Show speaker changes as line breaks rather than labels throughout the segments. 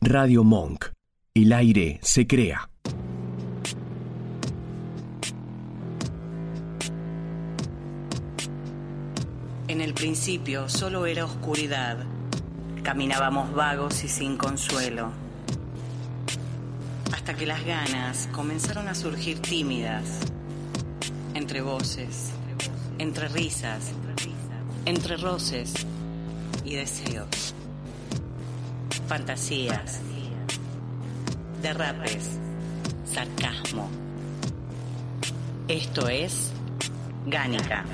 Radio Monk. El aire se crea.
En el principio solo era oscuridad. Caminábamos vagos y sin consuelo. Hasta que las ganas comenzaron a surgir tímidas. Entre voces, entre risas, entre roces y deseos. Fantasías, derrapes, sarcasmo. Esto es Gánica.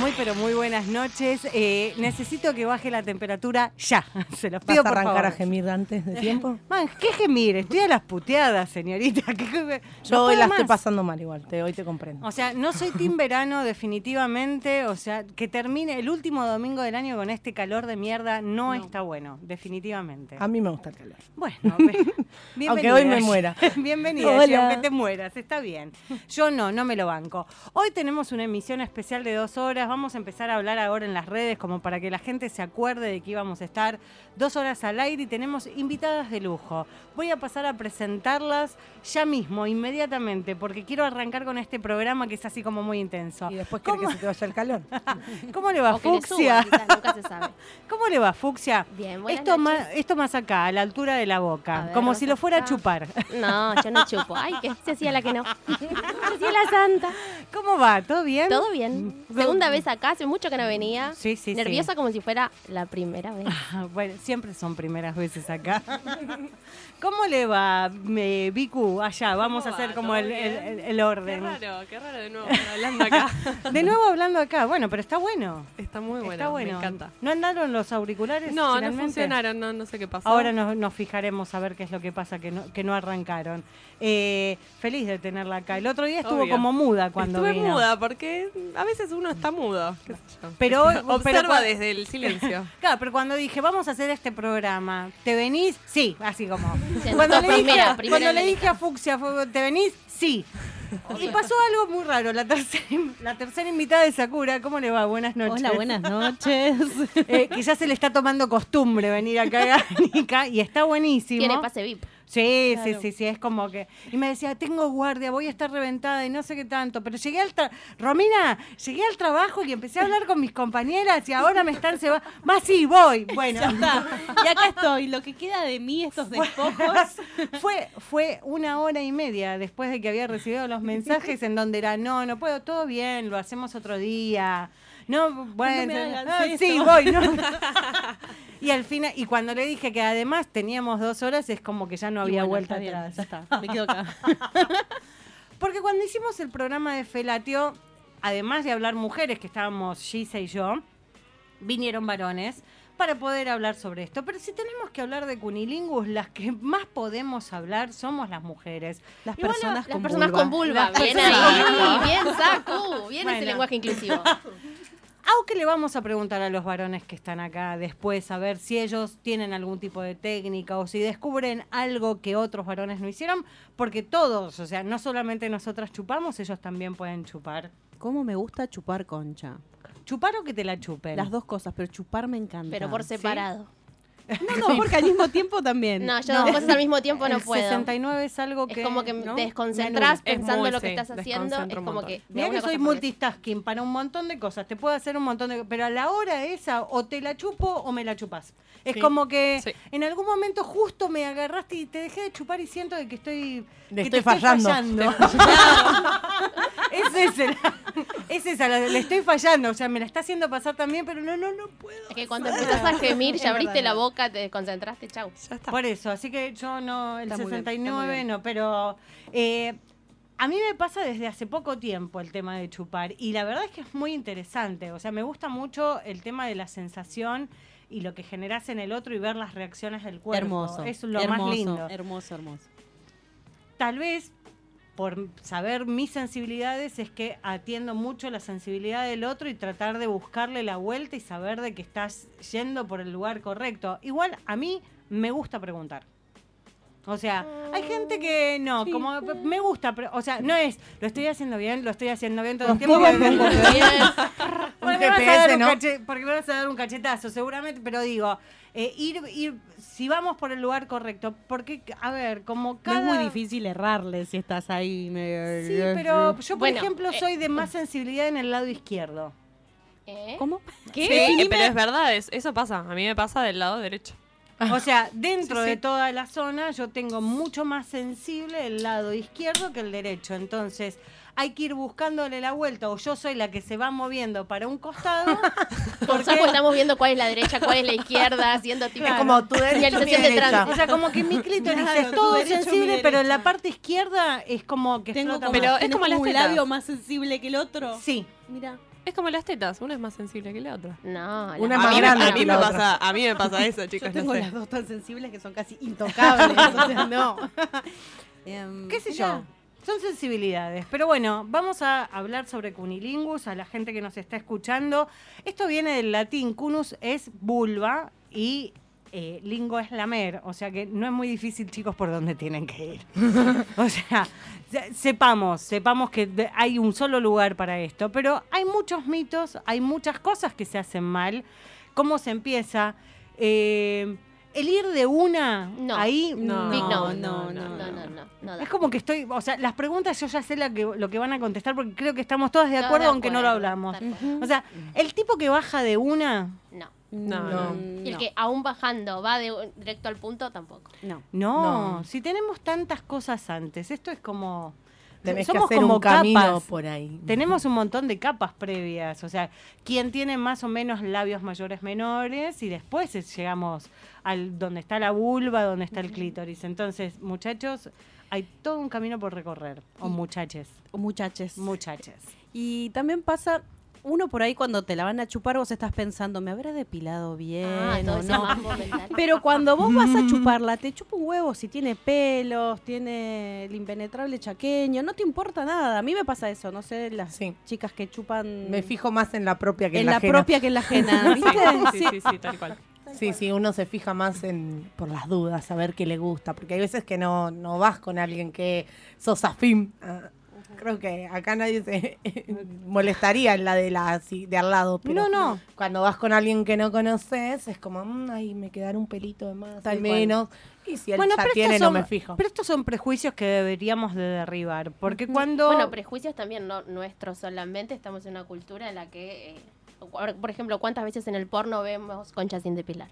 Muy, pero muy buenas noches. Eh, necesito que baje la temperatura ya. Se los
¿Vas
pido
a
por
arrancar
favor.
a gemir antes de tiempo?
Man, qué gemir, estoy a las puteadas, señorita. ¿Qué geme-
Yo
No
hoy
puedo
la estoy
más.
pasando mal igual, te, hoy te comprendo.
O sea, no soy team verano definitivamente, o sea, que termine el último domingo del año con este calor de mierda no, está bueno, definitivamente.
A mí me gusta el calor.
Bueno, ve-
Aunque hoy me
bienvenida.
muera.
bienvenida,
Hola.
Gio, aunque te mueras, está bien. Yo no, no me lo banco. Hoy tenemos una emisión especial de dos horas. Vamos a empezar a hablar ahora en las redes, como para que la gente se acuerde de que íbamos a estar dos horas al aire y tenemos invitadas de lujo. Voy a pasar a presentarlas ya mismo, inmediatamente, porque quiero arrancar con este programa que es así como muy intenso.
Y después querés
¿Cómo?
que se te vaya el calor.
¿Cómo le va
O que le
Fuxia?
suban, quizás, nunca se sabe.
¿Cómo le va Fuxia?
Bien, buenas
Esto más,
noches.
esto más acá, a la altura de la boca,
A ver,
como
Rosa,
si lo fuera a
ah.
chupar.
No, yo no chupo. Ay, que se hacía la que no. Se hacía la santa.
¿Cómo va? ¿Todo bien? Mm.
Todo bien. Segunda vez acá, hace mucho que no venía.
Sí, sí, sí.
Nerviosa como si fuera la primera vez.
Ah, Bueno, siempre son primeras veces acá. ¿Cómo le va, me, Vicu? Allá, vamos a
¿Cómo va?
hacer como
¿Todo
el,
bien?
el- el- el orden.
Qué raro, qué raro de nuevo estar hablando acá.
De nuevo hablando acá, bueno, pero está bueno.
Está muy bueno,
está bueno.
me encanta.
¿No andaron los auriculares?
No, no
finalmente?
funcionaron, no, no sé qué pasó.
Ahora nos, nos fijaremos a ver qué es lo que pasa, que no, que no arrancaron. Eh, feliz de tenerla acá. El otro día estuvo
Obvio.
como muda cuando
Estuve
vino.
muda porque a veces uno está mudo. qué sé yo.
Pero-
observa
pero cua-
desde el silencio.
Claro, pero cuando dije, vamos a hacer este programa, ¿te venís? Sí, así como.
Sí,
Cuando le
primera,
dije, a-
primera
cuando
en la
le dije
lista.
a Fuxia, fue, ¿te venís? Sí. Y pasó algo muy raro. La tercera, la tercera invitada de Sakura, ¿cómo le va? Buenas noches.
Hola, buenas noches.
Eh, que ya se le está tomando costumbre venir acá a Gánica y está buenísimo.
Tiene pase VIP.
Sí, sí, sí, sí, es como que. Y me decía, tengo guardia, voy a estar reventada y no sé qué tanto. Pero llegué al. tra- Romina, llegué al trabajo y empecé a hablar con mis compañeras y ahora me están se Más sí, voy. Bueno,
Ya está. Y acá estoy. Lo que queda de mí, estos despojos.
fue, fue una hora y media después de que había recibido los mensajes en donde era, no, no puedo, todo bien, lo hacemos otro día. No, bueno,
hagas
ah,
esto.
sí, voy, no. Y al final, y cuando le dije que además teníamos dos horas, es como que ya no había
Y bueno,
vuelta
está bien,
atrás.
ya está. Me quedo acá.
Porque cuando hicimos el programa de Felatio, además de hablar mujeres, que estábamos Gise y yo, vinieron varones para poder hablar sobre esto. Pero si tenemos que hablar de cunilingus, las que más podemos hablar somos las mujeres.
Las
Y bueno,
personas
Las
con
personas
vulva.
con vulva.
Las
Bien
personas
ahí.
con vulva.
Bien, Saku. Bien
Bueno.
ese lenguaje inclusivo.
Aunque le vamos a preguntar a los varones que están acá después a ver si ellos tienen algún tipo de técnica o si descubren algo que otros varones no hicieron, porque todos, o sea, no solamente nosotras chupamos, ellos también pueden chupar.
¿Cómo me gusta chupar concha?
Chupar o que te la chupen.
Las dos cosas, pero chupar me encanta.
Pero por
¿Sí?
separado.
No, no, porque al mismo tiempo también.
No, yo dos cosas al mismo tiempo no
El
puedo.
69 es algo que.
es como que
¿no?
te desconcentras
Me anula. Es
pensando
muy,
lo que
sí,
estás haciendo. Es
desconcentro un
como
montón.
que. de
Mira
una
que
cosa
soy
por otra.
multitasking para un montón de cosas. Te puedo hacer un montón de Pero a la hora esa, o te la chupo o me la chupas. Es
Sí.
como que
Sí.
en algún momento justo me agarraste y te dejé de chupar y siento de que estoy.
Le
que te
estoy fallando.
es ese, la- es esa, la- le estoy fallando. O sea, me la está haciendo pasar también, pero no, no, no puedo.
Es que cuando empezás a gemir, ya abriste la boca, te desconcentraste, chau.
Ya está.
Por eso, así que yo no, el
Está muy bien, está muy
69
bien.
no, pero eh, a mí me pasa desde hace poco tiempo el tema de chupar y la verdad es que es muy interesante, o sea, me gusta mucho el tema de la sensación y lo que generas en el otro y ver las reacciones del cuerpo.
Hermoso.
Es lo
hermoso,
más lindo.
Hermoso, hermoso.
Tal vez por saber mis sensibilidades es que atiendo mucho la sensibilidad del otro y tratar de buscarle la vuelta y saber de que estás yendo por el lugar correcto. Igual a mí me gusta preguntar. O sea, hay gente que no, como p- me gusta, pero, o sea, no es lo estoy haciendo bien, lo estoy haciendo bien todo el tiempo.
¿Cómo me
porque-
pongo bien?
porque
Un
me vas a dar
GPS,
un
¿no?
cache- porque me vas a dar un cachetazo, seguramente, pero digo, eh, ir, ir, si vamos por el lugar correcto, porque, a ver, como
No
cada.
es muy difícil eh, errarle si estás ahí. medio-
Sí, pero yo, por
Bueno,
ejemplo,
eh,
soy de más sensibilidad en el lado izquierdo.
¿Eh?
¿Cómo?
¿Qué?
Sí, eh, pero es verdad, es- eso pasa. A mí me pasa del lado derecho.
O sea, dentro
Sí, sí.
de toda la zona yo tengo mucho más sensible el lado izquierdo que el derecho. Entonces, hay que ir buscándole la vuelta o yo soy la que se va moviendo para un costado.
Por saco estamos viendo cuál es la derecha, cuál es la izquierda, haciendo tipo.
Es como tu derecho, mi
señalización de
derecha.
tránsito.
O sea, como que mi clítoris
Claro,
es
tu
todo
derecho, mi
sensible, pero en la
derecha.
parte izquierda es como que
Tengo
explota
como,
Pero es
más.
tenés
como las
un
tetas.
labio más sensible que el otro.
Sí.
Mira.
Es como las tetas, una es más sensible que la otra.
No, la-
Una
a, mí, me-
grande
a
que
mí
la
me
otra.
pasa, a mí me pasa eso,
Yo
chicos. no
tengo
sé.
las dos tan sensibles que son casi intocables. o sea, no. Em,
¿Qué sé
mirá.
yo? Son sensibilidades. Pero bueno, vamos a hablar sobre cunilingus, a la gente que nos está escuchando. Esto viene del latín. Cunus es vulva y eh, lingo es lamer. O sea que no es muy difícil, chicos, por dónde tienen que ir. o sea, se- sepamos, sepamos que de- hay un solo lugar para esto. Pero hay muchos mitos, hay muchas cosas que se hacen mal. ¿Cómo se empieza? Eh, el ir de una
No.
ahí
No,
Big no,
no,
No,
no,
no, no, no, no da.
es como que estoy, o sea, las preguntas yo ya sé la que- lo que van a contestar porque creo que estamos todas de
Todas de
acuerdo, aunque no lo
acuerdo,
hablamos.
tal cual.
O sea, el tipo que baja de una,
No.
No, no.
No.
Y el que aún bajando va de un- directo al punto tampoco.
No.
no,
No.
si tenemos tantas cosas antes, esto es como...
Tenés que
somos
hacer
como
un camino
capas.
por ahí.
Tenemos un montón de capas previas, o sea, quien tiene más o menos labios mayores, menores, y después es- llegamos al donde está la vulva, donde está el clítoris. Entonces, muchachos, hay todo un camino por recorrer, o muchaches,
Muchachos.
muchachas.
Y también pasa, uno por ahí cuando te la van a chupar, vos estás pensando, ¿me habrá depilado bien
ah, todo
o
ese
no?
mambo mental.
Pero cuando vos vas a chuparla, te chupa un huevo si tiene pelos, tiene el impenetrable chaqueño, no te importa nada. A mí me pasa eso, no sé, las
Sí.
chicas que chupan
Me fijo más en la propia que
en,
en,
la,
ajena.
propia que en la ajena,
Sí,
¿viste?
sí, sí, sí, tal cual.
Sí, sí, uno se fija más en por las dudas, a ver qué le gusta, porque hay veces que no, no vas con alguien que sos afín. Ah, Creo que acá nadie se molestaría en la de la así, de al lado, pero
No, no.
cuando vas con alguien que no conoces es como, "Mm, ay, me quedaron un pelito de más,
Tal
al menos. Y si él ya
estos
tiene, no
son-
me fijo.
Pero estos son prejuicios que deberíamos de derribar, porque cuando...
Bueno, prejuicios también, no nuestros solamente. Estamos en una cultura en la que. eh, por por ejemplo, ¿cuántas veces en el porno vemos conchas sin depilar?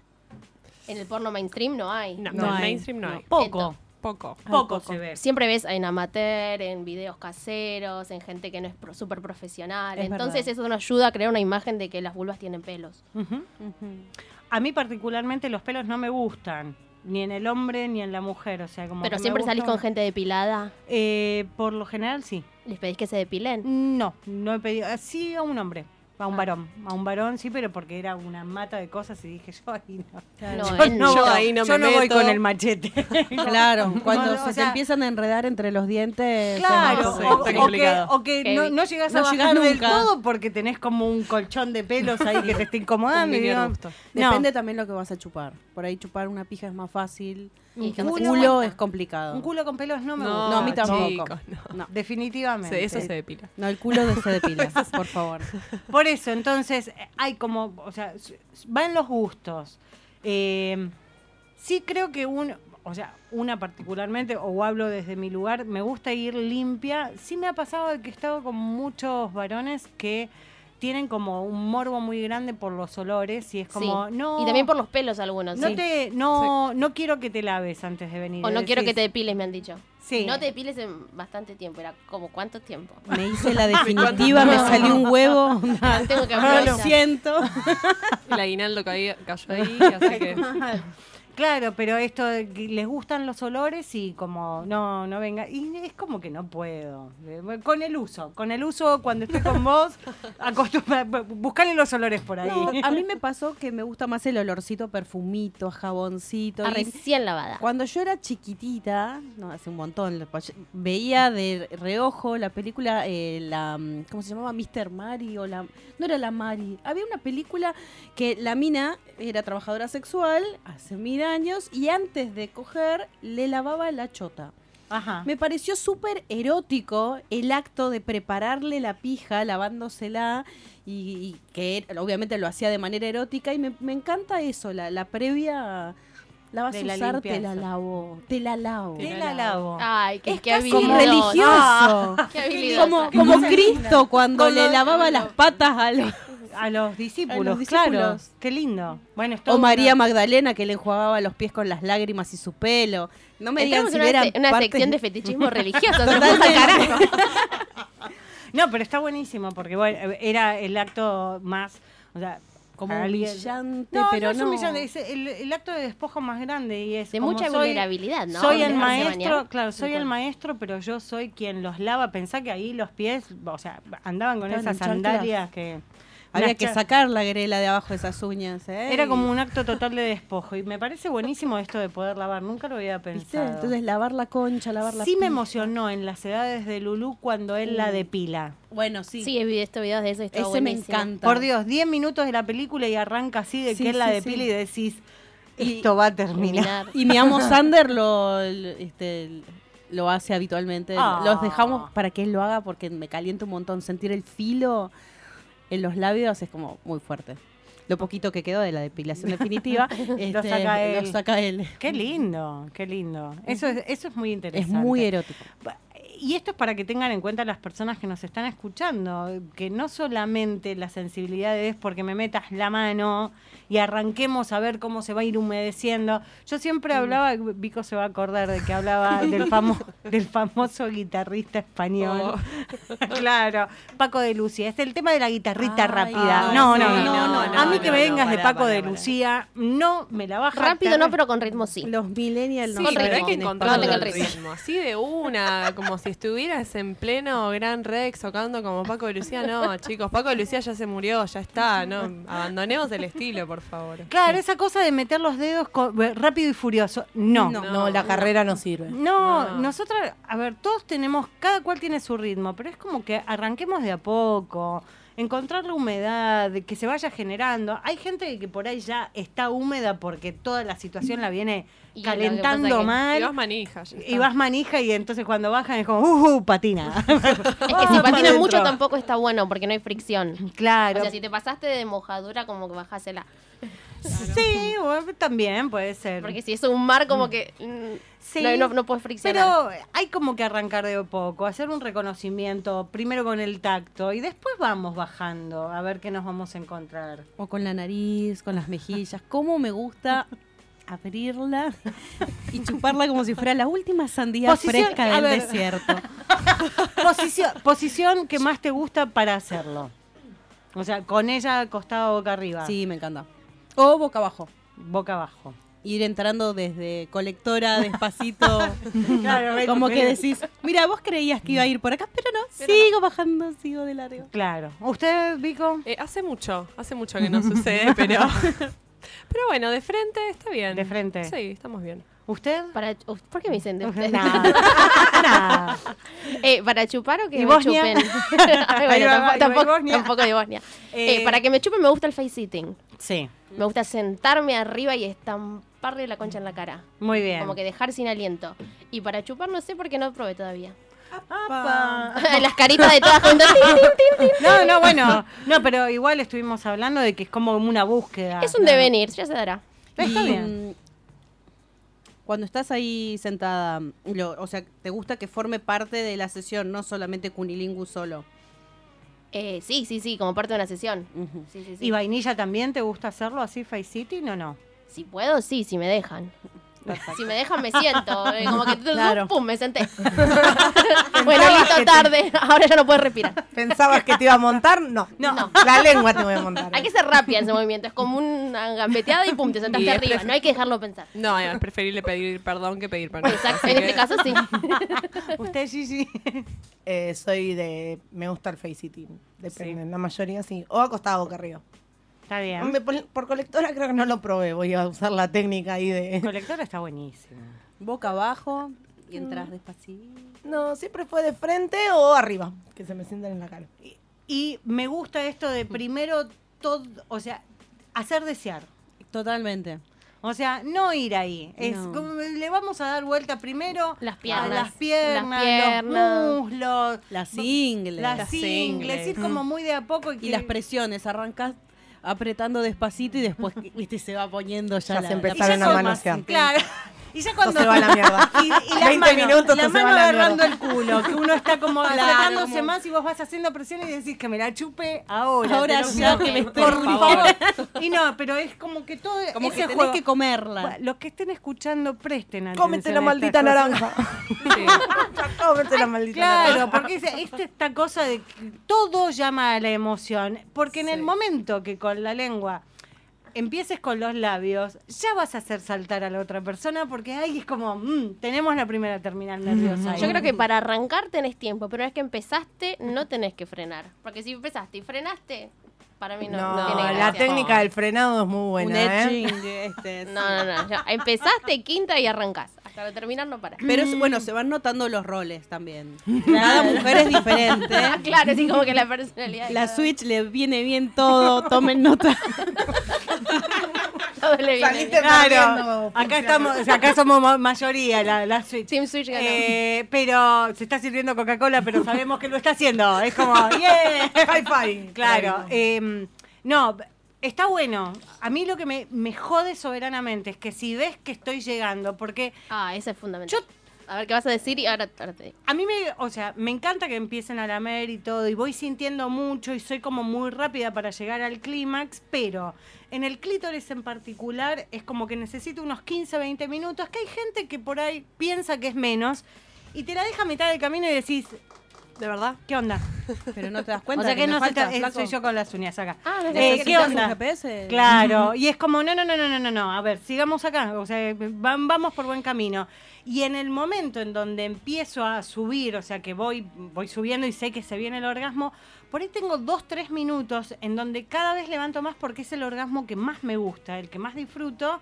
En el porno mainstream no hay.
No,
No
en
hay,
mainstream no, hay.
Poco,
Poco.
poco se ve.
Siempre ves en amateur, en videos caseros, en gente que no es pro- súper profesional.
Es
Entonces
verdad.
eso nos ayuda a crear una imagen de que las vulvas tienen pelos.
Ujú.
Ujú.
A mí particularmente los pelos no me gustan, ni en el hombre ni en la mujer, o sea, como...
Pero
que me
siempre salís
gusta-
con gente depilada,
Eh, por lo general sí.
les pedís que se depilen.
No, no he pedido... eh, Sí a un hombre, a un
Ah.
varón, a un varón sí, pero porque era una mata de cosas y dije yo ahí no.
No,
Yo
él no.
yo ahí no
yo
me
voy
meto.
con el machete.
Claro, cuando
No, no,
se
o
te
sea-
empiezan a enredar entre los dientes.
Claro,
Sí,
es
o,
más-
está
o que,
complicado.
o que no, no llegás a
No
bajar
llegás
del
nunca.
todo porque tenés como un colchón de pelos ahí que te está
Un
incomodando. y
mini
digo,
arbusto.
no.
Depende también lo que vas a chupar. Por ahí chupar una pija es más fácil.
Y
Un
gente-
culo, es complicado.
Un culo con pelos no me
No,
gusta.
No, a mí tampoco.
chicos, no.
No,
Definitivamente.
Se- eso se depila.
no, el culo de se depila, por favor.
Por eso, entonces, eh, hay como, o sea, s- s- van los gustos. Eh, sí creo que un, o sea, una particularmente, o hablo desde mi lugar, me gusta ir limpia. Sí me ha pasado de que he estado con muchos varones que tienen como un morbo muy grande por los olores y es como,
Sí.
no.
Y también por los pelos algunos.
No,
sí.
te, no, no quiero que te laves antes de venir.
O no quiero que te
decís,
depiles, me han dicho.
Sí.
No te depiles en bastante tiempo, era como cuánto tiempo.
Me hice la definitiva, me salió un huevo.
No tengo que
No, lo
aprovechar.
siento.
El aguinaldo caí- cayó ahí, así que.
Claro, pero esto de que les gustan los olores y como no, no venga. Y es como que no puedo. Eh, bueno, Con el uso, con el uso cuando estoy con vos, acostumbra, bu- buscale los olores por ahí.
No, a mí me pasó que me gusta más el olorcito a perfumito, a jaboncito.
A
y-
Ah, recién lavada.
Cuando yo era chiquitita, no, hace un montón, lo- yo veía de reojo la película, eh, la, mm, ¿cómo se llamaba? Mr. Mari, o la, no era la Mari. Había una película que la mina era trabajadora sexual, hace mina años y antes de coger le lavaba la chota.
Ajá.
Me pareció súper erótico el acto de prepararle la pija, lavándosela, y, y que er- obviamente lo hacía de manera erótica, y me, me encanta eso, la, la previa, la vas
De
a
la
usar, te la
limpieza.
lavo, te la lavo.
Te la lavo.
Ay, qué,
Es
qué
casi
habilidosa.
religioso.
Qué habilidosa.
Ah. Como, como Cristo cuando
Con
le
los-
lavaba
con
las
los-
patas a los...
A los discípulos,
discípulos.
claro. Qué lindo. Bueno, es
O
todo
María
una-
Magdalena que le enjuagaba los pies con las lágrimas y su pelo. No me digan
Entramos
si
en una,
eran
se- una
partes-
sección de fetichismo religioso. se
Totalmente.
puso el carajo.
No, pero está buenísimo porque bueno, era el acto más, o sea,
como
alguien-
humillante,
No,
pero
no es
no.
humillante, es el, el acto de despojo más grande y es
De
como
mucha
soy-
vulnerabilidad, ¿no?
Soy
De
el
dejarse
maestro,
bañar.
claro, soy
Tal
el
cual.
maestro, pero yo soy quien los lava. Pensá que ahí los pies, o sea, andaban con
Estaban
esas
en chanclas.
sandalias que...
Había
unas
que
cha-
sacar la grela de abajo de esas uñas, ¿eh?
Era como
Y-
un acto total de despojo y me parece buenísimo esto de poder lavar, nunca lo había
¿viste?
pensado.
Entonces lavar la concha, lavar la
sí me
pija.
emocionó en las edades de Lulú cuando él la depila.
Bueno, sí.
Sí, he visto videos de eso. y está
Ese me
buenísimo.
encanta.
Por Dios, 10 minutos de la película y arranca así de
Sí,
que él la
sí,
depila
sí.
y decís,
Y-
esto va a terminar.
Iluminar.
Y mi amo Sander lo, este, lo hace habitualmente.
Ah.
Los dejamos para que él lo haga porque me calienta un montón. Sentir el filo en los labios es como muy fuerte. Lo poquito que quedó de la depilación definitiva este,
saca él.
Lo saca él.
Qué lindo, qué lindo. Eso es, eso es muy
Es
interesante.
muy erótico.
Y esto es para que tengan en cuenta las personas que nos están escuchando, que no solamente la sensibilidad es porque me metas la mano y arranquemos a ver cómo se va a ir humedeciendo. Yo siempre
Mm.
hablaba, Vico se va a acordar de que hablaba del, famo- del famoso guitarrista español. claro, Paco de Lucía. Es el tema de la guitarrita
Oh. Ay,
rápida.
ay,
no,
sí,
no,
no,
no,
no, no,
A mí que
no,
me
no,
vengas de
pará,
Paco
pará,
de
pará.
Lucía, no me la bajas.
Rápido no, pero con ritmo sí.
Los millennials
Sí,
no
con
saben
pero hay que
quiénes
encontrar
Cuando
son.
el
tenga el ritmo.
ritmo. Así de una, como si estuvieras en pleno Gran Rex o cantando como Paco de Lucía. No, chicos, Paco de Lucía ya se murió, ya está. No, abandonemos el estilo, por favor.
Claro, esa cosa de meter los dedos con- rápido y furioso. No.
No, la carrera no sirve.
No,
No.
nosotras, a ver, todos tenemos, cada cual tiene su ritmo, pero es como que arranquemos de a poco, encontrar la humedad, que se vaya generando. Hay gente que por ahí ya está húmeda porque toda la situación la viene
Y lo que pasa
calentando
que-
Y vas
mal.
manija. ya está.
Y vas manija y entonces cuando bajan es como, uh, uh, patina.
Es que si
para
patina
adentro.
mucho tampoco está bueno porque no hay fricción.
claro.
O sea, si te pasaste de mojadura, como que bajásela.
Sí, bueno, también puede ser.
Porque si es un mar, como que. mm,
Sí.
No, no, no puedes friccionar.
Pero eh, hay como que arrancar de a poco, hacer un reconocimiento, primero con el tacto y después vamos bajando a ver qué nos vamos a encontrar.
O con la nariz, con las mejillas. ¿Cómo me gusta abrirla y chuparla como si fuera la última sandía
Posición-
fresca
a
del
ver.
desierto?
Posición, posición que más te gusta para hacerlo. O sea, con ella acostado boca arriba,
Sí, me encanta. O boca abajo.
boca abajo.
Ir entrando desde colectora, despacito.
Claro, ven,
como
ven.
que decís, mira, vos creías que iba a ir por acá, pero no, sigo bajando, sigo de largo.
Claro. ¿Usted, Vico?
Eh, hace mucho, hace mucho que no sucede, pero. Pero bueno, de frente está bien.
De frente.
Sí, estamos bien.
¿Usted?
Para, uf, ¿Por qué me dicen de ustedes?
Nada. Nada.
Eh, ¿Para chupar o que me
¿Y Bosnia?
chupen? Ay,
Ahí
bueno,
va, ahí va,
tampo- tampoco,
¿y Bosnia?
tampoco de Bosnia. Eh,
Eh,
para que me chupen me gusta el face sitting.
Sí,
Me gusta sentarme arriba y estamparle la concha en la cara.
muy bien.
Como que dejar sin aliento. Y para chupar no sé por qué no probé todavía.
Apa.
Las caritas de todas juntas. tin, tin, tin, tin.
No, no, bueno. No, pero igual estuvimos hablando de que es como una búsqueda.
Es un devenir, ya se dará.
Está
Y,
bien.
mm, Cuando estás ahí sentada, lo- o sea, te gusta que forme parte de la sesión, no solamente Cunilingus solo.
Eh, sí, sí, sí, como parte de una sesión.
Ujú.
Sí, sí, sí.
¿Y vainilla también te gusta hacerlo así, Face City? No, no.
Si puedo, sí, si me dejan. Si me dejan, me siento. Eh, Como que
Claro.
pum, me senté. bueno, listo, tarde. Ahora ya no puedo respirar.
¿Pensabas que te iba a montar? No.
No.
La lengua te voy a montar.
eh.
Hay que ser rápida en ese movimiento. Es como una gambeteada y pum, te sentaste arriba. No hay que dejarlo pensar.
No, es preferible pedir perdón que pedir perdón.
Exacto,
Así
en
que-
este caso sí.
Usted, Gigi.
Eh, soy de. Me gusta el face sitting. Depende. La mayoría sí. O acostado boca arriba.
Está bien.
Me pon- por colectora creo que no lo probé. Voy a usar la técnica ahí
El
de.
colector está buenísimo.
Boca abajo y entras despacito.
No, siempre fue de frente o arriba. Que se me sientan en la cara.
Y me gusta esto de primero todo, o sea, hacer desear.
Totalmente.
O sea, no ir ahí. Es
No.
como le vamos a dar vuelta primero
Las
a
piernas.
las
Las
piernas,
piernas.
los muslos,
Las ingles.
las,
Las
ingles, ir
ingles.
como muy de a poco y,
y
que-
las presiones. Arrancas apretando despacito y después, viste, se va poniendo ya,
Ya
la-
se
y
la,
empezó
ya
Empezaron a
son
manosear.
más- Claro. Y ya
Esto
cuando
se va a la mierda.
y, y las
20
manos,
minutos,
la
esto se
mano
va a la
agarrando
mierda.
el culo, que uno está como
Claro,
apretándose
como-
más y vos vas haciendo presión y decís que me la chupe ahora.
Ahora
te lo
ya,
pido,
que me
por
estoy-
favor. Y no, pero es como que todo
Como
ese
que tenés
juego-
que comerla.
Bueno, los que estén escuchando, presten atención.
Cómete
a
la
estas
maldita
cosas.
naranja. Ya Cómete la maldita naranja.
Claro, porque es, es esta cosa de que todo llama a la emoción. Porque en el
Sí.
momento que con la lengua empieces con los labios, ya vas a hacer saltar a la otra persona porque ahí es como, mm, tenemos la primera terminal nerviosa. ahí.
Yo creo que para arrancar tenés tiempo, pero una vez que empezaste, no tenés que frenar. Porque si empezaste y frenaste, para mí no,
No,
tiene
la
gracia.
técnica del frenado es muy
un
buena, ¿eh?
etching. este,
No, no, no. ya empezaste quinta y arrancás. Hasta terminar no parás.
Pero es- bueno, se van notando los roles también. Cada mujer es diferente.
Ah, claro, sí, como que la personalidad. de
La
cada-
Switch le viene bien todo, tomen nota.
Todo le viene bien.
Claro, acá estamos, o sea, acá somos ma- mayoría la, la Switch.
Team Switch ganó.
Eh, pero se está sirviendo Coca-Cola, pero sabemos que lo está haciendo. Es como, yeah.
High five.
Claro. eh, no, está bueno. A mí lo que me, me jode soberanamente es que si ves que estoy llegando, porque
Ah, ese es fundamental. A ver qué vas a decir y ahora, ahora te digo.
a mí me, o sea, me encanta que empiecen a lamer y todo, y voy sintiendo mucho y soy como muy rápida para llegar al clímax, pero en el clítoris en particular es como que necesito unos 15, 20 minutos, que hay gente que por ahí piensa que es menos y te la deja a mitad del camino y decís,
¿De verdad?
¿qué onda?
Pero no te das
O
cuenta.
sea que
te
no se
falta,
tra- eh,
flaco.
soy yo con las uñas acá.
Ah, desde
Eh,
que
¿Qué
¿Necesitas un
onda?
GPS?
Claro, y es como, no, no, no, no, no, no, no, a ver, sigamos acá, o sea, van- vamos por buen camino. Y en el momento en donde empiezo a subir, o sea, que voy, voy subiendo y sé que se viene el orgasmo, por ahí tengo dos, tres minutos en donde cada vez levanto más porque es el orgasmo que más me gusta, el que más disfruto.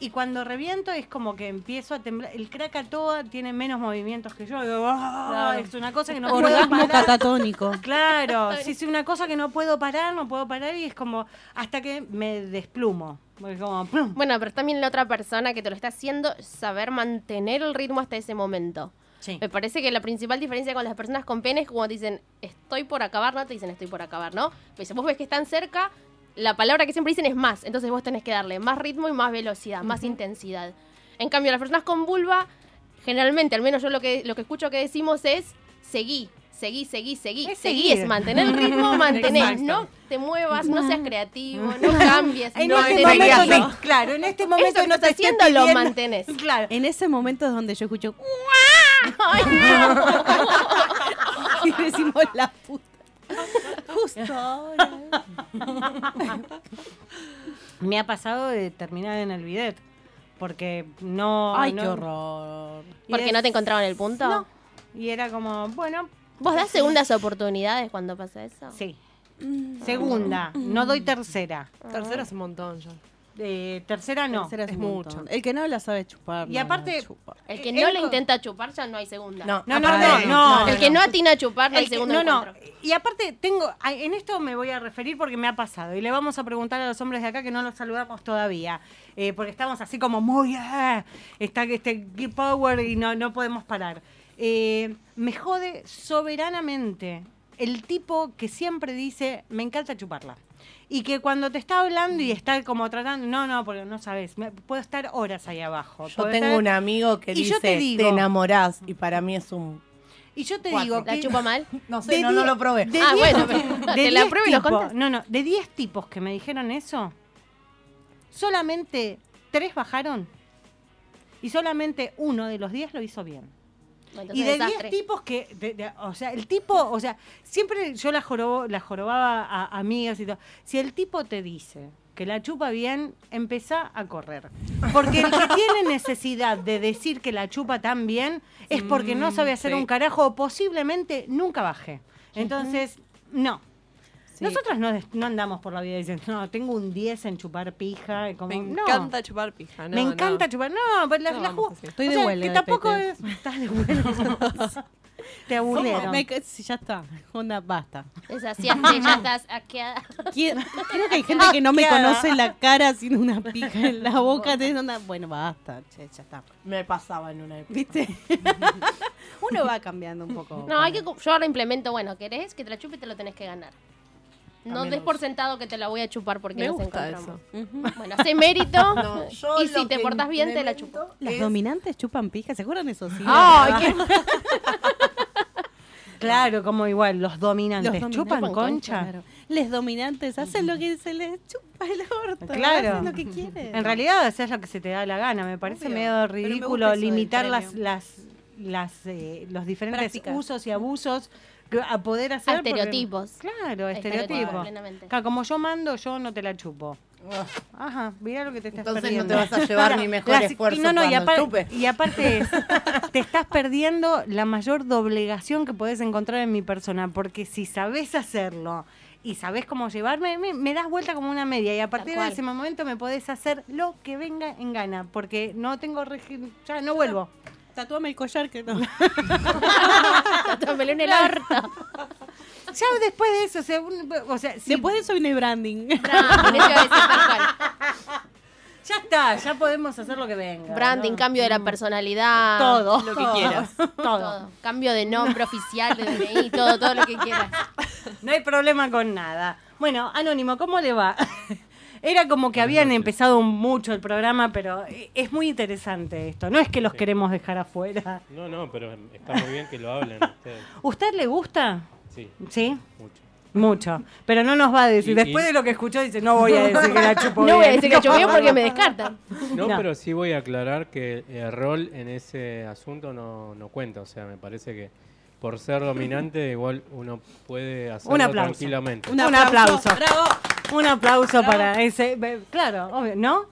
Y cuando reviento es como que empiezo a temblar. El Krakatoa tiene menos movimientos que yo. digo, "Ah", Es una cosa que no puedo
Orgasmo
parar.
catatónico.
Claro, sí, sí, una cosa que no puedo parar, no puedo parar y es como hasta que me desplumo. Voy como, plum.
Bueno, pero también la otra persona que te lo está haciendo, saber mantener el ritmo hasta ese momento.
Sí.
Me parece que la principal diferencia con las personas con pene es como te dicen, estoy por acabar, no te dicen estoy por acabar, ¿no? Pero si vos ves que están cerca, la palabra que siempre dicen es más. Entonces vos tenés que darle más ritmo y más velocidad, más intensidad. En cambio, las personas con vulva, generalmente, al menos yo lo que, lo que escucho que decimos es, seguí, seguí, seguí, seguí.
Es
seguí,
seguir.
es mantener el ritmo, mantener.
Exacto.
No te muevas, no seas creativo, no cambies.
En
no
este
te
momento,
digas,
no- claro, en este momento
Eso que
no
estás
te estoy
haciendo lo
pidiendo-
mantenés.
Claro.
En ese momento es donde yo escucho.
Ay, no.
y decimos la puta. Justo ahora.
Me ha pasado de terminar en el bidet porque no
Ay,
no-
qué horror.
y
Porque
es-
no te encontraban el punto.
No. Y era como, bueno,
¿Vos das segundas oportunidades cuando pasa eso?
sí. Mm. Segunda,
Mm.
no doy tercera.
Ah.
Tercero es un montón ya.
Eh, tercera no.
Tercera
es
un
mucho.
montón. El que no la sabe chupar. no
Y
la
aparte-
chupa.
El que no
Él
le
co-
intenta chupar ya no hay segunda.
No,
No, no,
aparte-
no, no.
El que no atina a chupar no hay
El que-
segundo
no, no.
encuentro.
Y aparte, tengo. ay, En esto me voy a referir porque me ha pasado. Y le vamos a preguntar a los hombres de acá que no los saludamos todavía. eh, porque estamos así como muy. ah, está este Gear Power y no, no podemos parar. Eh, me jode soberanamente el tipo que siempre dice: Me encanta chuparla. Y que cuando te está hablando y está como tratando. No, no, porque no sabes. me- puedo estar horas ahí abajo.
Yo
puedo
tengo
estar-
un amigo que
Y yo
dice,
te
te,
digo-
enamorás, y para mí es un...
Y yo te
Cuatro.
digo.
¿La
que-
chupa mal?
No
De
sé, no, no
die-
lo probé.
de
Ah,
diez
bueno,
tipos-
pero
de
te la
diez
pruebo y lo
tipos-
contás.
No, no, de 10 tipos que me dijeron eso, solamente 3 bajaron. Y solamente uno de los 10 lo hizo bien.
Entonces,
y de 10
desastre.
tipos que. de- de- o sea, el tipo. O sea, siempre yo la, jorobo- la jorobaba a a amigas y todo. Si el tipo te dice que la chupa bien, empezá a correr. Porque el que tiene necesidad de decir que la chupa tan bien es porque no sabe hacer
Mm,
sí.
un carajo o posiblemente nunca baje. Entonces, no.
Sí.
Nosotras no, des- no andamos por la vida diciendo, no, tengo un 10 en chupar pija. y Como,
Me
no.
encanta chupar pija, ¿no?
Me encanta
no.
chupar. No, pero la,
No,
la
vamos
ju-
así.
Estoy
o
de
sea,
huelga
Que
de
tampoco
pete.
es. Estás de huelga. Te aburrieron.
Me ca- sí, ya está. Onda, basta.
Desasiaste, ya estás hackeada.
Qui- Creo que hay gente que no me conoce la cara sino una pija en la boca. Entonces, onda, bueno, basta. che, ya está.
Me pasaba en una época.
¿Viste? Uno va cambiando un poco.
No, hay que, cu- yo ahora implemento, bueno, querés que te la chupe, te lo tenés que ganar. No des por sentado que te la voy a chupar porque
Me
nos
gusta
encontramos. Bueno, hace mérito
yo
y si
lo
te
que
portás bien te la chupo.
implemento
Las
es-
dominantes chupan pija, ¿se acuerdan eso? Sí,
Ay,
¿verdad?
Claro, como igual, los
Los
dominantes
dominantes
chupan
con
concha.
claro. Les dominantes hacen lo que se les chupa el orto.
Claro.
Hacen lo que quieren.
En realidad haces lo que se te da la gana, me parece
Obvio,
medio
pero me
ridículo
gusta eso del
limitar las,
premio.
las, las eh, los diferentes
Prácticas.
usos y abusos que a poder hacer. porque-
Estereotipos.
claro,
Estereotipos,
estereotipos.
plenamente.
Claro, como yo mando, yo no te la chupo.
Oh.
Ajá, mirá lo que te estás
Entonces no
perdiendo.
te vas a llevar
Ahora,
ni mejor
las-
esfuerzo
No, no, y,
cuando
apar-
chupes.
y aparte es, te estás perdiendo la mayor doblegación que podés encontrar en mi persona, porque si sabés hacerlo y sabés cómo llevarme, me, me das vuelta como una media y a partir de
cual.
ese momento me podés hacer lo que venga en gana, porque no tengo... regi- Ya, no vuelvo.
Tatúame el collar que no.
Tómelo en el orto.
Ya después de eso, o sea, un- o sea, si-
Después de eso viene el branding.
No, eso iba a decir tal cual.
ya está, ya podemos hacer lo que venga.
Branding,
¿no?
cambio de la personalidad.
Mm. Todo.
Lo que quieras.
Todo.
Todo. Cambio de nombre oficial, de DNI, todo, todo lo que quieras.
No hay problema con nada. Bueno, Anónimo, ¿cómo le va? Era como que habían empezado mucho el programa, pero e- es muy interesante esto. No es que los queremos dejar afuera.
No, no, pero em, está muy bien que lo hablen ustedes.
¿Usted le gusta?
Sí,
Sí,
mucho.
mucho. Pero no nos va a decir.
Y-
Después
y-
de lo que escuchó, dice, no voy a decir que la chupo
No voy a
bien.
decir que yo porque me descartan.
No,
No.
pero sí voy a aclarar que el rol en ese asunto no, no cuenta. O sea, me parece que por ser dominante igual uno puede hacerlo
aplauso.
tranquilamente.
Un aplauso.
Bravo.
Un aplauso para ese. be- Claro, obvio, ¿no?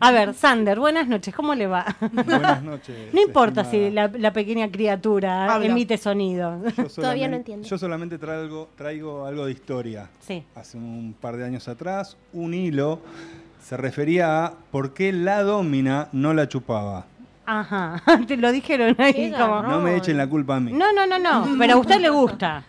A ver, Sander, buenas noches, ¿cómo le va?
Buenas noches.
No importa si
estimada.
la, la pequeña criatura
Habla.
emite sonido.
Yo
Todavía no
solamente-
entiendo.
Yo solamente traigo, traigo algo de historia.
Sí.
Hace un par de años atrás, un hilo se refería a por qué la domina no la chupaba.
Ajá, te lo dijeron ahí
Qué
como...
garrón.
No me echen la culpa a mí.
No, no, no, no, pero a usted le gusta.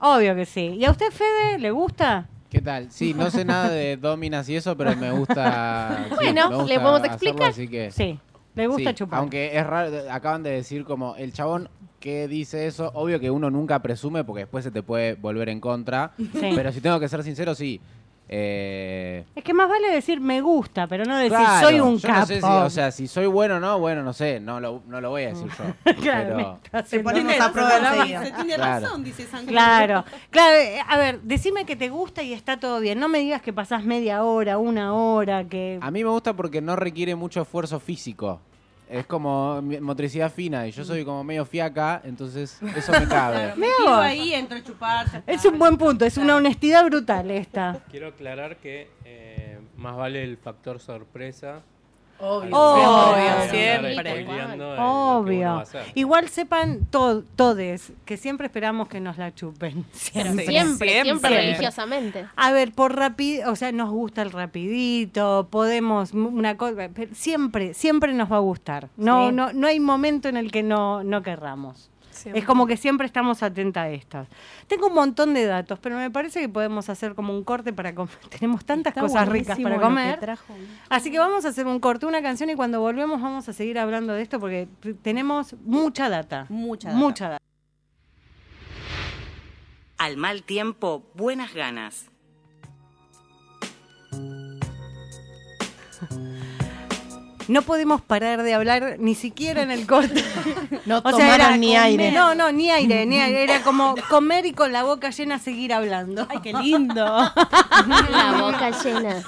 Obvio que sí. ¿Y a usted, Fede, le gusta?
¿Qué tal? Sí, no sé nada de dominas y eso, pero me gusta. sí,
Bueno,
me gusta
¿le podemos
hacerlo,
explicar?
así que-
Sí, le gusta
sí,
chupar.
Aunque es raro, de- acaban de decir como el chabón que dice eso, obvio que uno nunca presume porque después se te puede volver en contra. Pero si tengo que ser sincero, sí. Eh,
Es que más vale decir me gusta, pero no decir
claro,
soy un
yo
capo.
no sé si- o sea, si soy bueno o no, bueno, no sé, no lo, no lo voy a decir yo.
claro, me
pero-
está
Te
haciendo-
ponemos
Tiene
a prueba
razón.
enseguida.
Se tiene
Claro.
razón, dice Sancho.
Claro, claro, eh, a ver, decime que te gusta y está todo bien. No me digas que pasás media hora, una hora, que...
A mí me gusta porque no requiere mucho esfuerzo físico. Es como mi- motricidad fina y yo soy como medio fiaca, entonces eso me cabe.
Me
Mira vos.
ahí, entro a chupar. ya está.
Es un buen punto, es una honestidad brutal esta.
Quiero aclarar que eh, más vale el factor sorpresa.
Obvio.
Obvio,
Siempre.
siempre.
Obvio. Igual sepan to- todes que siempre esperamos que nos la chupen. Siempre.
Siempre, siempre,
Siempre.
religiosamente.
A ver, por rápido, o sea, nos gusta el rapidito, podemos m- una cosa, pero siempre, siempre nos va a gustar. No,
Sí.
no, no hay momento en el que no, no querramos.
Siempre.
Es como que siempre estamos atentas a estas. Tengo un montón de datos, pero me parece que podemos hacer como un corte para comer. Tenemos tantas
Está
cosas
buenísimo
ricas para
lo que
comer.
trajo.
Así que vamos a hacer un corte, una canción y cuando volvemos vamos a seguir hablando de esto porque t- tenemos mucha data.
Mucha data.
Mucha data.
Al mal tiempo, buenas ganas.
No podemos parar de hablar ni siquiera en el corte.
No
O sea,
tomaron
era
ni
comer.
aire.
No, no, ni aire, ni aire. Era como comer y con la boca llena seguir hablando.
Ay, qué lindo.
La boca llena.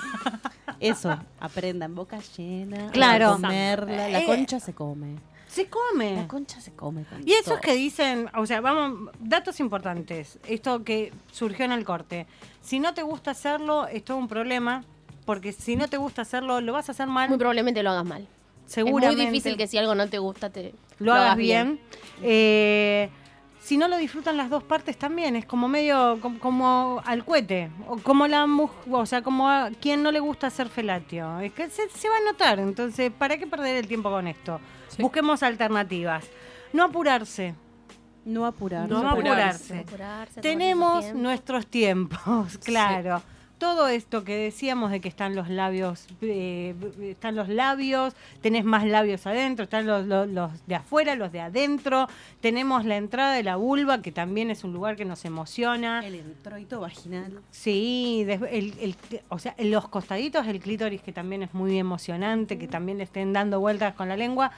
Eso, aprendan, boca llena.
Claro.
a Comerla,
Eh,
la concha se come.
Se come.
La concha se come. con
Y eso
todo.
es que dicen, o sea, vamos, datos importantes. Esto que surgió en el corte. Si no te gusta hacerlo, es todo un problema. Porque si no te gusta hacerlo, lo vas a hacer
Muy
mal.
probablemente lo hagas mal. Es muy
Seguramente.
difícil que si algo no te gusta te
lo hagas bien. Eh, si no lo disfrutan las dos partes también, es como medio com- como, al cohete, o como la mu- o sea, como a quien no le gusta hacer felatio. Es que se, se va a notar, entonces, ¿para qué perder el tiempo con esto? Busquemos alternativas. No apurarse.
No apurar.
No apurarse.
Apurarse, tomarse su
Tenemos
tiempo.
nuestros tiempos, claro. Todo esto que decíamos de que están los labios, eh, están los labios, tenés más labios adentro, están los, los- los de afuera, los de adentro, tenemos la entrada de la vulva, que también es un lugar que nos emociona.
El entroito vaginal.
Sí, des- el- el- o sea, los costaditos del clítoris, que también es muy emocionante, que también le estén dando vueltas con la lengua.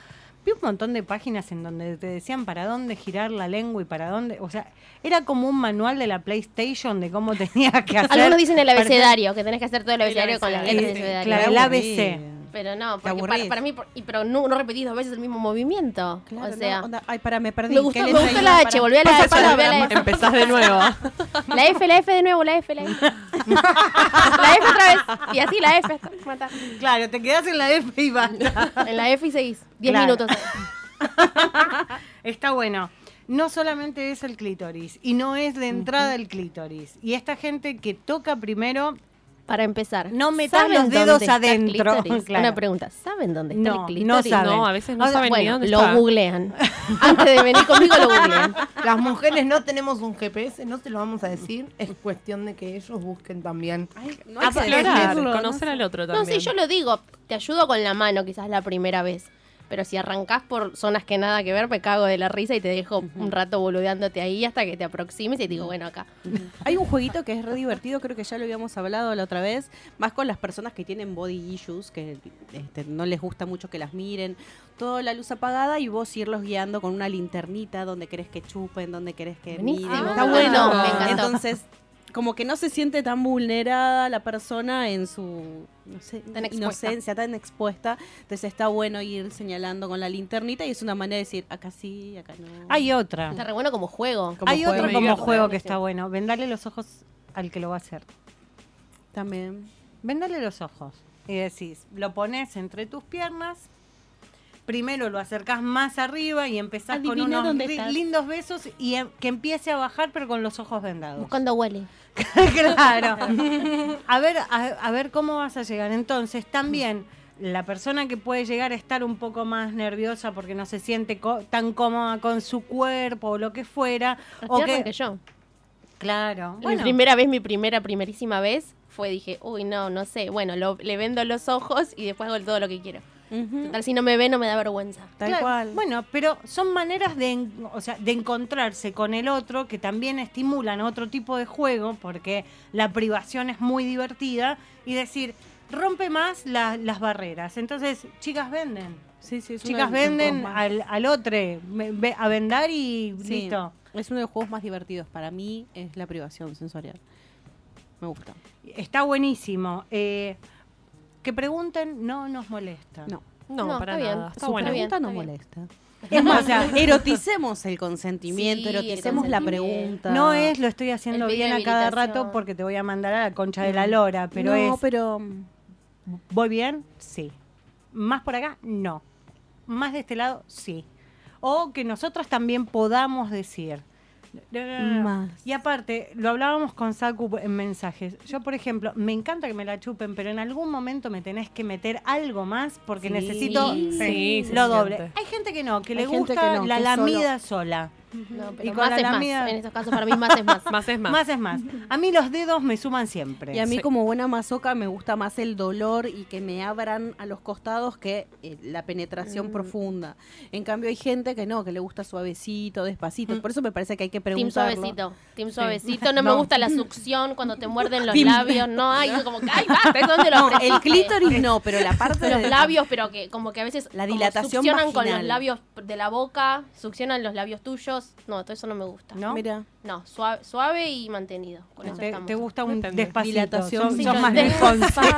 Vi un montón de páginas en donde te decían para dónde girar la lengua y para dónde. O sea, era como un manual de la PlayStation de cómo tenías que hacer.
Algunos dicen el abecedario, que tenés que hacer todo el abecedario con las
Eh,
letras del abecedario.
claro, el ABC.
Pero no,
Te
porque para,
aburrís.
para mí, por- y, pero no, no repetís dos veces el mismo movimiento. o sea,
ay, para, me perdí.
me gustó, me
¿Qué les
gustó
traigo?
la
Pará.
H, volví a la
Pasa
H, volví a la
palabra,
F.
Empezás de nuevo.
La F, la F de nuevo, la F, la F. La F otra vez. Y así la F. hasta matar.
Claro, te quedás en la F y basta.
En la F y seguís. Diez
Claro.
minutos.
Está bueno. No solamente es el clítoris y no es de entrada el clítoris. Y esta gente que toca primero
Para empezar.
No metas
¿saben
los dedos
dónde está el
adentro?
clítoris?
Claro.
Una pregunta. ¿Saben dónde está
No,
el
no
clítoris?
saben.
No, a veces no
O sea,
saben ni
bueno,
dónde
lo
está.
googlean. Antes de venir conmigo lo googlean.
Las mujeres no tenemos un GPS, no se lo vamos a decir. Es cuestión de que ellos busquen también.
No hay que
Explorar,
decirlo, no
conocer al otro
No,
también.
sí, yo lo digo. Te ayudo con la mano quizás la primera vez. Pero si arrancás por zonas que nada que ver, me cago de la risa y te dejo un rato boludeándote ahí hasta que te aproximes y te digo, bueno, acá.
Hay un jueguito que es re divertido, creo que ya lo habíamos hablado la otra vez, más con las personas que tienen body issues, que este, no les gusta mucho que las miren, toda la luz apagada y vos irlos guiando con una linternita donde querés que chupen, donde querés que
Buenísimo.
miren.
Está bueno.
Me encantó.
Entonces, como que no se siente tan vulnerada la persona en su no sé,
Tan expuesta.
inocencia, tan expuesta. Entonces está bueno ir señalando con la linternita y es una manera de decir, acá sí, acá no.
hay otra.
Está re bueno como juego.
Como
hay
juego.
otro
Me
como
divierto.
juego que está bueno. Vendale los ojos al que lo va a hacer.
También.
Vendale los ojos. Y decís, lo pones entre tus piernas. Primero lo acercás más arriba y empezás
Adivina
con unos
dónde
ri-
está.
lindos besos y em- que empiece a bajar pero con los ojos vendados.
Buscando huele.
claro. A ver, a, a ver cómo vas a llegar. Entonces, también la persona que puede llegar a estar un poco más nerviosa porque no se siente co- tan cómoda con su cuerpo o lo que fuera. o
Más tierno
que-
que yo.
Claro.
Mi primera vez, mi primera, primerísima vez fue, dije, uy, no, no sé. Bueno, lo- le vendo los ojos y después hago todo lo que quiero. Total, si no me ve, no me da vergüenza.
Tal
Claro,
cual.
Bueno, pero son maneras de, en- o sea, de encontrarse con el otro que también estimulan otro tipo de juego porque la privación es muy divertida y decir, rompe más la- las barreras. Entonces, chicas venden.
Sí, sí, es uno
Chicas
de los
venden
juegos más-
al, al otro, me- ve- a vendar y
Sí,
listo.
Es uno de los juegos más divertidos para mí, es la privación sensorial. Me gusta.
ah, Está buenísimo. Eh, que pregunten no nos molesta.
No.
No,
No,
para
está bien.
nada. Está
Su
bueno.
bien,
pregunta
está
no
bien.
molesta.
Es más, o sea,
Eroticemos el consentimiento,
Sí, el
eroticemos la
consentimiento.
pregunta.
no es lo estoy haciendo
El pedido
bien
de
a cada
habilitación.
rato porque te voy a mandar a la concha de la lora, pero
No,
es...
pero
¿Voy bien? Sí. ¿Más por acá? No. ¿Más de este lado? Sí. O que nosotras también podamos decir. No, no, no, no.
Más.
Y aparte, lo hablábamos con Saku en mensajes. Yo, por ejemplo, me encanta que me la chupen, pero en algún momento me tenés que meter algo más porque
Sí.
necesito
Sí,
sí, se
lo doble.
siente.
Hay gente que no, que le
Hay gente
gusta
que no,
la
que solo-
lamida sola.
No,
Y
pero
con
más
la
es más.
lamida-
En esos casos, para mí, más es más.
Más es más.
Más es más. A mí los dedos me suman siempre.
y a mí
Sí.
como buena masoca me gusta más el dolor y que me abran a los costados que eh, la penetración
Mm.
profunda. En cambio hay gente que no, que le gusta suavecito,
Mm.
despacito. Por eso me parece que hay que
Team
preguntarlo.
suavecito, team suavecito. No, me gusta la succión cuando te muerden los
Team-
labios. No hay como que, ay, basta, ¿es donde lo
No, el
aprendiste?
clítoris no, pero la parte de
Los labios, pero que como que a veces
La
como
dilatación
succionan con los
vaginal.
labios de la boca, succionan los labios tuyos. No, todo eso no me gusta.
¿No?
Mira.
No, suave, suave y mantenido. Con eso
Te,
estamos.
te gusta un
Depende.
despacito.
Dilatación,
Son,
Sí,
son
yo-
más
tengo-
Luis Fonsi.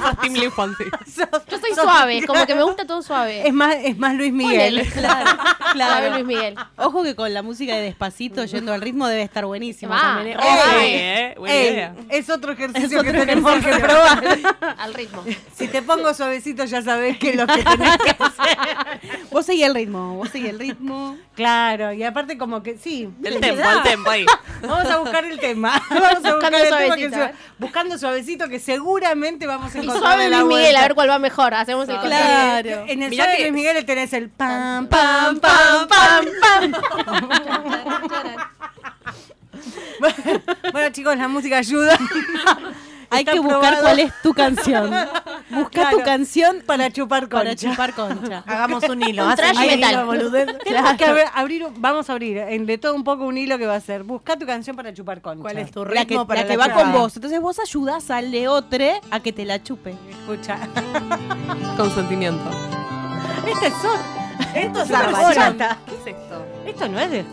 Sos Team Lil Fonsi.
Yo soy suave, como que me gusta todo suave.
Es más, es más Luis Miguel.
Claro,
Suave
claro.
Luis Miguel.
Ojo que con la música de despacito, yendo al ritmo, debe estar buenísimo.
Va.
también, ¿eh?
Re
Sí,
va,
eh, buena
Ey,
idea.
es otro ejercicio que tenemos que probar.
al ritmo.
Si te pongo suavecito ya sabés que es lo que tenés que hacer.
Vos seguí el ritmo, vos seguí el ritmo.
Claro, y aparte aparte como que sí.
El
le
tempo,
da.
el tempo ahí.
Vamos a buscar el tema. Vamos a buscar
Buscando
el tema
suavecito,
que
a ver.
se- buscando suavecito que seguramente vamos a
Y
encontrar.
suave Luis Miguel, a ver cuál va mejor. Hacemos el
Claro.
conteo.
En el
Mirá
suave
que-
Luis Miguel tenés el pam, pam, pam, pam, pam. bueno, chicos, la música ayuda.
Hay
Está
que buscar
probado
cuál es tu canción. Busca
Claro.
tu canción
para chupar concha.
para chupar concha.
Hagamos un hilo.
Un
hacen
trash
un hilo,
metal.
boludez.
Tenemos que abrir- abrir un- vamos a abrir eh, de todo un poco un hilo que va a ser. Busca tu canción para chupar concha.
¿Cuál es tu ritmo
La que,
para
la que va
chupada?
con vos. Entonces vos ayudás al leotre a que te la chupe.
Escucha.
Consentimiento.
Esta
Este
es otra. Esto es una bachata.
¿Qué es esto?
Esto no es de.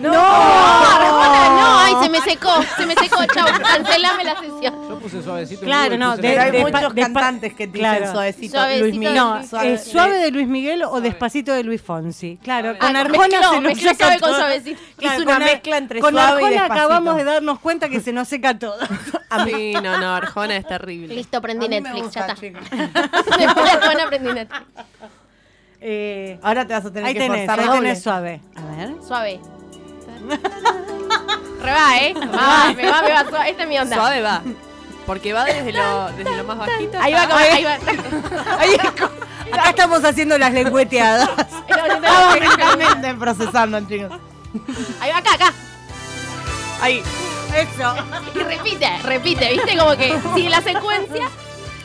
No, Arjona, no, ay, se me secó, se me secó, chao, cancelame la sesión.
Yo puse suavecito. en Google
Claro,
y
no,
puse
de-
Pero
la-
hay
de-
muchos
de-
cantantes que dicen
claro.
suavecito,
Suavecito
Luis Miguel.
No,
Luis
suave,
Suave.
suave de Luis Miguel o despacito de Luis Fonsi. Claro, con
Ah,
Arjona
mezcló,
se nos
mezcló
saca
suave con
todo.
suavecito.
Claro,
Hizo
con
una
la-
mezcla entre
con
suave y
Arjona
despacito. acabamos
acabamos
de
de
darnos cuenta que se nos seca todo.
Sí, no, no, Arjona es terrible.
Listo, prendí
A mí me
Netflix,
gusta,
ya está.
chicos.
Después de Arjona prendí Netflix.
Ahora te vas a tener
eh, ahí
que
tenés,
forzar
ahí
doble.
tenés suave.
A ver.
Suave. Re va, eh. Va, va, me va, me va. suave. Esta es mi onda.
Suave va. Porque va desde lo, desde lo más bajito.
Ahí va,
hasta-
como- ahí va.
Ahí es co- Acá estamos haciendo las lengüeteadas.
Estamos mentalmente procesando, chicos.
Ahí va, acá, acá.
Ahí.
Eso.
Y repite, repite, viste, como que sigue la secuencia.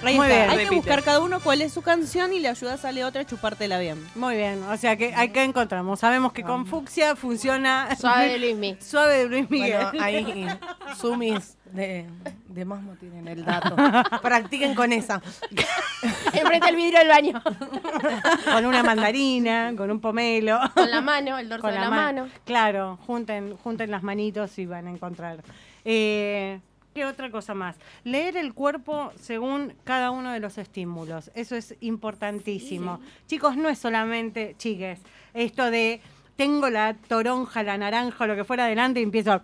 Ahí
Muy
está.
bien,
Hay
repite.
que buscar cada uno cuál es su canción y le ayudas al leotre a chupártela bien.
Muy bien, o sea que acá encontramos. Sabemos que con fucsia funciona
Suave de Luismi.
suave de Luis Miguel.
Bueno, ahí eh, sumis de, de Masmo tienen el dato. Practiquen con esa.
Enfrente al vidrio del baño.
Con una mandarina, con un pomelo.
Con la mano, el dorso de la
man-
mano.
Claro, junten, junten las manitos y van a encontrar. Eh, ¿Qué otra cosa más? Leer el cuerpo según cada uno de los estímulos. Eso es importantísimo. Chicos, no es solamente, chiques, esto de tengo la toronja, la naranja, o lo que fuera adelante y empiezo a-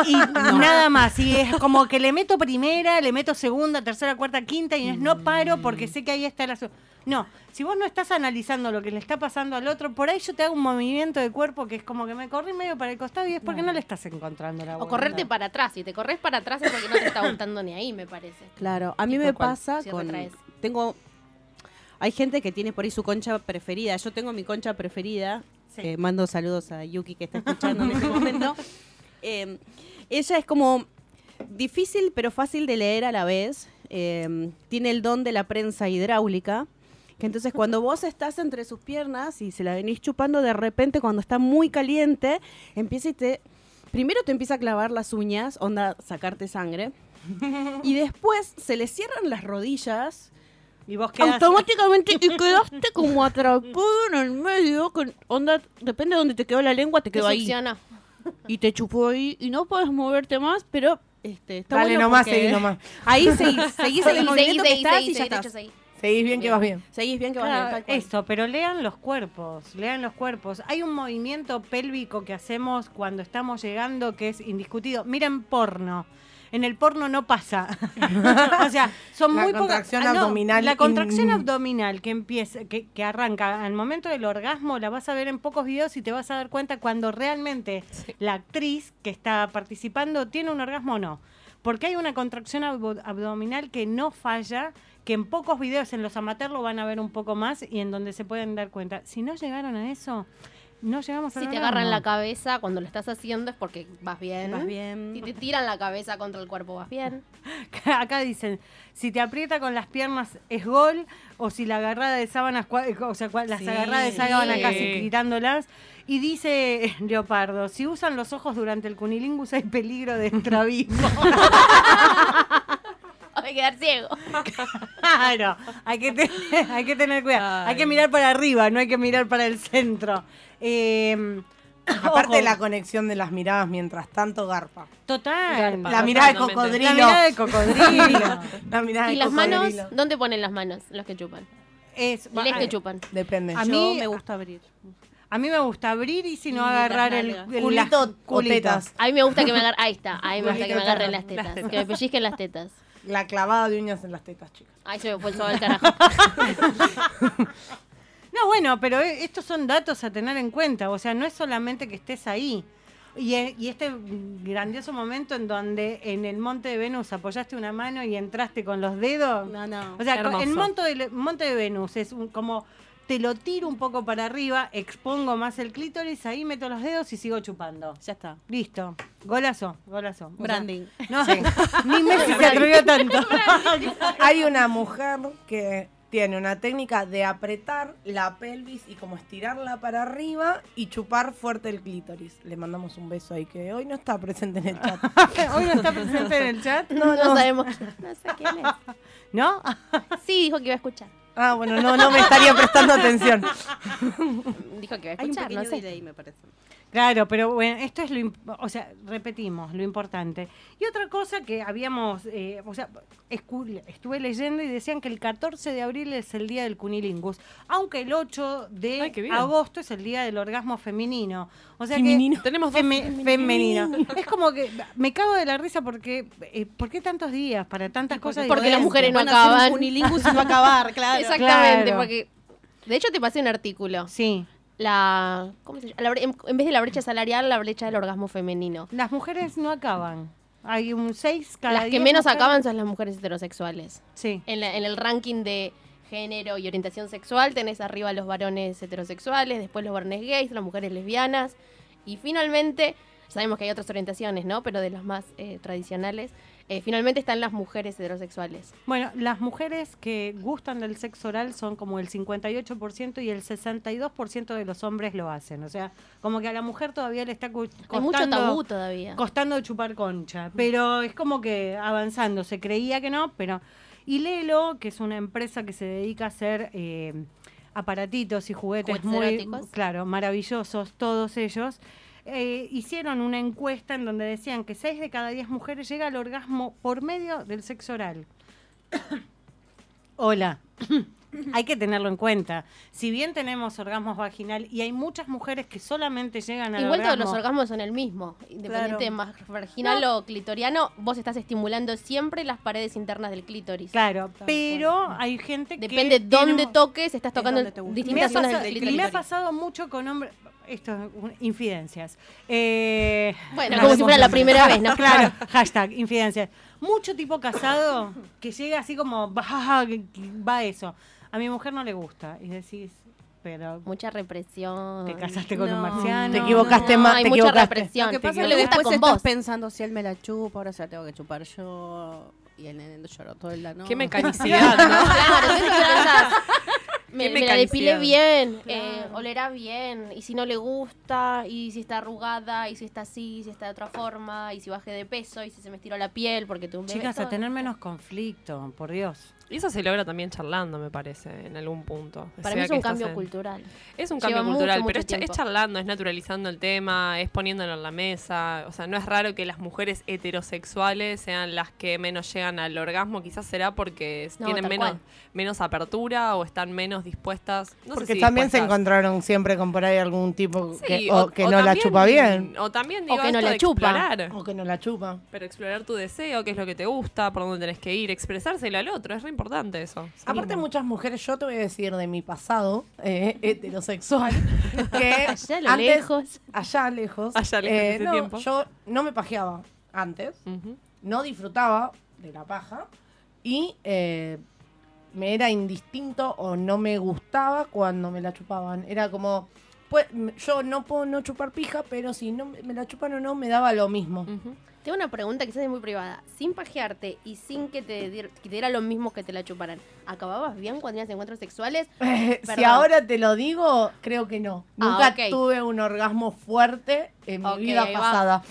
y nada más. Y es como que le meto primera, le meto segunda, tercera, cuarta, quinta y es
Mm.
no paro porque sé que ahí está la... su- No, si vos no estás analizando lo que le está pasando al otro, por ahí yo te hago un movimiento de cuerpo que es como que me corrí medio para el costado y es porque no, le estás encontrando la
O
vuelta.
correrte para atrás. Si te corres para atrás es porque no te está gustando ni ahí, me parece.
Claro, a mí
¿Y
me
con cuál?
pasa
Si
con.
retraes.
Tengo. Hay gente que tiene por ahí su concha preferida. Yo tengo mi concha preferida.
Sí.
Eh, mando saludos a Yuki que está escuchando en este momento. Eh, ella es como difícil pero fácil de leer a la vez. Eh, tiene el don de la prensa hidráulica. Que entonces cuando vos estás entre sus piernas y se la venís chupando, de repente cuando está muy caliente, empieza y te... Primero te empieza a clavar las uñas, onda sacarte sangre. Y después se le cierran las rodillas
Y vos quedás...
automáticamente y quedaste como atrapado en el medio con onda, depende de donde te quedó la lengua, te
Te
quedó ahí
succionó.
y te chupó ahí y no puedes moverte más, pero este, está
Dale
bueno
nomás,
porque
seguí nomás.
Ahí seguís, seguís en el
Seguí,
movimiento
seguí,
que estás
seguí,
y ya
seguí,
estás.
derecho, seguí.
Seguís bien que vas bien.
Seguís bien que vas bien,
Claro,
tal cual.
eso, pero lean los cuerpos, lean los cuerpos. Hay un movimiento pélvico que hacemos cuando estamos llegando que es indiscutido. Miren porno. En el porno no pasa. o sea, son
La
muy pocas-
contracción
no,
abdominal
La contracción
in-
abdominal que empieza, que, que arranca al momento del orgasmo, la vas a ver en pocos videos y te vas a dar cuenta cuando realmente la actriz que está participando tiene un orgasmo o no. Porque hay una contracción abo- abdominal que no falla, que en pocos videos en los amateurs lo van a ver un poco más y en donde se pueden dar cuenta. Si no llegaron a eso, no llegamos a
Si te agarran la cabeza cuando lo estás haciendo es porque vas bien.
Vas bien.
Si te tiran la cabeza contra el cuerpo, vas bien.
Acá dicen, si te aprieta con las piernas es gol, o si la agarrada de sábanas, cua- eh, o sea, cua- las
Sí.
agarradas de sábanas
Sí.
casi gritándolas. Y dice eh, Leopardo, si usan los ojos durante el cunilingus hay peligro de estrabismo.
O de quedar ciego.
claro, Ah, hay que, tener, hay que tener cuidado. Hay que
Ay.
mirar para arriba, no hay que mirar para el centro. Eh,
Aparte
ojo.
la conexión de las miradas mientras tanto garpa.
Total.
Garpa.
La mirada de
Totalmente.
cocodrilo.
La mirada de cocodrilo.
La mirada de
¿Y las manos?
cocodrilo.
¿Dónde ponen las manos? Los que chupan.
es,
Les que
eh,
chupan.
Depende.
A
A
mí-
mí me gusta abrir.
a mí me gusta abrir y si no
Y las
agarrar el,
nalgas.
el- las
Culito o
culitos.
tetas.
A mí me gusta que me agarren. Ahí está. A mí me gusta que me
Bajito,
agarren las
claro.
tetas. Que me pellizquen las tetas.
La clavada de uñas en las tetas, chicas.
Ay, se me fue el suave al carajo.
No, bueno, pero eh, estos son datos a tener en cuenta. O sea, no es solamente que estés ahí. Y, e- y este grandioso momento en donde en el Monte de Venus apoyaste una mano y entraste con los dedos.
No, no.
O sea, co-
Hermoso.
el monte de, monte de Venus es un- como te lo tiro un poco para arriba, expongo más el clítoris, ahí meto los dedos y sigo chupando.
Ya está.
Listo. Golazo, golazo. O sea,
Branding.
no, ni Messi se atrevió tanto.
Hay una mujer que tiene una técnica de apretar la pelvis y como estirarla para arriba y chupar fuerte el clítoris. Le mandamos un beso ahí que hoy no está presente en el chat.
Hoy no está presente en el chat,
No, sabemos. quién- No sé quién es.
¿no?
Sí, dijo que iba a escuchar.
Ah, bueno, no, no me estaría prestando atención.
Dijo que iba a
Hay un
escuchar,
pequeño
no sé.
delay, me parece.
Claro, pero bueno, esto es lo, imp- o sea, repetimos, lo importante. Y otra cosa que habíamos, eh, o sea, escu- estuve leyendo y decían que el 14 de abril es el día del cunilingus, aunque el 8 de
Ay, qué bien.
agosto es el día del orgasmo femenino. O sea
Femenino.
que tenemos femenino. Es como que me cago de la risa porque eh, ¿por qué tantos días para tantas cosas?
porque las mujeres
diferentes?
no
Van a hacer un
acaban.
Unilingus y no acabar, claro.
Exactamente,
Claro.
porque. De hecho, te pasé un artículo.
Sí.
La. ¿Cómo se llama? La bre- en, en vez de la brecha salarial, la brecha del orgasmo femenino.
Las mujeres no acaban. Hay un 6 cada
las que
10
menos
mujeres.
acaban son las mujeres heterosexuales.
Sí.
En, la- en el ranking de género y orientación sexual tenés arriba los varones heterosexuales, después los varones gays, las mujeres lesbianas y finalmente, sabemos que hay otras orientaciones, ¿no? Pero de las más eh, tradicionales, eh, finalmente están las mujeres heterosexuales.
Bueno, las mujeres que gustan del sexo oral son como el 58% y el 62% de los hombres lo hacen. O sea, como que a la mujer todavía le está cu-
hay mucho tabú
costando,
todavía.
costando chupar concha. Pero es como que avanzando. Se creía que no, pero... Y Lelo, que es una empresa que se dedica a hacer eh, aparatitos y juguetes
Juguetes
muy...
eróticos.
Claro, maravillosos todos ellos. eh, hicieron una encuesta en donde decían que 6 de cada 10 mujeres llega al orgasmo por medio del sexo oral. Hola. hay que tenerlo en cuenta. Si bien tenemos orgasmos vaginal y hay muchas mujeres que solamente llegan al
Igual todos
orgasmo,
los orgasmos son el mismo, independiente de más vaginal o clitoriano, vos estás estimulando siempre las paredes internas del clítoris.
Claro, pero hay gente que
Depende
tiene
dónde
mu-
toques, estás tocando
donde te guste.
me ha,
distintas zonas
pasado,
del
me
clítoris.
ha pasado mucho con hombres. Esto es un- infidencias. Eh,
Bueno,
no
como si
hacemos
fuera la
nombres.
primera vez, ¿no?
Claro, hashtag infidencias. Mucho tipo casado que llega así como, "Bah, que- que va eso. A mi mujer no le gusta. Y decís, pero
Mucha represión.
te casaste con un
No.
marciano.
Te equivocaste
No,
más,
hay
te
mucha
equivocaste.
represión.
Lo que
te
pasa
equivo-
es que
le gusta
después
con
estás
vos.
pensando si él me la chupa, ahora se la tengo que chupar yo. Y el nene lloró todo el día.
Qué mecanicidad, ¿no?
Claro, entonces lo pensás. Me,
Qué
me la depilé
mecanicidad.
bien, eh, olerá bien, y si no le gusta, y si está arrugada, y si está así, y si está de otra forma, y si bajé de peso, y si se me estiró la piel porque tuve un bebé.
Chicas, a
todo.
tener menos conflicto, por Dios.
Y eso se logra también charlando, me parece, en algún punto. O
Para
sea
mí es
que
un
estás
cambio
en-
cultural.
Es un
Lleva
cambio
mucho,
cultural,
mucho
pero este, es, cha- es
tiempo.
charlando, es naturalizando el tema, es poniéndolo en la mesa. O sea, no es raro que las mujeres heterosexuales sean las que menos llegan al orgasmo. Quizás será porque s-
No,
tienen
tal
menos,
cual.
menos apertura o están menos dispuestas. No sé
Porque
si
también se
dispuestas.
encontraron siempre con por ahí algún tipo
Sí,
que, o, que no la
también-
chupa bien.
O también
O
digo,
que no
esto
la
de
chupa.
explorar.
O que no la chupa.
Pero explorar tu deseo, qué es lo que te gusta, por dónde tenés que ir, expresárselo al otro, es re importante eso.
Aparte muchas mujeres, yo te voy a decir de mi pasado eh, heterosexual, que
Allá a lo
antes-
lejos.
allá lejos, eh,
Allá lejos de ese
no,
tiempo.
yo no me pajeaba antes,
Ujú.
no disfrutaba de la paja y eh, me era indistinto o no me gustaba cuando me la chupaban. Era como, pues yo no puedo no chupar pija, pero si no me me la chupan o no me daba lo mismo.
Ujú.
Tengo una pregunta quizás es muy privada. Sin pajearte y sin que te, dier- que te diera lo mismo que te la chuparan, ¿acababas bien cuando tenías encuentros sexuales?
Eh, si
Perdón.
ahora te lo digo, creo que no.
Ah,
Nunca
ok.
tuve un orgasmo fuerte en mi
Ok,
vida
ahí va.
pasada.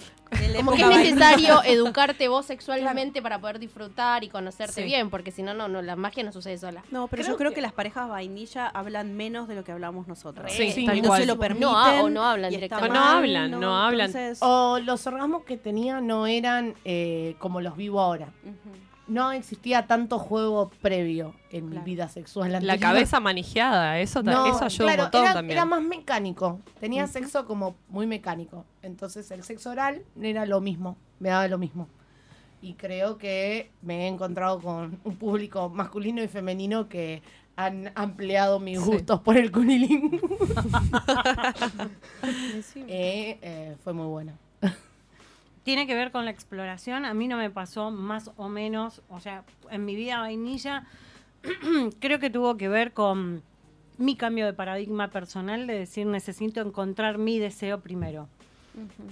Como que es necesario educarte vos sexualmente para poder disfrutar y conocerte
Sí.
bien, porque si no, no, no, la magia no sucede sola.
No, pero yo creo que... las parejas vainilla hablan menos de lo que hablamos nosotros.
Sí,
Sí,
tal
no ah,
no
cual.
se lo permiten.
No ha- o no hablan
y está
directamente.
O no
mal,
hablan, no hablan.
Entonces-
O los orgasmos que tenía no eran eh, como los vivo ahora.
Ujú.
No existía tanto juego previo en
Claro.
mi vida sexual.
La
anterior.
cabeza manijeada, eso, ta-
No,
eso ayuda
claro,
un montón
era,
también.
era más mecánico. Tenía sexo como muy mecánico. Entonces el sexo oral era lo mismo. Me daba lo mismo. Y creo que me he encontrado con un público masculino y femenino que han ampliado mis gustos por el cunilingus. Eh, eh, fue muy bueno.
Tiene que ver con la exploración. A mí no me pasó más o menos, o sea, en mi vida vainilla, creo que tuvo que ver con mi cambio de paradigma personal de decir necesito encontrar mi deseo primero.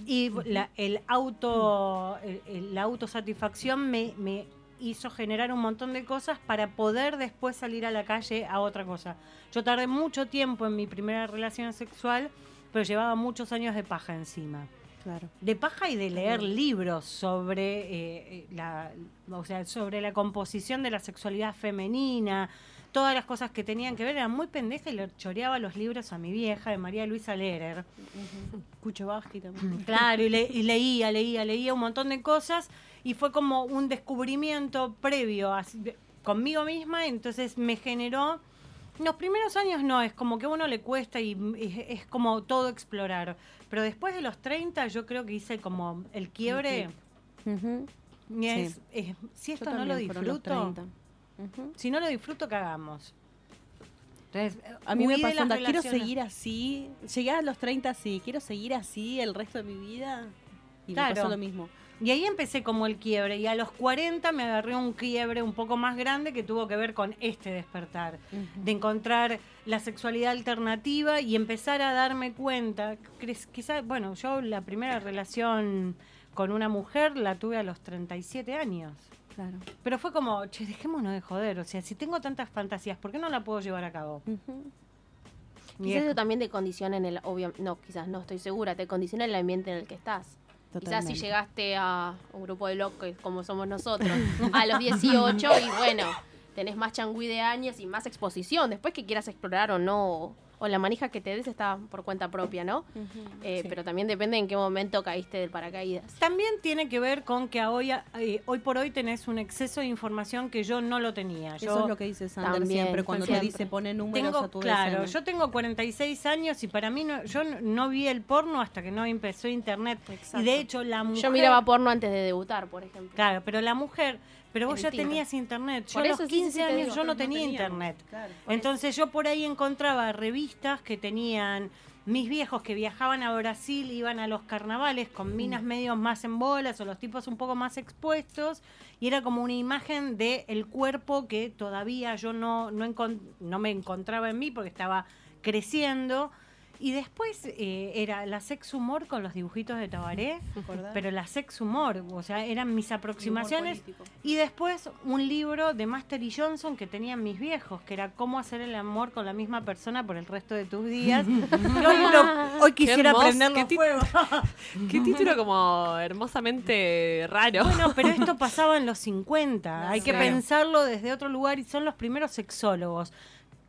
Y la, el auto, el- el- la autosatisfacción me, me hizo generar un montón de cosas para poder después salir a la calle a otra cosa. Yo tardé mucho tiempo en mi primera relación sexual, pero llevaba muchos años de paja encima.
Claro.
De paja y de leer libros sobre, eh, eh, la, o sea, sobre la composición de la sexualidad femenina, todas las cosas que tenían que ver. Era muy pendeja y le choreaba los libros a mi vieja, de María Luisa Lerer.
Cucho Basqui también.
Claro, y, le- y leía, leía, leía un montón de cosas y fue como un descubrimiento previo así de- conmigo misma, entonces me generó... Los primeros años no, es como que a uno le cuesta y mm, es, es como todo explorar, pero después de los 30 yo creo que hice como el quiebre y es, es, si esto no lo disfruto, si no lo disfruto cagamos. Entonces,
A mí me
huí de
pasó,
las
onda, quiero
relaciones.
seguir así. Llegué a los 30 así, quiero seguir así el resto de mi vida. Y
Claro.
me pasó lo mismo.
Y ahí empecé como el quiebre. Y a los 40 me agarré un quiebre un poco más grande que tuvo que ver con este despertar. De encontrar la sexualidad alternativa y empezar a darme cuenta. Cre- Quizá, bueno, yo la primera relación con una mujer la tuve a los 37 años.
Claro.
Pero fue como, che, dejémonos de joder. O sea, si tengo tantas fantasías, ¿por qué no la puedo llevar a cabo? Y
Quizás
es-
eso también te condiciona en el, obvio, no, quizás no estoy segura, te condiciona el ambiente en el que estás. Quizás si llegaste a un grupo de locos como somos nosotros, a los 18 y bueno, tenés más changüí de años y más exposición, después que quieras explorar o no, o la manija que te des está por cuenta propia, ¿no? Eh, Pero también depende en qué momento caíste del paracaídas.
También tiene que ver con que hoy, eh, hoy por hoy tenés un exceso de información que yo no lo tenía. Yo
Eso es lo que dice Sander
También,
siempre cuando
siempre.
te dice pone números
tengo,
a tu
claro,
decena.
yo tengo 46 años y para mí no, yo no- no vi el porno hasta que no empezó internet. Y de hecho la mujer...
Yo miraba porno antes de debutar, por ejemplo.
Claro, pero la mujer, pero vos
Es
ya
distinto.
tenías internet. Yo
Por
a
eso
los
sí, sí,
15
sí, te
años
digo,
yo no
nosotros
tenía
teníamos,
internet.
claro.
Entonces yo por ahí encontraba revistas que tenían mis viejos que viajaban a Brasil, iban a los carnavales con minas medio más en bolas o los tipos un poco más expuestos y era como una imagen de el cuerpo que todavía yo no no, encon- no me encontraba en mí porque estaba creciendo y después eh, era la sex humor con los dibujitos de Tabaré,
¿Acordás?
pero la sex humor, o sea, eran mis aproximaciones
político.
y después un libro de Master y Johnson que tenían mis viejos, que era cómo hacer el amor con la misma persona por el resto de tus días. Y hoy, lo- hoy quisiera
hermoso,
aprenderlo
qué
a
ti-
fuego.
Qué título como hermosamente raro.
Bueno, pero esto pasaba en los 50. Hay que
Claro.
pensarlo desde otro lugar y son los primeros sexólogos.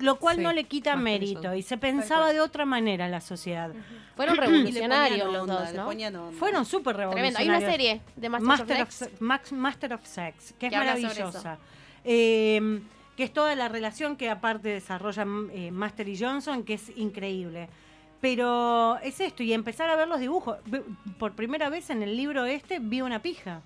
Lo cual
Sí,
no le quita
Master y
mérito
Johnson.
y se pensaba de otra manera la sociedad.
Fueron
Y le ponían
revolucionarios los
onda,
dos,
le
¿no?
ponían onda.
Fueron súper
Tremendo.
revolucionarios.
Hay una serie de Master,
Master
of
of,
Sex.
Se- Max- Master of Sex, que es
Que habla sobre
maravillosa. Eh, que es toda la relación que aparte desarrollan eh, Master y Johnson, que es increíble. Pero es esto, y empezar a ver los dibujos. Ve- Por primera vez en el libro este vi una pija.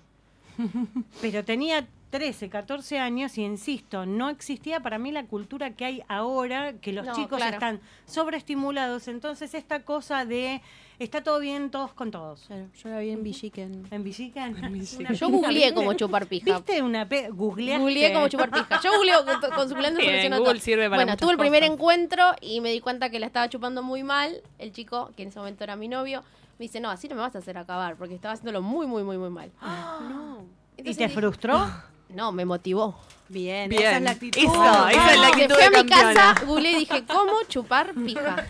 Pero tenía 13, 14 años y insisto, no existía para mí la cultura que hay ahora, que los
No,
chicos
claro.
están sobreestimulados. Entonces esta cosa de está todo bien todos con todos.
Claro, yo la vi en Villiquen.
En Villica.
Yo googleé como chupar pija.
¿Viste una pe- googleaste?
Googleé como chupar pija. Yo googleo con con suculento
Bien,
soluciono
Google
todo.
sirve para
Bueno,
muchas
tuve el primer
cosas.
encuentro y me di cuenta que la estaba chupando muy mal. El chico, que en ese momento era mi novio, me dice, no, así no me vas a hacer acabar, porque estaba haciéndolo muy, muy, muy, muy mal.
¿Y
Entonces
te
di-
frustró?
No, me motivó.
Bien,
Bien.
esa es la actitud.
Eso, esa es la
Me
actitud
fui a
de
mi casa,
campeona.
googleé y dije, ¿cómo chupar pija?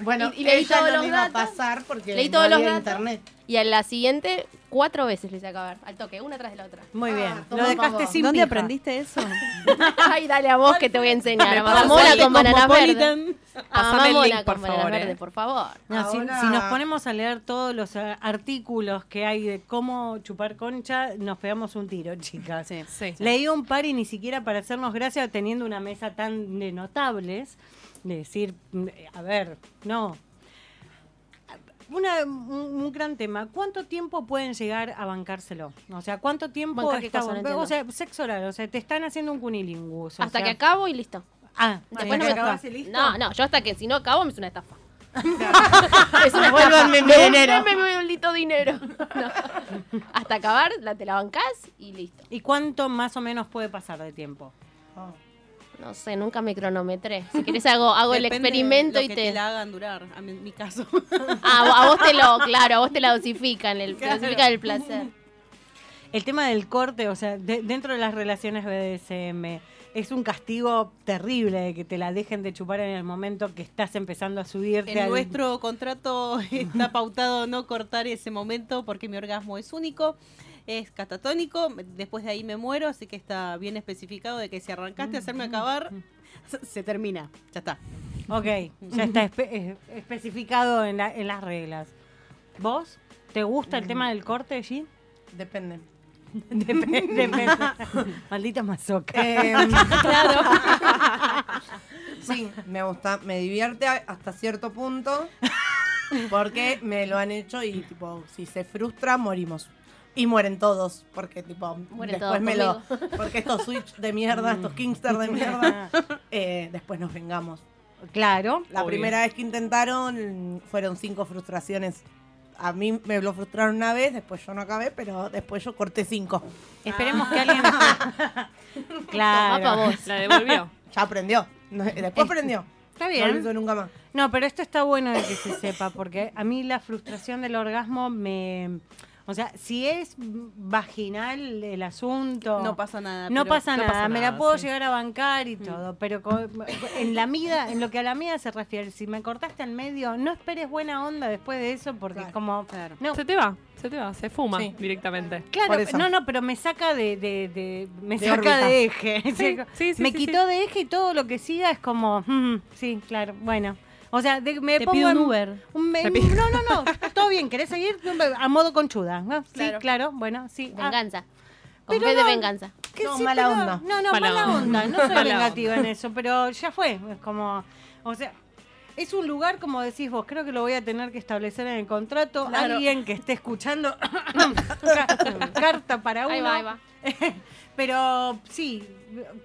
Bueno,
Y- y leí
ella
todos
no
los
le iba a
datos.
pasar porque
Leí
no
todos los
había
datos.
internet.
Y a la siguiente, cuatro veces le hice acabar, al toque, una tras de la otra.
Muy
Ah,
bien.
toma,
Lo dejaste
pavo.
sin
¿Dónde
pija.
aprendiste eso?
Ay, dale a vos que te voy a enseñar. A
Pasó
Mamona
ahí
con
en
banana verde.
Cosmopolitan.
A
Pasame el
Mamona
link,
con
por
banana
favor, eh.
verde, por favor.
No, si,
Ahora-
si nos ponemos a leer todos los eh, artículos que hay de cómo chupar concha, nos pegamos un tiro, chicas.
Sí.
Sí.
Leí un par y ni siquiera para hacernos gracia teniendo una mesa tan de notables, de decir, mm, a ver, no. Una- un, un gran tema. ¿Cuánto tiempo pueden llegar a bancárselo? O sea, ¿cuánto tiempo
¿Bancar qué
está-
cosa? No
o sea, sexo oral, o sea, te están haciendo un cunilingus. o
Hasta
sea,
que acabo y listo.
Ah,
Después no me-
acabas y listo.
No, no, yo hasta que si no acabo es una estafa. es una estafa.
Devuélvanme mi dinero.
Devuélveme mi maldito dinero. No. Hasta acabar, la, te la bancás y listo.
¿Y cuánto más o menos puede pasar de tiempo?
No sé, nunca me cronometré. Si querés hago, hago el
Depende
experimento
lo
y
que
te...
la hagan durar, a mi, mi caso.
Ah, vo- a vos te lo, claro, a vos te la dosifican, el, te
Claro.
dosifican el placer.
El tema del corte, o sea, de- dentro de las relaciones BDSM, es un castigo terrible de que te la dejen de chupar en el momento que estás empezando a subirte
en
al-
nuestro contrato está pautado no cortar ese momento porque mi orgasmo es único, es catatónico, después de ahí me muero, así que está bien especificado de que si arrancaste a hacerme acabar, se- se termina, ya está.
Ok, ya está espe- eh, especificado en, la- en las reglas. ¿Vos? ¿Te gusta el tema del corte, Jean?
Depende.
Depende. Maldita mazoca.
Em, Sí, me gusta, me divierte a- hasta cierto punto. Porque me lo han hecho y, tipo, si se frustra, morimos. Y mueren todos, porque, tipo,
Mueren
después
todos
me lo. Porque estos Switch de mierda,
Mm.
estos Kingster de mierda, eh, después nos vengamos.
claro.
La
Obvio.
primera vez que intentaron fueron cinco frustraciones. A mí me lo frustraron una vez, después yo no acabé, pero después yo corté cinco. Ah.
Esperemos que alguien.
Tomá pa'
claro. Este,
vos.
La devolvió.
Ya aprendió. No, Después aprendió.
Está
No lo hizo
bien.
nunca más.
No, pero esto está bueno de que se sepa, porque a mí la frustración del orgasmo me. O sea, si es vaginal el asunto.
No pasa nada.
No
pero-
pasa
no
nada,
pasa
me
nada,
la puedo
sí.
llegar a bancar y todo, pero co- en la mida, en lo que a la mida se refiere, si me cortaste al medio, no esperes buena onda después de eso porque es
Claro,
como
claro.
no,
Se te va, se te va, se fuma
Sí.
directamente.
por
claro,
eso.
no, no, pero me saca de, de- de- me
De
saca
órbita.
de eje, O sea,
sí, sí,
me
sí,
quitó de eje y todo lo que siga es como, mm, sí, claro, bueno, o sea, de- me
Te
pongo
pido un
en-
Uber.
un me-
Te pido-
no, no, no, todo bien, querés seguir a modo conchuda, ¿no? sí, claro.
Claro.
bueno, sí, ah,
Venganza. Con
Pero
fe de
no-
venganza.
que
No, mala
pero-
onda.
No, no, mala,
Mala
onda.
onda.
No soy
Mala
negativa en eso, pero ya fue. Es como, o sea, es un lugar, como decís vos, creo que lo voy a tener que establecer en el contrato.
Claro.
Alguien que esté escuchando ca- carta para uno.
Ahí va, ahí va.
Pero sí,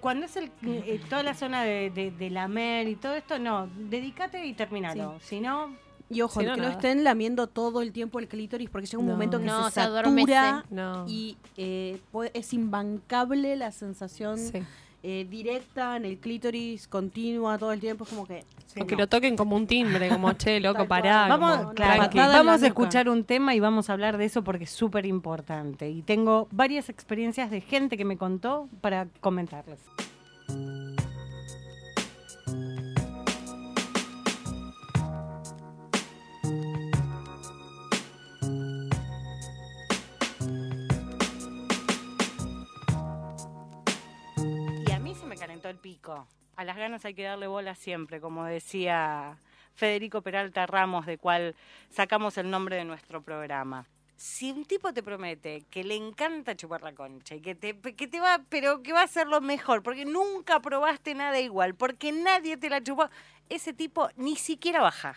cuando es el, eh, toda la zona de, de, de lamer y todo esto, no, dedícate y terminalo. Si no,
Y ojo,
Si no,
que no
nada.
estén lamiendo todo el tiempo el clítoris porque llega un
No.
momento que
No,
se
se adormece.
satura
No.
y eh, po- es imbancable la sensación
Sí.
eh, directa en el clítoris, continua todo el tiempo, es como que...
O que lo toquen como un timbre, como che, loco,
Tal cual.
pará.
Vamos,
como,
claro,
tranqui.
patada en la
vamos
nuca.
a escuchar un tema y vamos a hablar de eso porque es súper importante. Y tengo varias experiencias de gente que me contó para comentarles. Y a mí se me calentó el pico. A las ganas hay que darle bola siempre, como decía Federico Peralta Ramos, de cual sacamos el nombre de nuestro programa. Si un tipo te promete que le encanta chupar la concha y que te, que te va, pero que va a hacerlo mejor, porque nunca probaste nada igual, porque nadie te la chupó, ese tipo ni siquiera baja.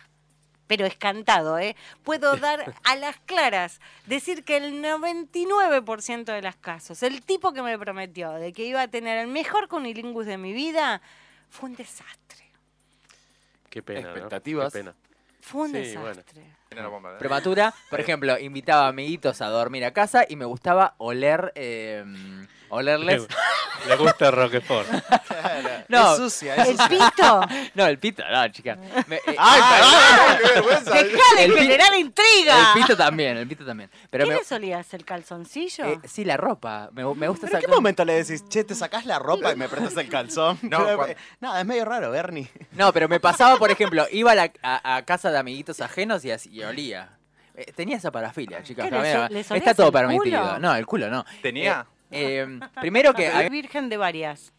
Pero es cantado, ¿eh? Puedo dar a las claras, decir que el 99% de los casos, el tipo que me prometió de que iba a tener el mejor cunilingus de mi vida, fue un desastre.
Qué pena, ¿no?
Expectativas.
Qué pena.
Fue un
Sí, bueno.
desastre.
¿eh?
Prematura, por ejemplo, invitaba a amiguitos a dormir a casa y me gustaba oler. eh, olerles.
Le gusta Roquefort.
No,
sucia,
El pito.
no, el pito, no, chica. Me- eh,
¡Ay,
ay,
Dejá de
El pi-
generar intriga.
El pito también, el pito también. Pero
¿Qué
me,
le solías? ¿El calzoncillo?
eh, sí, la ropa. Me, me
¿Pero
gusta esa
en qué
cosa.
momento le decís, che, te sacás la ropa y me prestas el calzón?
No,
Pero,
cuando-
eh, Nada, es medio raro, Bernie.
No, pero me pasaba, por ejemplo, iba a, la- a- a casa de amiguitos ajenos y, así- y olía. Eh, Tenía esa parafilia, chicos.
¿Qué,
la
les-
verdad.
les
Está
olías
todo
el
permitido.
culo?
No, el culo no.
¿Tenía?
Eh, eh, primero que.
Soy virgen de varias.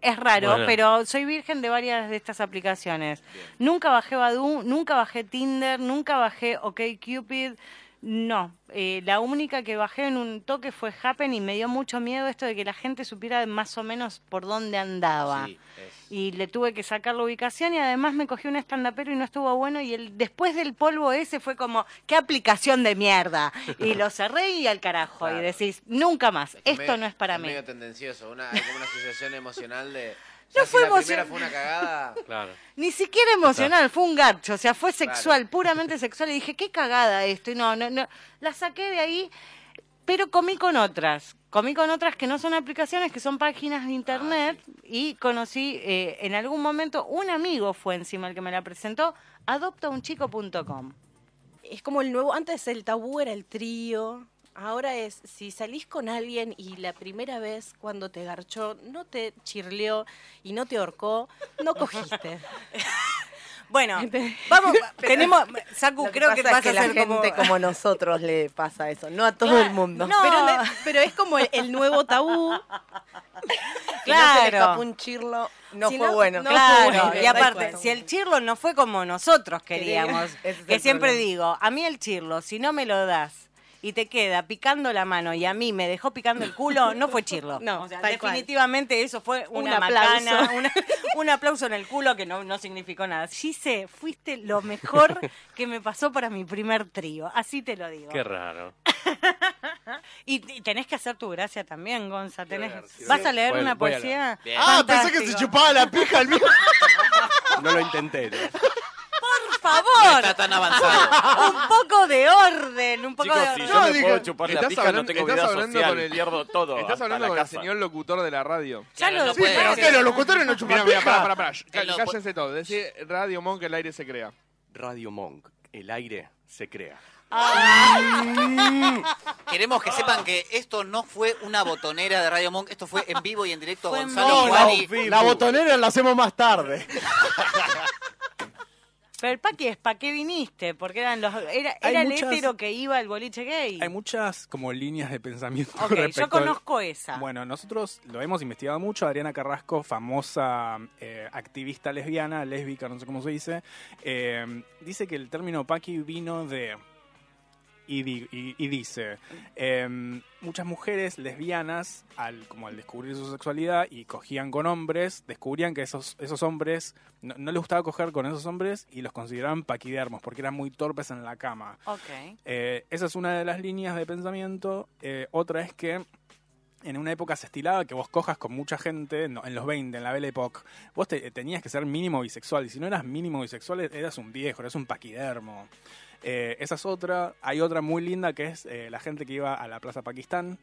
Es raro,
Bueno.
pero soy virgen de varias de estas aplicaciones. Nunca bajé Badu, nunca bajé Tinder, nunca bajé OkCupid. No, eh, la única que bajé en un toque fue Happen y me dio mucho miedo esto de que la gente supiera más o menos por dónde andaba. Y le tuve que sacar la ubicación y además me cogí un estandapero y no estuvo bueno. Y el, después del polvo ese fue como, qué aplicación de mierda. Y lo cerré y al carajo. Y
Claro.
decís, nunca más, esto no es para mí.
medio tendencioso, una, hay como una asociación emocional de No fue
la primera
emocionante.
fue una cagada.
Claro.
Ni siquiera emocional, fue un garcho, o sea, fue sexual, puramente sexual. Y dije, qué cagada esto. Y no, no, no. La saqué de ahí, pero comí con otras. Comí con otras que no son aplicaciones, que son páginas de internet. Y conocí eh, en algún momento, un amigo fue encima el que me la presentó, adoptaunchico.com.
Es como el nuevo, antes el tabú era el trío, ahora es si salís con alguien y la primera vez cuando te garchó no te chirleó y no te ahorcó, no cogiste.
Bueno, vamos, tenemos, Saku,
Lo
Uh, creo que te
pasa
vas a
es que
hacer
la gente
como...
como... nosotros le pasa eso, no a todo el mundo.
no.
Pero
Pero,
le-
le- pero es como el, el nuevo tabú.
si no se le
Claro.
escapó un chirlo, no
Si
fue bueno.
no fue bueno, y aparte, si el chirlo no fue como nosotros queríamos,
Quería- Ese es
que
el
siempre
problema.
digo, a mí el chirlo, si no me lo das y te queda picando la mano y a mí me dejó picando el culo, no fue chirlo.
No,
O sea,
tal cual.
definitivamente eso fue una
Un aplauso.
macana, una- un aplauso en el culo que no, no significó nada. Gise, fuiste lo mejor que me pasó para mi primer trío, así te lo digo.
Qué raro.
Y, y tenés que hacer tu gracia también, Gonza. Tenés,
sí,
¿Vas
voy-
a leer
voy-
una
voy a
poesía?
leer. Bien. Ah, pensé
Fantástico.
chupaba la pija al mío. No lo intenté. ¿no?
Por favor.
está tan avanzado.
un poco de orden, un poco de
Chicos, si
orden.
yo me
dije,
puedo chupar la
estás
pija,
hablando-
no tengo
estás
vida
hablando
social.
con el-
Pierdo todo.
Estás
hasta
hablando
la
con
casa.
el señor locutor de la radio.
Ya
Claro, lo- no
sí,
puede
pero
decir.
que los locutores no chupan
Mira, mira,
pija?
pará, pará, pará.
Ca-
Él no
Cállense todos. Decí Radio Monk, el aire se crea.
Radio Monk, el aire se crea.
Queremos que sepan que esto no fue una botonera de Radio Monk, esto fue en vivo y en directo
Fue en
Gonzalo
vivo.
Guari.
La botonera la hacemos más tarde.
Pero el paqui es, ¿para qué viniste? Porque eran los, era,
Hay
era el
muchas-
hétero que iba al boliche gay.
Hay muchas como líneas de pensamiento
Ok,
respecto
yo
al-
conozco esa.
Bueno, nosotros lo hemos investigado mucho. Adriana Carrasco, famosa eh, activista lesbiana, lésbica, no sé cómo se dice, eh, dice que el término paqui vino de... Y, di- y- y dice, em, muchas mujeres lesbianas, al, como al descubrir su sexualidad y cogían con hombres, descubrían que esos, esos hombres, no, no les gustaba coger con esos hombres y los consideraban paquidermos porque eran muy torpes en la cama.
Ok.
Eh, esa es una de las líneas de pensamiento. Eh, otra es que en una época se estilaba que vos cojas con mucha gente, en, en los 20, en la Belle Époque. Vos te- eh, tenías que ser mínimo bisexual. Y si no eras mínimo bisexual, e-, eras un viejo, eras un paquidermo. Eh, esa es otra. Hay otra muy linda que es eh, la gente que iba a la Plaza Pakistán.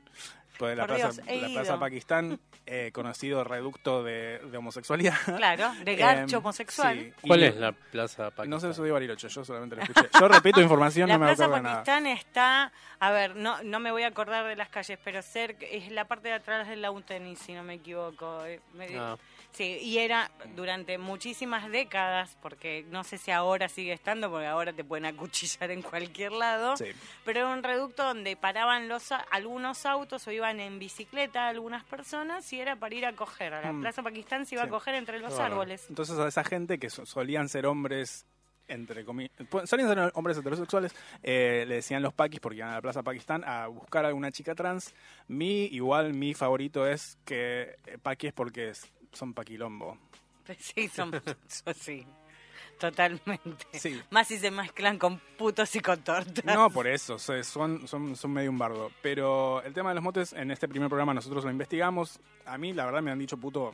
Pues la,
Por
plaza,
Dios, he
la
ido.
Plaza Pakistán, eh, conocido reducto de, de homosexualidad.
Claro, de garcho
Em,
homosexual.
sí,
¿Cuál
y-
es la plaza Pakistán?
No sé, eso de Bariloche, yo solamente lo escuché. Yo repito información,
la
no me
Plaza
acuerdo de nada.
Pakistán está, a ver, no, no me voy a acordar de las calles, pero cerca, es la parte de atrás del Lautenis, si no me equivoco. eh, me-
Ah.
Sí, y era durante muchísimas décadas, porque no sé si ahora sigue estando, porque ahora te pueden acuchillar en cualquier lado,
Sí.
pero era un reducto donde paraban los a- algunos autos o iban en bicicleta algunas personas y era para ir a coger. A la
Mm.
Plaza Pakistán se iba
Sí.
a coger entre los
Claro.
árboles.
Entonces a esa gente que so- solían ser hombres entre comillas, solían ser hombres heterosexuales, eh, le decían los paquis porque iban a la Plaza Pakistán a buscar a alguna chica trans. Mi, igual, mi favorito es que eh, paquis porque es- son paquilombo.
Sí, son, son- sí, totalmente.
Sí.
Más si se mezclan con putos y con tortas.
No, por eso, se- son, son, son medio un bardo. Pero el tema de los motes, en este primer programa nosotros lo investigamos. A mí, la verdad, me han dicho puto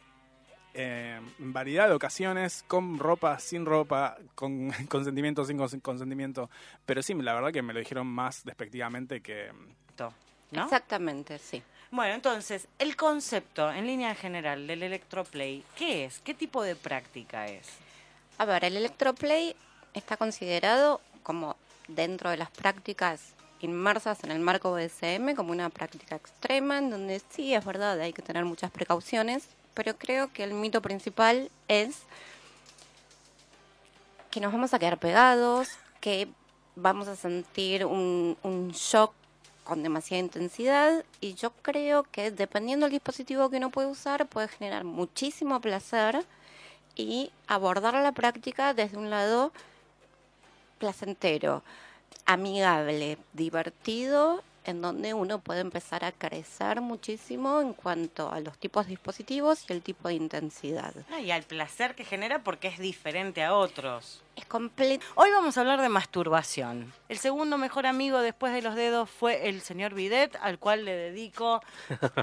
eh, en variedad de ocasiones, con ropa, sin ropa, con consentimiento, sin cons- consentimiento. Pero sí, la verdad que me lo dijeron más despectivamente que...
¿no?
Exactamente, sí.
Bueno, entonces, el concepto en línea general del electroplay, ¿qué es? ¿Qué tipo de práctica es?
A ver, el electroplay está considerado como dentro de las prácticas inmersas en el marco BDSM como una práctica extrema en donde sí es verdad hay que tener muchas precauciones, pero creo que el mito principal es que nos vamos a quedar pegados, que vamos a sentir un, un shock con demasiada intensidad y yo creo que dependiendo del dispositivo que uno puede usar puede generar muchísimo placer y abordar la práctica desde un lado placentero, amigable, divertido, en donde uno puede empezar a crecer muchísimo en cuanto a los tipos de dispositivos y el tipo de intensidad.
Ah, y al placer que genera porque es diferente a otros.
Es completo.
Hoy vamos a hablar de masturbación. El segundo mejor amigo después de los dedos fue el señor Bidet, al cual le dedico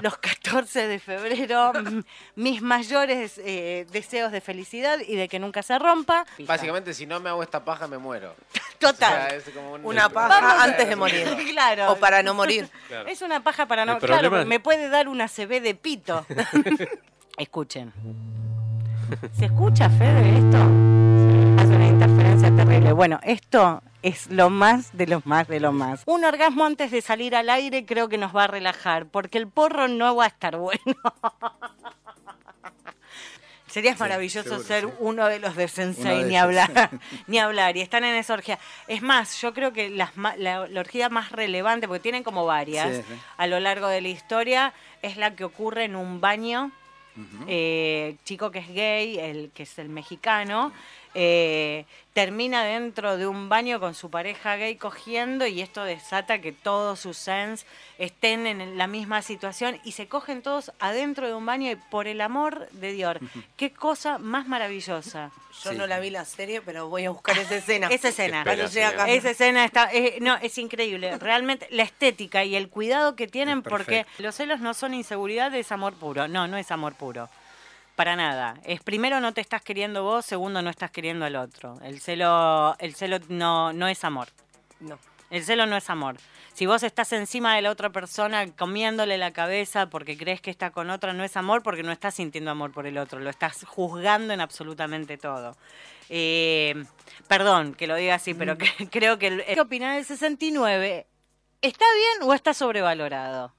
los 14 de febrero m- mis mayores eh, deseos de felicidad y de que nunca se rompa.
Básicamente, si no me hago esta paja, me muero.
Total.
O sea, es como un-
Una
paja antes de morir.
Claro.
O para no morir.
Claro.
Es una paja para
El
no.
problema
Claro, porque
es-
me puede dar una CB de pito. Escuchen. ¿Se escucha, Fede, esto? Hace una interferencia terrible. Bueno, esto es lo más de lo más de lo más. Un orgasmo antes de salir al aire creo que nos va a relajar, porque el porro no va a estar bueno. Sería maravilloso
seguro,
ser
sí.
uno de los de
Uno
Sensei,
de
ni
ellos.
hablar, ni hablar. Y están en esa orgía. Es más, yo creo que las ma- la, la orgía más relevante, porque tienen como varias
Sí, sí.
a lo largo de la historia, es la que ocurre en un baño eh, chico que es gay, el que es el mexicano, eh, termina dentro de un baño con su pareja gay cogiendo y esto desata que todos sus sens estén en la misma situación y se cogen todos adentro de un baño y por el amor de Dios, qué cosa más maravillosa.
Yo no la vi la serie, pero voy a buscar esa escena.
Esa escena.
Cuando llega acá.
Esa escena está. eh, no, es increíble. Realmente la estética y el cuidado que tienen, porque
perfecto.
los celos no son inseguridad, es amor puro. No, no es amor puro. Para nada. Es primero no te estás queriendo vos, segundo no estás queriendo al otro. El celo, el celo no, no es amor.
No.
El celo no es amor. Si vos estás encima de la otra persona comiéndole la cabeza porque crees que está con otra, no es amor porque no estás sintiendo amor por el otro, lo estás juzgando en absolutamente todo. Eh, perdón que lo diga así, pero que- creo que... El, Mm. eh ¿Qué opinás del 69? ¿Está bien o está sobrevalorado?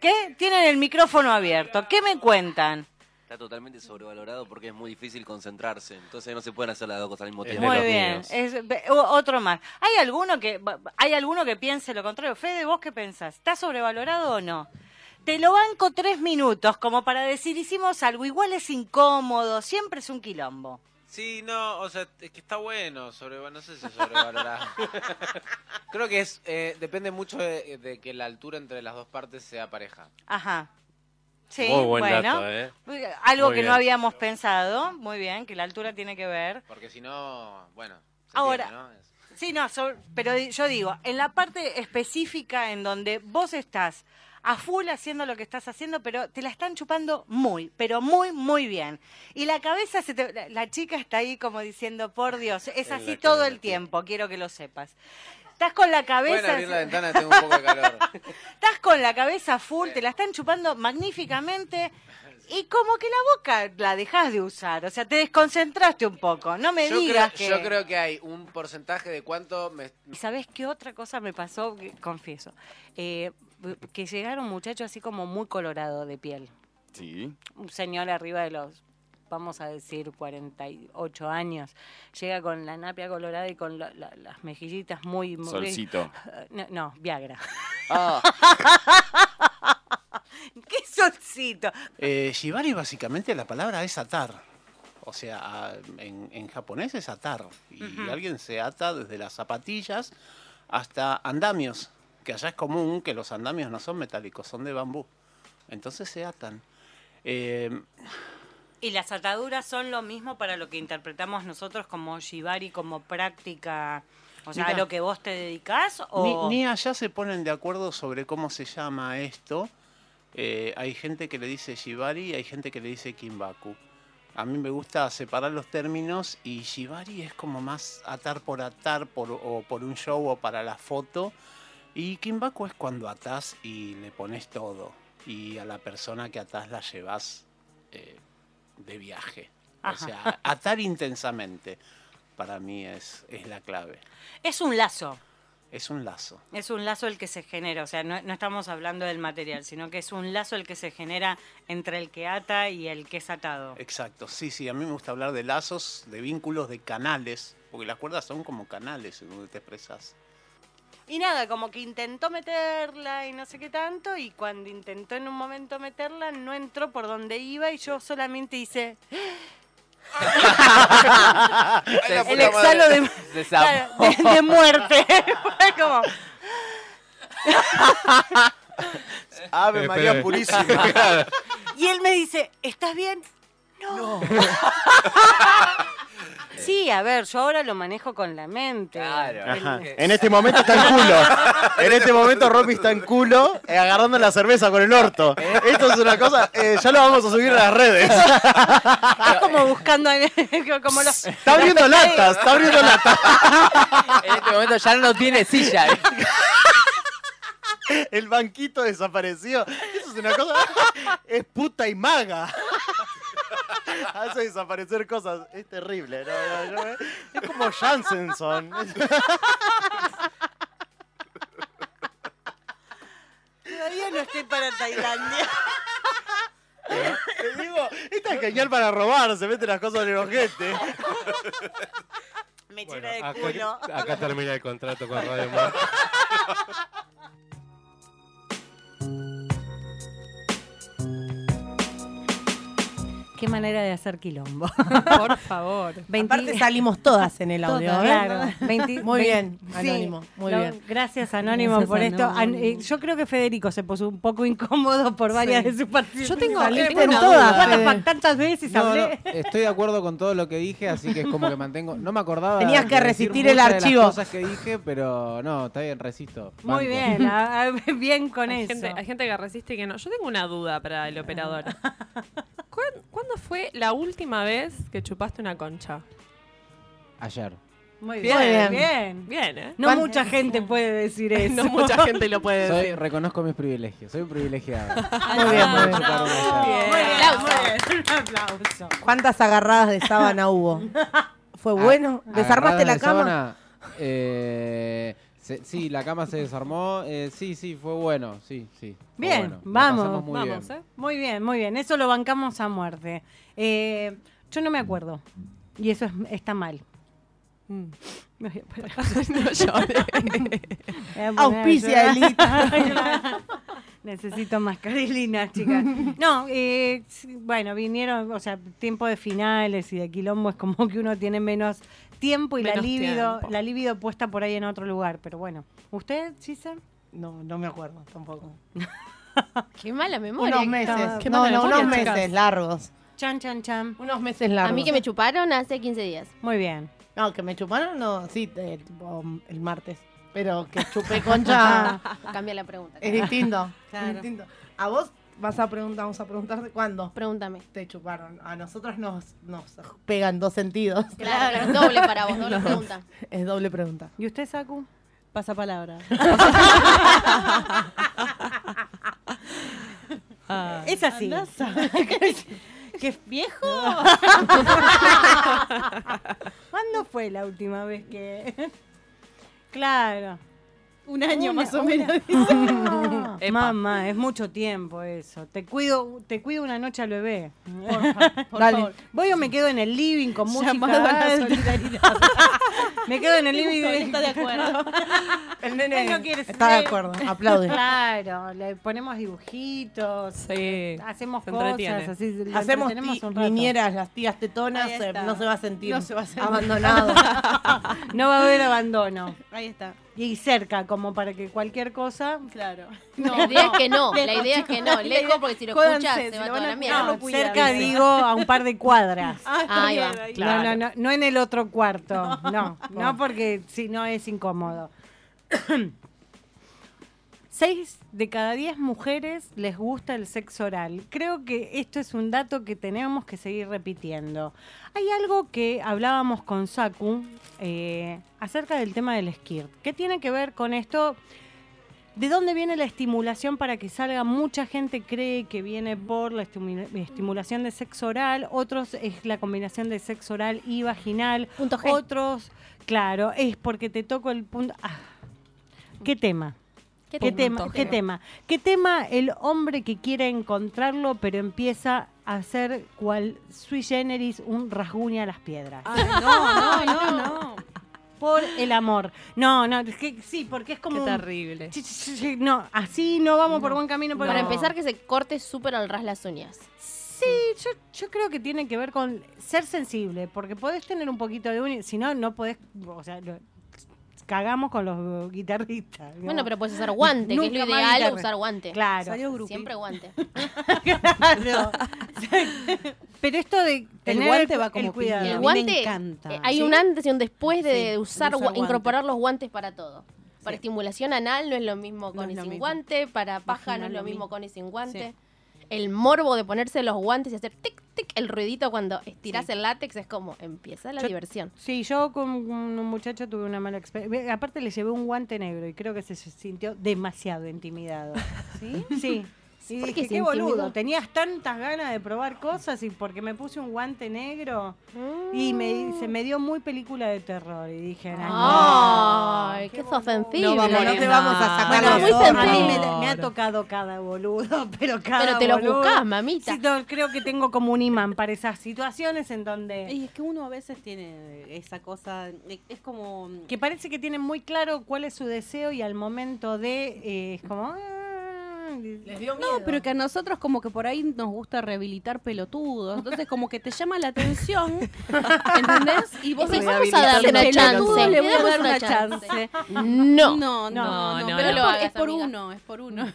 ¿Qué? Tienen el micrófono abierto. ¿Qué me cuentan?
Está totalmente sobrevalorado porque es muy difícil concentrarse. Entonces no se pueden hacer las dos cosas al mismo tiempo.
Muy bien. Es- ve- o- otro más. ¿Hay alguno, que, va- va- ¿Hay alguno que piense lo contrario? Fede, ¿vos qué pensás? ¿Está sobrevalorado o no? Te lo banco tres minutos como para decir hicimos algo. Igual es incómodo, siempre es un quilombo.
Sí, no, o sea, es que está bueno, sobre, no sé si sobrevalorado. Creo que es eh, depende mucho de, de que la altura entre las dos partes sea pareja.
Ajá. Sí,
Muy buen
bueno.
dato, ¿eh?
Algo
Muy
que
bien.
no habíamos pensado. Muy bien, que la altura tiene que ver.
Porque si no, bueno. se
Ahora-
entiende, ¿no? Es-
Sí, no, sobre- pero di- yo digo, en la parte específica en donde vos estás a full haciendo lo que estás haciendo, pero te la están chupando muy, pero muy, muy bien. Y la cabeza, se te- la, la chica está ahí como diciendo, por Dios, es
En la
así
cara
todo el tiempo, quiero que lo sepas. Estás con la
Pueden
cabeza,
abrir la ventana, tengo un poco de calor.
estás con la cabeza full, te la están chupando magníficamente y como que la boca la dejas de usar, o sea, te desconcentraste un poco. No me
yo,
digas
creo,
que
yo creo que hay un porcentaje de cuánto me...
¿Y sabes qué otra cosa me pasó? Que- Confieso. Eh, que llegaron muchachos así como muy colorado de piel.
Sí.
Un señor arriba de los, vamos a decir, 48 años. Llega con la napia colorada y con la- la- las mejillitas muy... muy-
Solcito.
No, no, Viagra.
Ah.
¿Qué solcito?
Eh, shibari básicamente la palabra es atar. O sea, a- en, en japonés es atar. Y
Ujú.
alguien se ata desde las zapatillas hasta andamios. Que allá es común que los andamios no son metálicos, son de bambú. Entonces se atan. Eh,
¿Y las ataduras son lo mismo para lo que interpretamos nosotros como shibari, como práctica? O sea,
Mirá.
a lo que vos te dedicás o...
Ni, ni allá se ponen de acuerdo sobre cómo se llama esto. Eh, hay gente que le dice shibari y hay gente que le dice kimbaku. A mí me gusta separar los términos y shibari es como más atar por atar por, o por un show o para la foto. Y kimbaku es cuando atás y le pones todo. Y a la persona que atás la llevas eh, de viaje.
Ajá.
O sea, atar intensamente para mí es, es la clave.
Es un lazo.
Es un lazo.
Es un lazo el que se genera, o sea, no, no estamos hablando del material, sino que es un lazo el que se genera entre el que ata y el que es atado.
Exacto, sí, sí, a mí me gusta hablar de lazos, de vínculos, de canales, porque las cuerdas son como canales en donde te expresas.
Y nada, como que intentó meterla y no sé qué tanto, y cuando intentó en un momento meterla, no entró por donde iba y yo solamente hice...
¡Ah! la
el
puta
exhalo
madre. Se
de,
zafó.
claro, de- de muerte. Fue como...
Eh,
Ave
María Espera. Purísima. Claro.
Y él me dice, ¿estás bien? No. sí, Sí, a ver, yo ahora lo manejo con la mente.
Ajá. En este momento está en culo. En este momento Romy está en culo eh, agarrando la cerveza con el orto. Esto es una cosa, eh, ya lo vamos a subir a las redes.
Está como buscando ahí, como los.
Está abriendo latas, está abriendo latas.
En este momento ya no tiene silla. eh.
El banquito desapareció. Eso es una cosa. Es puta y maga. Hace desaparecer cosas. Es terrible. no, no, yo me- Es como Jansenson.
Todavía no estoy para Tailandia.
Te digo, esta es genial para robar. Se mete las cosas en el ojete.
Me
Bueno,
tira de culo.
acá, acá termina el contrato con Radio Monk.
Qué manera de hacer quilombo.
Por favor.
Aparte salimos todas en el audio.
Todas,
¿eh?
claro. 20
muy bien,
20 sí.
Anónimo. Muy
No,
bien.
Gracias, Anónimo,
Gracias,
por esto. An-
Anónimo.
eh, yo creo que Federico se puso un poco incómodo por varias
Sí. eh,
de sus partidas.
Yo tengo-
Saliste
tengo una
en todas.
duda,
What the
Fede.
fuck, tantas veces
No, no,
hablé.
estoy de acuerdo con todo lo que dije, así que es como que mantengo. No me acordaba.
Tenías
de
que
decir
resistir el
muchas de
archivo.
Las cosas que dije, pero no, está bien, resisto. Banco.
Muy bien, a- a- bien con
Hay
eso.
gente, hay gente que resiste y que no. Yo tengo una duda para el operador. ¿Cuán- ¿Cuándo fue la última vez que chupaste una concha?
Ayer.
Muy
Bien.
bien,
Bien.
bien.
Bien, ¿eh?
No mucha gente puede decir eso.
No mucha gente lo puede
Soy,
decir.
reconozco mis privilegios, soy un privilegiado.
Muy bien,
Ah,
muy bien.
Chuparon ayer.
Muy bien, muy bien, un aplauso.
¿Cuántas agarradas de sábana hubo? ¿Fue bueno? ¿Desarmaste
Agarrada
la
Ah, de
cama?
sábana, eh, se- sí, la cama se desarmó. eh, sí, sí, fue bueno. Sí, sí. fue
Bien,
bueno. La
vamos. ¿eh?
pasamos muy bien.
eh.
Muy bien, muy bien. Eso lo bancamos a muerte. Eh, yo no me acuerdo. Y eso es- está mal.
Mm.
Me voy a parar.
No llores.
Me voy a poner a
Auspicia
llorar.
Elita.
Necesito mascarilinas, chicas. No, eh, sí, bueno, vinieron, o sea, tiempo de finales y de quilombo es como que uno tiene menos tiempo y la
Menos
libido,
tiempo.
la libido puesta por ahí en otro lugar. Pero bueno, ¿usted, Cisa?
No, no me acuerdo tampoco.
Qué mala memoria.
Unos
que
meses.
estaba.
No, no, unos
chicas.
meses largos.
Chan, chan, chan.
Unos meses largos.
A mí que me chuparon hace 15 días.
Muy bien.
No, que me chuparon, no, sí, eh, tipo, mm, el martes. Pero que chupé concha
Cambia la pregunta.
es distinto.
Claro.
Es distinto. A vos vas a preguntar, vamos a preguntarte cuándo
Pregúntame.
te chuparon. A nosotros nos, nos pegan dos sentidos.
Claro, es doble para vos, doble pregunta.
Es doble pregunta.
¿Y usted, Saku?
Pasa palabra. Ah.
Es así.
¡Qué viejo!
¿Cuándo fue la última vez que.? claro.
Un año
Una-
más o
una.
menos.
Ah, Mamá, es mucho tiempo eso. Te cuido, te cuido una noche al bebé. Dale.
favor.
Voy o me quedo en el living con música.
Llamado a la
alta.
solidaridad.
me quedo en el living.
Justo, él está de acuerdo.
El
Él no quiere
está de
ser-
acuerdo. Aplaude.
Claro, le ponemos dibujitos, eh,
Sí.
hacemos
Se
cosas,
entretiene.
así lo
Hacemos
entretenemos
ti-
un rato.
niñeras, las tías tetonas,
Ahí
eh,
está.
no se va a sentir
No se va a sentir.
abandonado.
No va a haber abandono.
Ahí está.
Y cerca, como para que cualquier cosa.
Claro.
la idea es que no, la
Lejos,
idea es que no.
chicos.
Lejos porque si lo
Jódanse,
escuchas
si
se va
lo
toda
van a
la mierda.
cuidar,
No,
cerca digo a un par de cuadras.
Ah, está
Ahí va.
bien, ahí va.
No, no, no, no en el otro cuarto. No, no porque si no es incómodo. Seis de cada diez mujeres les gusta el sexo oral. Creo que esto es un dato que tenemos que seguir repitiendo. Hay algo que hablábamos con Saku eh, acerca del tema del skirt. ¿Qué tiene que ver con esto? ¿De dónde viene la estimulación para que salga? Mucha gente cree que viene por la estimula- estimulación de sexo oral, otros es la combinación de sexo oral y vaginal,
Punto G.
otros, claro, es porque te toco el punto... ah. ¿Qué tema?
¿Qué
¿Qué
tema?
tema? ¿Qué tema? ¿Qué tema el hombre que quiere encontrarlo pero empieza a hacer cual sui generis un rasguña a las piedras?
no, no, no, no.
Por el amor. No, no, es que sí, porque es como
Qué
un-
terrible.
Sí, sí, sí, sí, No, así no vamos por buen camino. por-
Para empezar que se corte súper al ras las uñas.
Sí, yo, yo creo que tiene que ver con ser sensible, porque podés tener un poquito de uña, si no, no podés, o sea, lo- cagamos con los guitarristas. digamos.
Bueno, pero puedes usar guante, que es lo
Nunca más
ideal,
guitarra.
usar guante.
Claro.
Siempre guante.
Claro. pero esto de tener
guante va como
cuidado.
piña.
El
A mí me
guante,
encanta.
eh, hay
¿Sí?
un antes y un después de usar,
usar
gua-
guante.
incorporar los guantes para todo. Para estimulación anal no es lo mismo con
es
y
lo
sin
mismo.
guante, para paja
Vaginal
no es lo
lo
mismo
mismo.
con y sin guante. El morbo de ponerse los guantes y hacer tic tic el ruidito cuando estirás el látex es como empieza la
Yo-
diversión.
Sí, yo con un muchacho tuve una mala experiencia. Aparte le llevé un guante negro y creo que se sintió demasiado intimidado. ¿Sí? Sí. Y
¿Por qué
dije,
se
qué boludo,
intimidó?
tenías tantas ganas de probar cosas y porque me puse un guante negro y me, se me dio muy película de terror y dije, "Ay, no".
Ay, qué, ofensivo.
No vamos, no te vamos a sacar los
muy
ojos. A mí me,
sensible.
me ha tocado cada boludo, pero cada
Pero te lo
boludo.
buscás, mamita.
Sí, no, creo que tengo como un imán para esas situaciones en donde...
Y es que uno a veces tiene esa cosa, eh, es como...
que parece que tienen muy claro cuál es su deseo y al momento de eh, es como ah,
No, pero que a nosotros como que por ahí nos gusta rehabilitar pelotudos. Entonces como que te llama la atención, ¿entendés? Y vos
Sí,
decís,
vamos a darle una
pelotudo,
chance.
le voy a
Damos
dar
una
una chance.
No.
No, no, no,
no,
pero
no.
es por-
hagas,
es por
amiga.
uno, es por uno.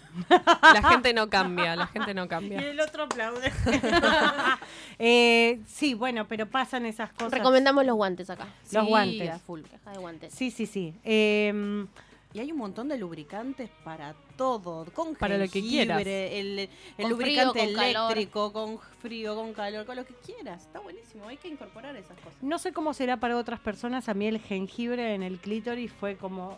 La gente no cambia, la gente no
y
cambia.
el otro aplaude Eh, sí bueno pero pasan esas cosas
Recomendamos los guantes acá.
los
Sí, a
guantes
full.
Caja de guantes.
sí sí sí Eh,
Y hay un montón de lubricantes para todo, con
Para lo que
jengibre,
quieras.
el, el
Con
lubricante
frío, con calor.
eléctrico, con frío, con calor, con lo que quieras. Está buenísimo, hay que incorporar esas cosas.
no sé cómo será para otras personas a mí el jengibre en el clítoris fue como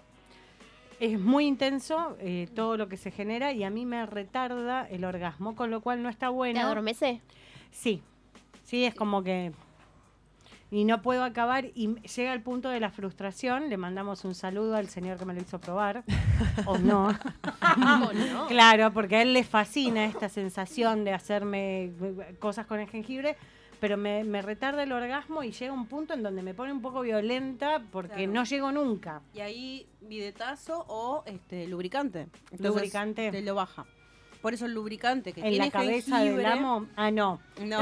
es muy intenso eh, todo lo que se genera y a mí me retarda el orgasmo con lo cual no está
¿Te
bueno
adormece?
Sí, sí, es como que... Y no puedo acabar y m- llega el punto de la frustración. Le mandamos un saludo al señor que me lo hizo probar. o no.
no.
Claro, porque a él le fascina esta sensación de hacerme eh, cosas con el jengibre. Pero me, me retarda el orgasmo y llega un punto en donde me pone un poco violenta porque
Claro.
no llego nunca.
Y ahí bidetazo o este lubricante. Entonces,
Lubricante.
Te lo baja. Por eso el lubricante que
En
tiene
la cabeza
jengibre,
del amo. Ah, no.
No.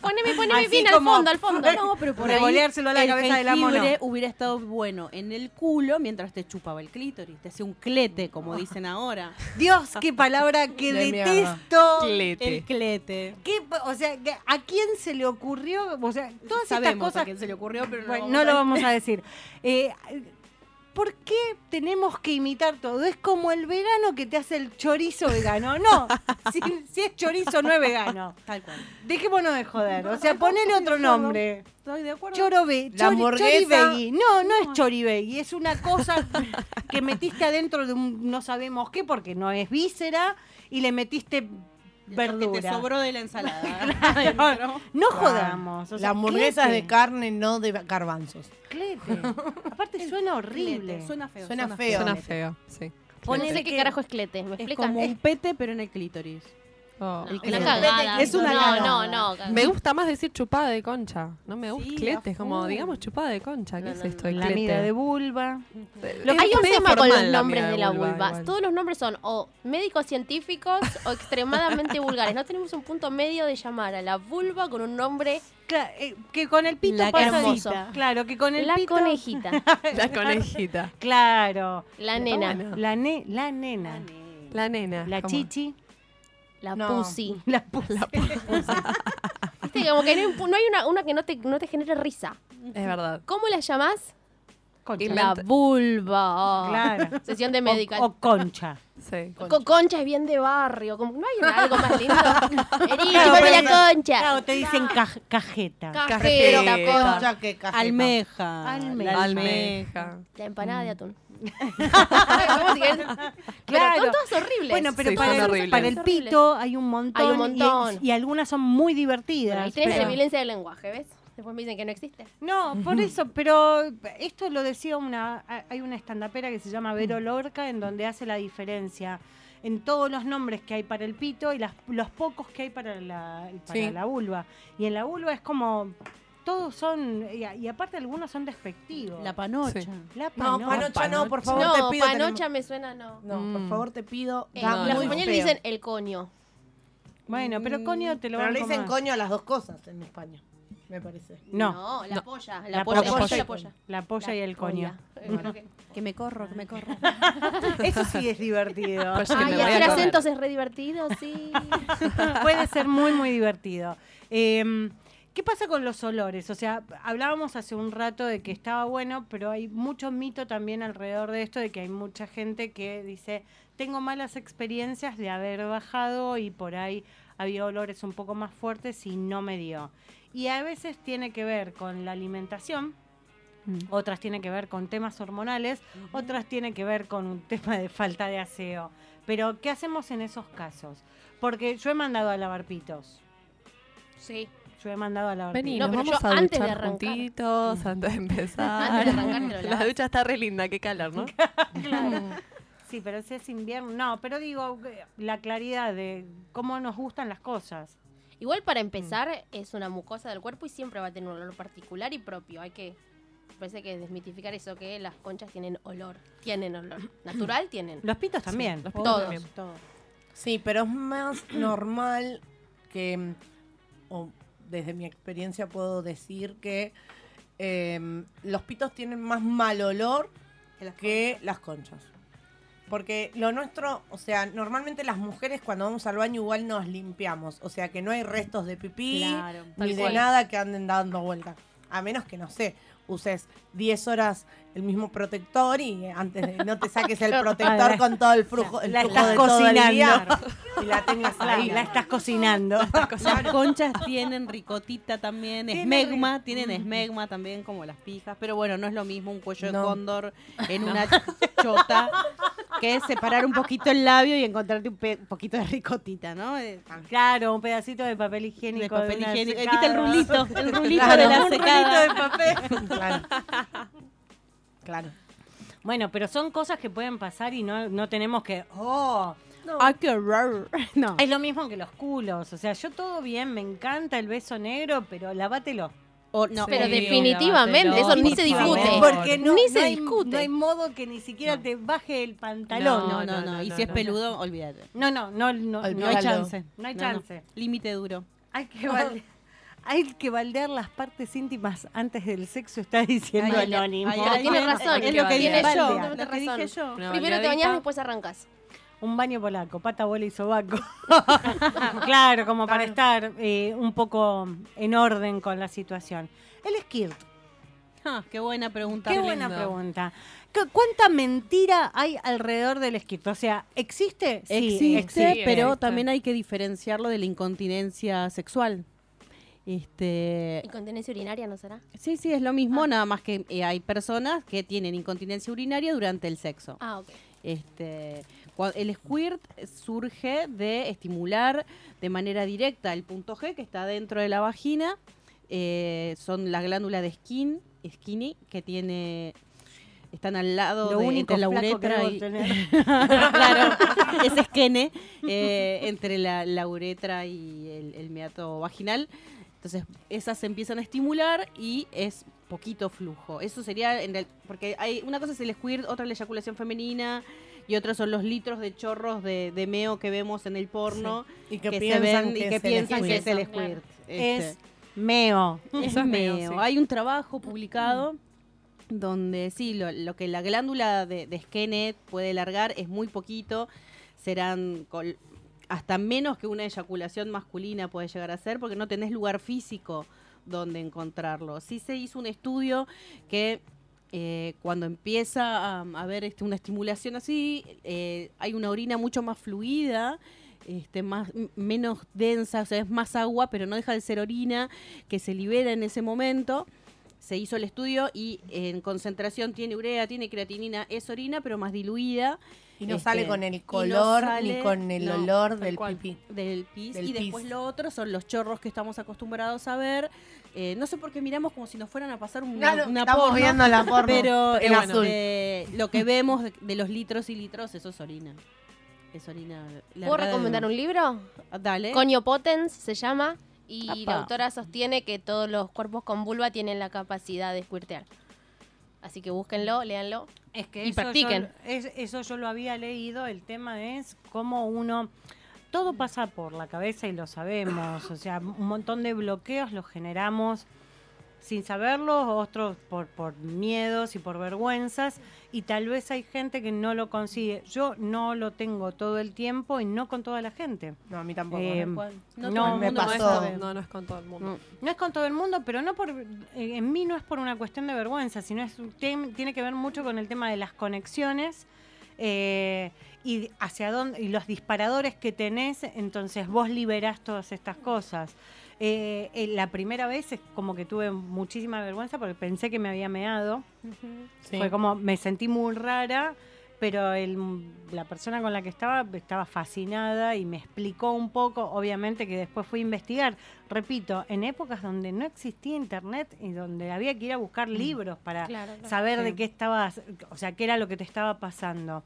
Poneme, poneme
Así
bien al
como-
fondo, al fondo.
No, pero por
Revoleárselo a
ahí
la
el
cabeza del amo, no.
jengibre hubiera estado bueno en el culo mientras te chupaba el clítoris, te hacía un clete, como dicen ahora.
Dios, qué palabra que
De mierda.
detesto.
El clete.
¿Qué pa- o sea, que- ¿a quién se le ocurrió? O sea, todas estas
Sabemos
cosas.
a quién se le ocurrió, pero no,
Bueno,
vamos
no
a-
lo vamos a decir. Eh, ¿Por qué tenemos que imitar todo? Es como el verano que te hace el chorizo vegano. No, si, si es chorizo no es vegano.
Tal cual.
Dejémonos de joder. O sea, ponele otro nombre.
Estoy de acuerdo.
Chorobe,
La
chori,
hamburguesa.
choribegui. No, no es choribegui. Es una cosa que metiste adentro de un no sabemos qué porque no es víscera y le metiste
Lo que te
verdura.
sobró de la ensalada.
Claro. No jodamos. o sea,
La hamburguesa es
clete.
de carne, no de garbanzos.
Clete. Aparte suena horrible.
Clete, Suena feo.
Suena feo.
Suena feo, sí.
No
Ponele
sé qué
que-
carajo es clete, ¿me
Es
explican?
como un pete, pero en el clítoris.
Oh.
No,
clete.
una cagada.
Es una
no,
cagada.
no, no, cagada.
Me gusta más decir chupada de concha. No me gusta
Sí,
clete,
a
es como
full.
digamos chupada de concha. ¿Qué
No,
es
no,
esto de
La
clete?
mira de vulva.
Eh,
Lo
es
Hay un
medio
tema con los
formal la
nombres
mira
de la vulva.
igual.
Todos los nombres son o médicos científicos o extremadamente vulgares. No tenemos un punto medio de llamar a la vulva con un nombre
Cla- eh, que con el pito
La
pasa
hermoso.
Dita. Claro, que con el
la
pito.
conejita,
La conejita.
Claro.
la nena,
bueno.
La, ne- la nena.
La nena.
La
¿cómo?
chichi.
la
No.
pussy.
La pussy.
Viste, como que no, impu- no hay una, una que no te, no te genere risa.
Es verdad.
¿Cómo la llamás?
Concha.
La vulva.
Claro.
Sesión de
O-
médica.
O, concha.
Sí.
Co- concha. es bien de barrio. Como, no hay una- algo más lindo. Vení,
Claro,
ponme
pero-
la concha.
Claro, te dicen caj- cajeta.
Cajeta,
Cajeta.
po.
Ya que cajeta.
Almeja.
Almeja.
La
Almeja.
La empanada de atún. ¿Cómo se quiere? Pero son todas horribles.
Bueno, pero
Sí, son
para, el,
horribles.
para el
Horribles.
pito hay un montón.
Hay un
y-
montón.
Y, algunas son muy divertidas.
Bueno, ahí tenés la
pero-
violencia del lenguaje, ¿ves? Después me dicen que no existe.
No, por eso, pero esto lo decía una. a- Hay una estandapera que se llama
Mm.
Vero Lorca, en donde hace la diferencia en todos los nombres que hay para el pito y las- los pocos que hay para la, para
Sí.
la vulva. Y en la vulva es como. Todos son. Y, a- y aparte, algunos son despectivos.
La panocha.
Sí.
La
No,
panocha.
panocha no, por favor,
no,
te pido.
panocha
tenemos-
me suena, no.
No,
Mm.
por favor, te pido.
Eh,
da
no,
los
muy
españoles
feo.
dicen mm, el coño.
Bueno, pero coño te lo
Pero
van
le dicen
coño.
coño a las dos cosas en España. me parece.
No.
No, la polla, la
po-
polla, la polla, la polla.
La polla y el coño.
Que me corro, que me corro.
Eso sí es divertido.
Ay, hacer acentos es re divertido, sí.
Puede ser muy, muy divertido. Eh, ¿Qué pasa con los olores? O sea, hablábamos hace un rato de que estaba bueno, pero hay mucho mito también alrededor de esto, de que hay mucha gente que dice, tengo malas experiencias de haber bajado y por ahí había olores un poco más fuertes y no me dio. Y a veces tiene que ver con la alimentación,
Mm.
otras tienen que ver con temas hormonales, otras tienen que ver con un tema de falta de aseo. Pero, ¿qué hacemos en esos casos? Porque yo he mandado a lavar pitos.
Sí.
Yo he mandado a lavar
Vení,
pitos.
nos vamos a duchar juntitos
Mm.
antes de empezar.
Antes de arrancar, te lo
la
lavas.
ducha está re linda, qué calor, ¿no?
Sí, pero si es invierno. No, pero digo, eh, la claridad de Eh, cómo nos gustan las cosas. Mm.
Igual para empezar, es una mucosa del cuerpo y siempre va a tener un olor particular y propio. Hay que, parece que desmitificar eso, que las conchas tienen olor. Tienen olor. Natural tienen.
Los pitos también.
los
Todos,
pitos también.
todos. Sí, pero es más normal que, mm, o desde mi experiencia puedo decir que eh, los pitos tienen más mal olor que las conchas. Porque lo nuestro, o sea, normalmente las mujeres cuando vamos al baño igual nos limpiamos. O sea, que no hay restos de pipí
Claro, tal
ni de
cual.
nada que anden dando vuelta. A menos que, no sé, uses 10 horas el mismo protector y eh, antes de no te saques el
Claro.
protector con todo el flujo. el
La
flujo
estás
de todo el día.
cocinando.
Y la tengas ahí.
La estás cocinando.
Las conchas tienen ricotita también,
Tienen
esmegma,
ri-
tienen esmegma también como las pijas, pero bueno, no es lo mismo un cuello
No.
de cóndor en una chota que separar un poquito el labio y encontrarte un pe- poquito de ricotita, ¿no? Eh,
Claro, un pedacito de papel higiénico.
De papel
una
higiénico. Eh,
secada.
quita el rulito, el rulito
Claro,
de la
un
secada.
rulito de papel.
Claro. Claro.
Bueno, pero son cosas que pueden pasar y no, no tenemos que. ¡Oh!
Ay, qué raro. No.
Es lo mismo que los culos. O sea, yo todo bien, me encanta el beso negro, pero lavátelo.
no,
Pero sí, definitivamente, lavatelo, eso ni por se favor. discute.
Porque no,
Ni se
no hay,
discute.
No hay modo que ni siquiera te baje el pantalón.
No, no, no, no. Y si es peludo, olvídate.
No, no, no, no,
No hay chance.
No hay
No, no.
chance.
Límite duro.
Hay que valde- Hay que baldear las partes íntimas antes del sexo, está diciendo
Ay,
Anónimo.
ay, ay, tiene razón.
Es lo que
tiene
dije
yo,
yo.
tiene razón.
Una
Primero te
bañadita.
bañas, después arrancas.
Un baño polaco, pata, bola y sobaco. claro, como para estar eh, un poco en orden con la situación. El skirt,
Ah, qué buena pregunta.
qué buena pregunta. ¿Cu- ¿Cuánta mentira hay alrededor del skirt? O sea, ¿existe? Sí,
existe, pero también hay que diferenciarlo de la incontinencia sexual. Este,
Incontinencia urinaria, ¿no será?
sí, sí, es lo mismo, nada más que eh, hay personas que tienen incontinencia urinaria durante el sexo.
Ah, ok.
Este, cua- el squirt surge de estimular de manera directa el punto G que está dentro de la vagina. Eh, son las glándulas de skin, skinny, que tiene están al lado
Lo
de
único
entre la
flaco que
uretra
debo
y
tener.
claro, ese es Kene, eh, entre la, la uretra y el, el meato vaginal. Entonces, esas se empiezan a estimular y es poquito flujo. Eso sería, en el- porque hay una cosa es el squirt, otra es la eyaculación femenina y otra son los litros de chorros de, de meo que vemos en el porno
Sí. Y que
se
piensan
ven y
que
que
es el
piensan que
squirt.
es el squirt. Este.
Es meo.
Es meo. Hay un trabajo publicado donde sí, lo, lo que la glándula de, de Skenet puede largar es muy poquito. Serán col- hasta menos que una eyaculación masculina puede llegar a ser porque no tenés lugar físico donde encontrarlo. Sí se hizo un estudio que eh, cuando empieza a, a haber este, una estimulación así, eh, hay una orina mucho más fluida, este, más, m- menos densa, o sea, es más agua, pero no deja de ser orina, que se libera en ese momento. Se hizo el estudio y en concentración tiene urea, tiene creatinina, es orina, pero más diluida.
Y no
Este,
sale con
y
el
no
color ni
sale-
con el
no,
olor
tal
del
cual
pipí.
del pis
Del
y después
pis.
lo otro son los chorros que estamos acostumbrados a ver. Eh, no sé por qué miramos como si nos fueran a pasar un,
Claro,
una
estamos
porno,
viendo la porno,
pero
en
eh,
azul.
eh, lo que vemos de, de los litros y litros, eso es orina. Es orina. la
¿Puedo
verdad,
recomendar
no.
un libro?
Ah, Dale.
Coño Potens se llama y
Apa.
la autora sostiene que todos los cuerpos con vulva tienen la capacidad de squirtear. Así que búsquenlo, léanlo.
Es que
y
eso
practiquen.
Yo, es- eso yo lo había leído. El tema es cómo uno todo pasa por la cabeza y lo sabemos. O sea, un montón de bloqueos los generamos sin saberlo, otros por, por miedos y por vergüenzas, y tal vez hay gente que no lo consigue. Yo no lo tengo todo el tiempo y no con toda la gente.
No, a mí tampoco.
Eh,
Tal
no,
cual. No todo el
me
mundo, no es
pasó.
todo-
No, no es con todo el mundo.
No es con todo el mundo, pero no por eh, en mí no es por una cuestión de vergüenza, sino es un tem- tiene que ver mucho con el tema de las conexiones eh, y hacia dónde y los disparadores que tenés, entonces vos liberás todas estas cosas. Eh, eh, la primera vez es como que tuve muchísima vergüenza porque pensé que me había meado.
Mm. Sí.
Fue como, me sentí muy rara, pero el- la persona con la que estaba estaba fascinada y me explicó un poco, obviamente que después fui a investigar. Repito, en épocas donde no existía internet y donde había que ir a buscar libros para
Mm. Claro, claro.
saber de
Sí.
qué estabas, o sea, qué era lo que te estaba pasando.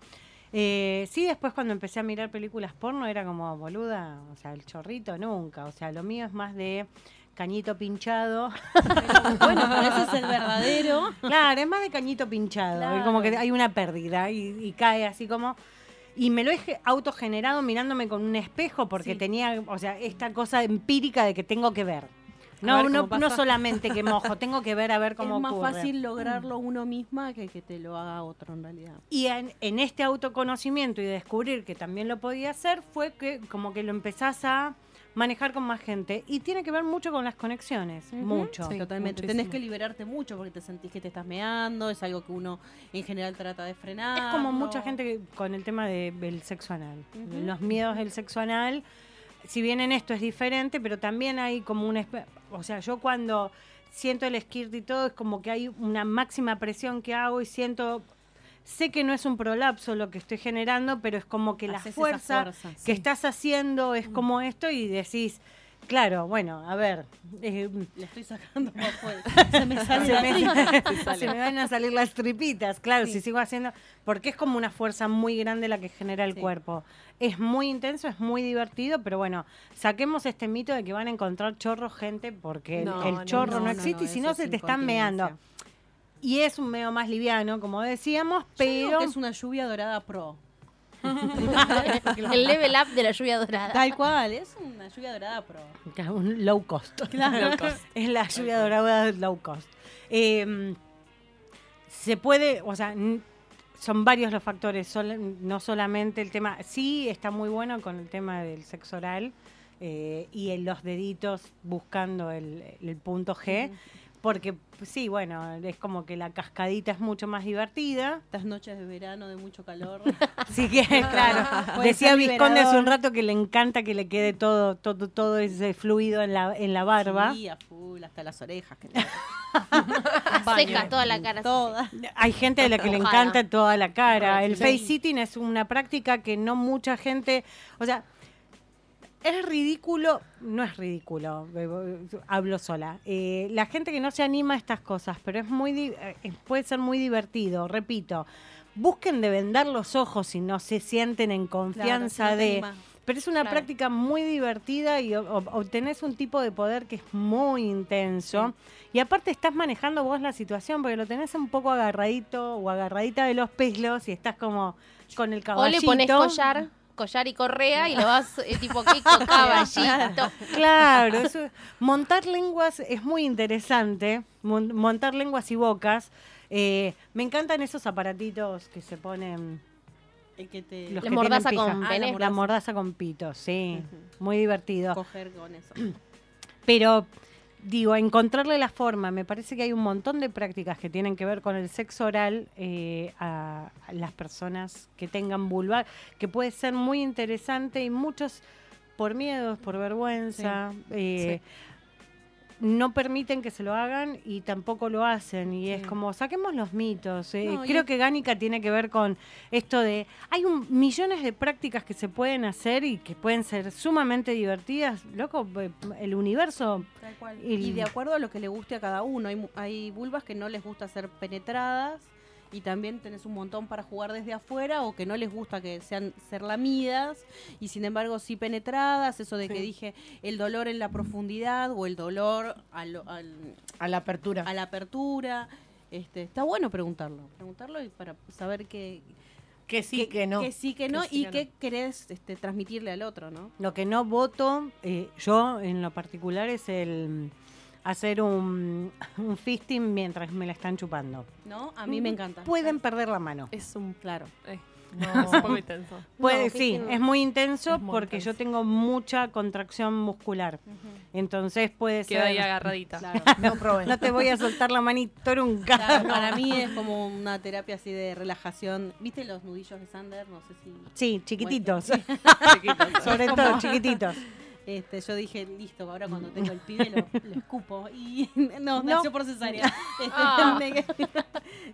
Eh, sí, después cuando empecé a mirar películas porno era como boluda, o sea, el chorrito nunca, o sea, lo mío es más de cañito pinchado.
Bueno, pero ese es el verdadero.
Claro, es más de cañito pinchado.
Claro.
y Como que hay una pérdida y, y cae así como. Y me lo he ge- autogenerado mirándome con un espejo porque tenía, o sea, esta cosa empírica de que tengo que ver. No,
ver
no,
cómo
no
pasa.
solamente que mojo, tengo que ver a ver cómo
es más
ocurre. Mm.
fácil lograrlo uno misma que que te lo haga otro en realidad.
Y en, en este autoconocimiento y descubrir que también lo podía hacer, fue que como que lo empezás a manejar con más gente. Y tiene que ver mucho con las conexiones, mucho.
Sí, totalmente. Tenés que liberarte mucho porque te sentís que te estás meando, es algo que uno en general trata de frenar.
Es como mucha gente que- con el tema de- del sexo anal.
Ujú.
Los miedos del sexo anal, si bien en esto es diferente, pero también hay como una... espe- O sea, yo cuando siento el esquirt y todo, es como que hay una máxima presión que hago y siento... Sé que no es un prolapso lo que estoy generando, pero es como que la
Haces esa
fuerza,
fuerza,
que
sí. Mm.
estás haciendo es como esto y decís, claro, bueno, a ver, eh,
Le estoy sacando por afuera. Se me sale la tripa.
se me van a salir las tripitas, claro, si sigo haciendo, porque es como una fuerza muy grande la que genera el cuerpo. Es muy intenso, es muy divertido, pero bueno, saquemos este mito de que van a encontrar chorro gente porque el-
No,
el,
no,
chorro
no,
no,
no,
existe
no,
y si
eso
no
es
se te están meando. Y es un meo más liviano, como decíamos,
Digo
pero
que es una lluvia dorada pro.
El level up de la lluvia dorada.
Tal cual, es una lluvia dorada pro.
un low cost.
Claro. Low cost.
es la lluvia dorada low cost. Eh, se puede, o sea, n- son varios los factores, sol- no solamente el tema, sí está muy bueno con el tema del sexo oral eh, y en los deditos buscando el, el punto G, porque sí, bueno, es como que la cascadita es mucho más divertida.
Estas noches de verano de mucho calor.
Así que, claro,
Puede
decía
ser
Vizconde hace
liberador.
un rato que le encanta que le quede todo, todo, todo ese fluido en la, en la barba.
Sí, a full, hasta las orejas. Que
Seca toda la cara.
Toda.
Hay gente a la que le
Ojalá.
encanta toda la cara. El
Sí.
face sitting es una práctica que no mucha gente, o sea, es ridículo, no es ridículo, eh, hablo sola. Eh, la gente que no se anima a estas cosas, pero es muy di- eh, puede ser muy divertido, repito. Busquen de vendar los ojos si no se sienten en confianza
no te
de
animás.
pero es una
Claro.
práctica muy divertida y o- ob- obtenés un tipo de poder que es muy intenso. Y aparte estás manejando vos la situación porque lo tenés un poco agarradito o agarradita de los pelos y estás como con el
O
caballito.
le pones collar, collar y correa y lo vas eh, tipo Kiko caballito.
Claro, eso- montar lenguas es muy interesante, mon- montar lenguas y bocas. Eh, me encantan esos aparatitos que se ponen...
El que te...
Los
La
que
mordaza
tienen pija.
con
Ah,
pene.
la, mordaza. con pito, sí. Muy divertido.
coger con eso.
Pero digo, encontrarle la forma, me parece que hay un montón de prácticas que tienen que ver con el sexo oral eh, a, a las personas que tengan vulvar, que puede ser muy interesante y muchos por miedos, por vergüenza, eh, no permiten que se lo hagan y tampoco lo hacen. Y es como, saquemos los mitos. eh.
No, y
Creo
es-
que Gánica tiene que ver con esto de, hay un- millones de prácticas que se pueden hacer y que pueden ser sumamente divertidas. Loco, eh, el universo...
Tal cual.
El-
Y de acuerdo a lo que le guste a cada uno. Hay, mu- hay vulvas que no les gusta ser penetradas y también tenés un montón para jugar desde afuera o que no les gusta que sean ser lamidas y sin embargo sí penetradas. Eso de que dije el dolor en la profundidad o el dolor a, lo- al-
A la apertura.
a la apertura. Este, está bueno preguntarlo. Preguntarlo y para saber qué,
Que sí, que, no.
Que sí, que no,
Que sí,
y
que
que querés este, transmitirle al otro, ¿no?
Lo que no voto, eh, yo en lo particular, es el hacer un, un fisting mientras me la están chupando. Mm,
¿No? A mí me encanta.
Pueden perder la mano.
Es un claro.
No, es muy tenso.
Puede,
No,
sí,
fisting-
es muy intenso
muy
porque yo tengo mucha contracción muscular. Entonces puede
Queda
ser.
ahí agarradita. Claro,
no,
no probé.
te voy a soltar la manito nunca.
Claro,
No.
Para mí es como una terapia así de relajación. ¿Viste los nudillos de Sander? No sé si.
Sí, chiquititos.
Sí.
Sobre
Es
todo
como-
chiquititos.
Este, yo dije, listo, ahora cuando tengo el pibe lo, lo escupo. Y no,
No.
nació por cesárea. Este,
Ah.
me quedé-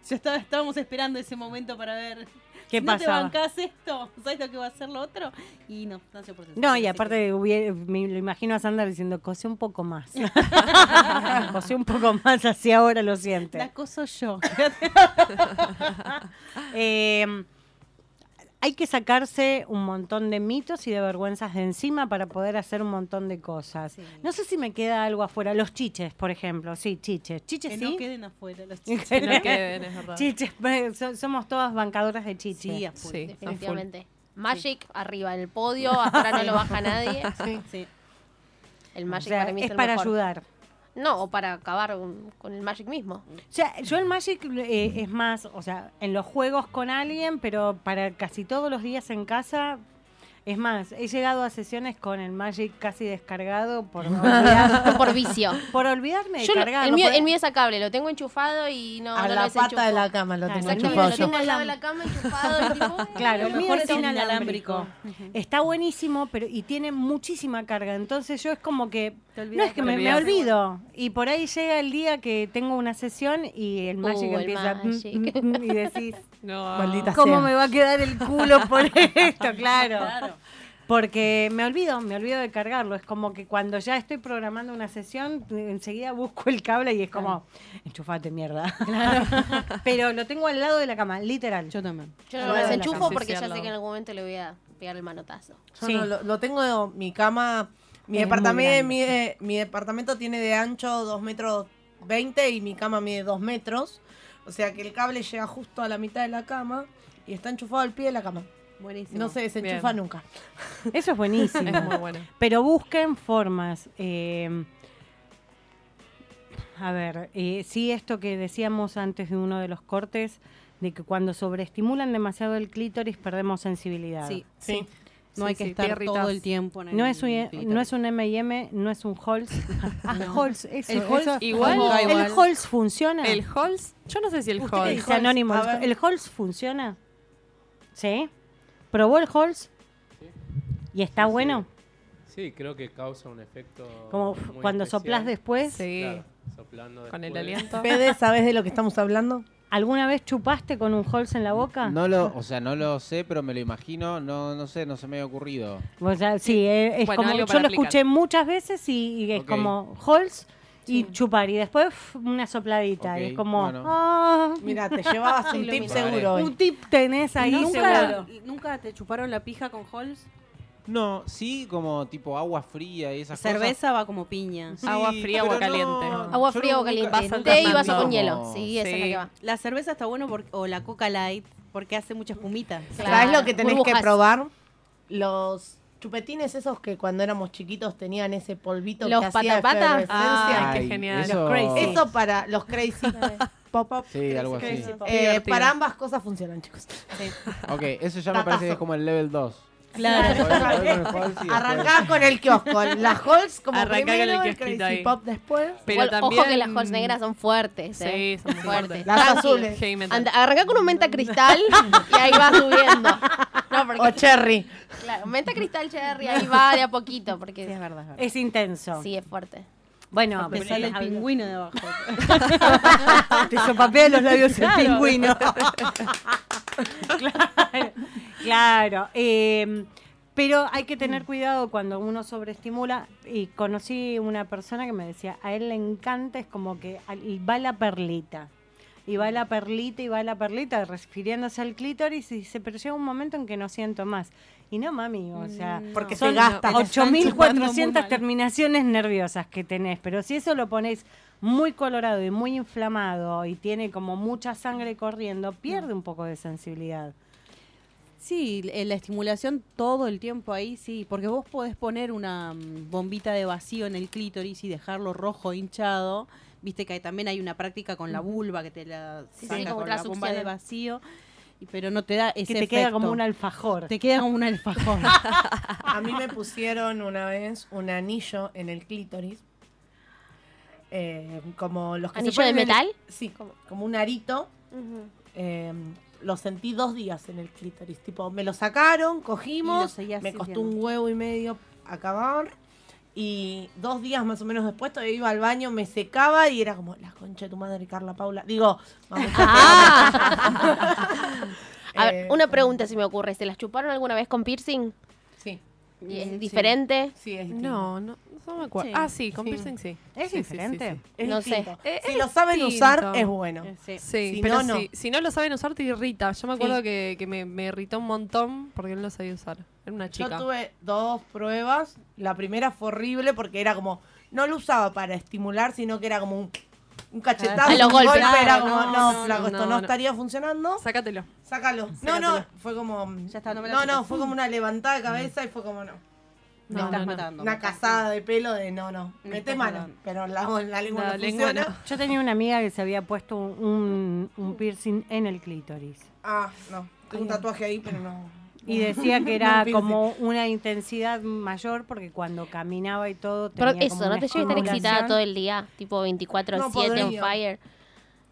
yo estaba, estábamos esperando ese momento para ver.
¿Qué
si no te
pasaba?
bancás esto, ¿sabes lo que va a hacer lo otro? Y no, nació por cesárea.
No, y
así
aparte hubiera- me lo imagino a Sandra diciendo, cosé un poco más. cosé un poco más, así ahora lo
que-
siente.
La coso yo.
Eh, hay que sacarse un montón de mitos y de vergüenzas de encima para poder hacer un montón de cosas. No sé si me queda algo afuera. Los chiches, por ejemplo. Sí, chiches. Chiches
que
sí.
no queden afuera los
Que
chicos.
no queden, Chiches, eh, so- somos todas bancadoras de chiches.
Sí, a full, Sí,
Definitivamente. Magic arriba en el podio, hasta ahora no lo baja nadie. El Magic
O sea,
para mí es,
es
el
para
mejor.
ayudar.
No, o para acabar un- con el Magic mismo.
O sea, yo el Magic eh, es más, o sea, en los juegos con alguien, pero para casi todos los días en casa. Es más, he llegado a sesiones con el Magic casi descargado por olvidar-
Por vicio.
Por olvidarme de
Yo lo-
cargarlo,
el, mío,
por-
el mío es a cable, lo tengo enchufado y no,
a
no lo
la
desenchufo.
pata de la cama
Ah,
lo tengo
Exactamente,
enchufado
lo
yo.
tengo al lado de la cama enchufado. y tipo,
Claro,
eh,
el
lo
mío
mejor
es inalámbrico.
Ujú.
Está buenísimo, pero y tiene muchísima carga. Entonces yo es como que no es
te
que me, me
olvidas.
olvido. Y por ahí llega el día que tengo una sesión y el Magic
Uh, el
empieza mm,
Magic.
mm, mm, y decís,
No.
Maldita
¿cómo
sea.
me va a quedar el culo por esto? Claro.
Claro.
Porque me olvido, me olvido de cargarlo. Es como que cuando ya estoy programando una sesión, enseguida busco el cable y es como, enchufate mierda. Pero lo tengo al lado de la cama, literal.
Yo también.
Yo no
Al
lo
lado de la
desenchufo
cama.
porque ya sé que en algún momento le voy a pegar el manotazo.
Yo
Sí.
no, lo, lo tengo, mi cama, mi,
Es muy
departamento, eh,
grande,
mi, mi departamento tiene de ancho 2 metros 20 y mi cama mide 2 metros. O sea que el cable llega justo a la mitad de la cama y está enchufado al pie de la cama.
Buenísimo.
No se desenchufa
Bien.
nunca.
Eso es buenísimo.
Es muy bueno.
Pero busquen formas. eh, a ver, eh, sí, esto que decíamos antes de uno de los cortes, de que cuando sobreestimulan demasiado el clítoris perdemos sensibilidad.
Sí,
Sí.
sí. No hay
Sí,
que
sí,
estar
tierritas.
todo el tiempo en el
No es, un,
Twitter.
no es un M&M, no es un Halls. Ah,
No.
Halls, eso.
El Halls
eso-
igual-
Ah,
igual.
¿El Halls funciona?
¿El Halls? Yo no sé si el
¿Usted qué
Halls.
dice anónimo?
A ver.
¿El Halls funciona? ¿Sí? ¿Probó el Halls? ¿Y está bueno?
Sí, creo que causa un efecto.
Como uf,
muy
cuando
especial.
soplás después.
Sí.
Claro, soplando
Con el
después.
aliento.
Fede, ¿sabes de lo que estamos hablando?
¿Alguna vez chupaste con un Halls en la
Ah.
boca?
No lo, o sea, no lo sé, pero me lo imagino, no, no sé, no se me ha ocurrido.
O sea, sí, eh, es
Bueno,
como yo
algo
lo
para aplicar.
escuché muchas veces y, y es
Ok.
como Halls y chupar y después uf, una sopladita y
Ok,
es como
bueno.
ah,
Mira, te llevabas un tip
mismo.
seguro. hoy.
un tip tenés ahí
¿Nunca,
seguro.
¿Nunca te chuparon la pija con Halls?
No, sí, como tipo agua fría y esas cosas.
Cerveza va como piña.
Sí,
Agua fría, agua
pero no.
caliente.
Agua
Yo
fría o
nunca-
caliente.
Vaso
Té y
con
vaso con
mango.
hielo. Sí, esa es la
Sí.
que va.
La cerveza está bueno porque, o la Coca Light porque hace mucha espumita.
¿Sabes lo que tenés
Burbujas.
que probar? Los chupetines esos que cuando éramos chiquitos tenían ese polvito
Los
que hacía
patapatas.
efervescencia.
Ay, qué
Ay,
genial.
Eso,
Eso para los crazy pop up.
Sí, algo así.
crazy pop.
Qué
Eh,
divertido.
para ambas cosas funcionan, chicos.
Ok, eso ya me parece que es como el level 2.
Claro.
Arrancá con el kiosco, las halls como
Arrancá con el
primero, el,
kiosquito
crazy
ahí.
pop después.
Pero
Igual,
también...
Ojo que las Halls negras son fuertes. eh.
Sí, son fuertes.
Las
Tranqui.
azules.
Heavy metal.
Anda, arranca con un menta cristal y ahí va subiendo. No, porque,
O cherry.
claro, menta cristal cherry, ahí va de a poquito, porque sí, es,
verdad.
Es intenso.
fuerte.
Bueno,
Te
pero-
sale el pingüino de abajo.
Te sopapea los labios
Claro.
el pingüino. claro. claro. Eh, pero hay que tener cuidado cuando uno sobreestimula. Y conocí una persona que me decía, a él le encanta, es como que al- y va la perlita. Y va la perlita y va la perlita, refiriéndose al clítoris, y dice, pero llega un momento en que no siento más. Y no, mami, o sea,
Mm,
Porque
son
se gasta.
no, te están chupando muy
8.400
mal.
terminaciones nerviosas que tenés, pero si eso lo ponés muy colorado y muy inflamado y tiene como mucha sangre corriendo, pierde un poco de sensibilidad.
Sí, eh, la estimulación todo el tiempo ahí, sí, porque vos podés poner una mm, bombita de vacío en el clítoris y dejarlo rojo, hinchado. Viste que hay- también hay una práctica con la
Ujú.
vulva que te la
Sí, sí,
saca
como
con
te la
la bomba de
succionan.
vacío, y- pero no te da ese
te queda como
efecto.
un alfajor.
Te queda como un alfajor.
A mí me pusieron una vez un anillo en el clítoris. Eh, como los que se
¿Anillo
ponen
de
en-
metal?
sí, como, como un arito. Eh, lo sentí dos días en el clítoris. Tipo, me lo sacaron,
Y lo
cogimos,
seguías
me costó
sintiendo.
un huevo y medio acabar. Y dos días más o menos después todavía iba al baño, me secaba y era como, la concha de tu madre, Carla Paula. Digo, vamos.
A
Eh,
ver, una pregunta si me ocurre. ¿Se las chuparon alguna vez con piercing?
Sí.
¿Y es
Sí.
diferente?
Sí, es
No, no, no me acuerdo.
Sí.
Ah, sí, con
Sí.
piercing sí.
¿Es
Sí, sí, sí,
diferente?
sí.
Es
No sé.
distinto. Eh,
Eh,
Si
es
lo saben usar,
distinto.
es bueno.
Sí,
Si
pero
no, no.
Si, si no lo saben usar, te irrita. Yo me acuerdo
Sí.
que, que me, me irritó un montón porque él lo sabía usar. Era una chica.
Yo tuve dos pruebas. La primera fue horrible porque era como, no lo usaba para estimular, sino que era como un, un
Ah,
cachetazo.
A los
un
golpes.
golpe, era
Claro,
como,
no,
no,
no,
flaco,
no,
esto no,
no.
estaría funcionando.
Sácatelo.
Sácalo. No, no, fue como.
Ya está, no me la
No, no,
aplicas.
fue como una levantada de cabeza y fue como, no.
Me estás matando.
Una
me estás
cazada de pelo de no, no.
Me
Mete
estás
mano.
matando.
Pero la, la lengua
La
no
lengua
funciona.
Yo tenía una amiga que se había puesto un, un piercing en el clítoris.
Ah, no. Tengo un tatuaje ahí, pero no.
Y decía que
No,
era
un piercing.
como una intensidad mayor porque cuando caminaba y todo
Pero
tenía
eso,
como
no
una
te lleves estar excitada
estimulación.
todo el día, tipo 24
No
7 on
podría.
fire.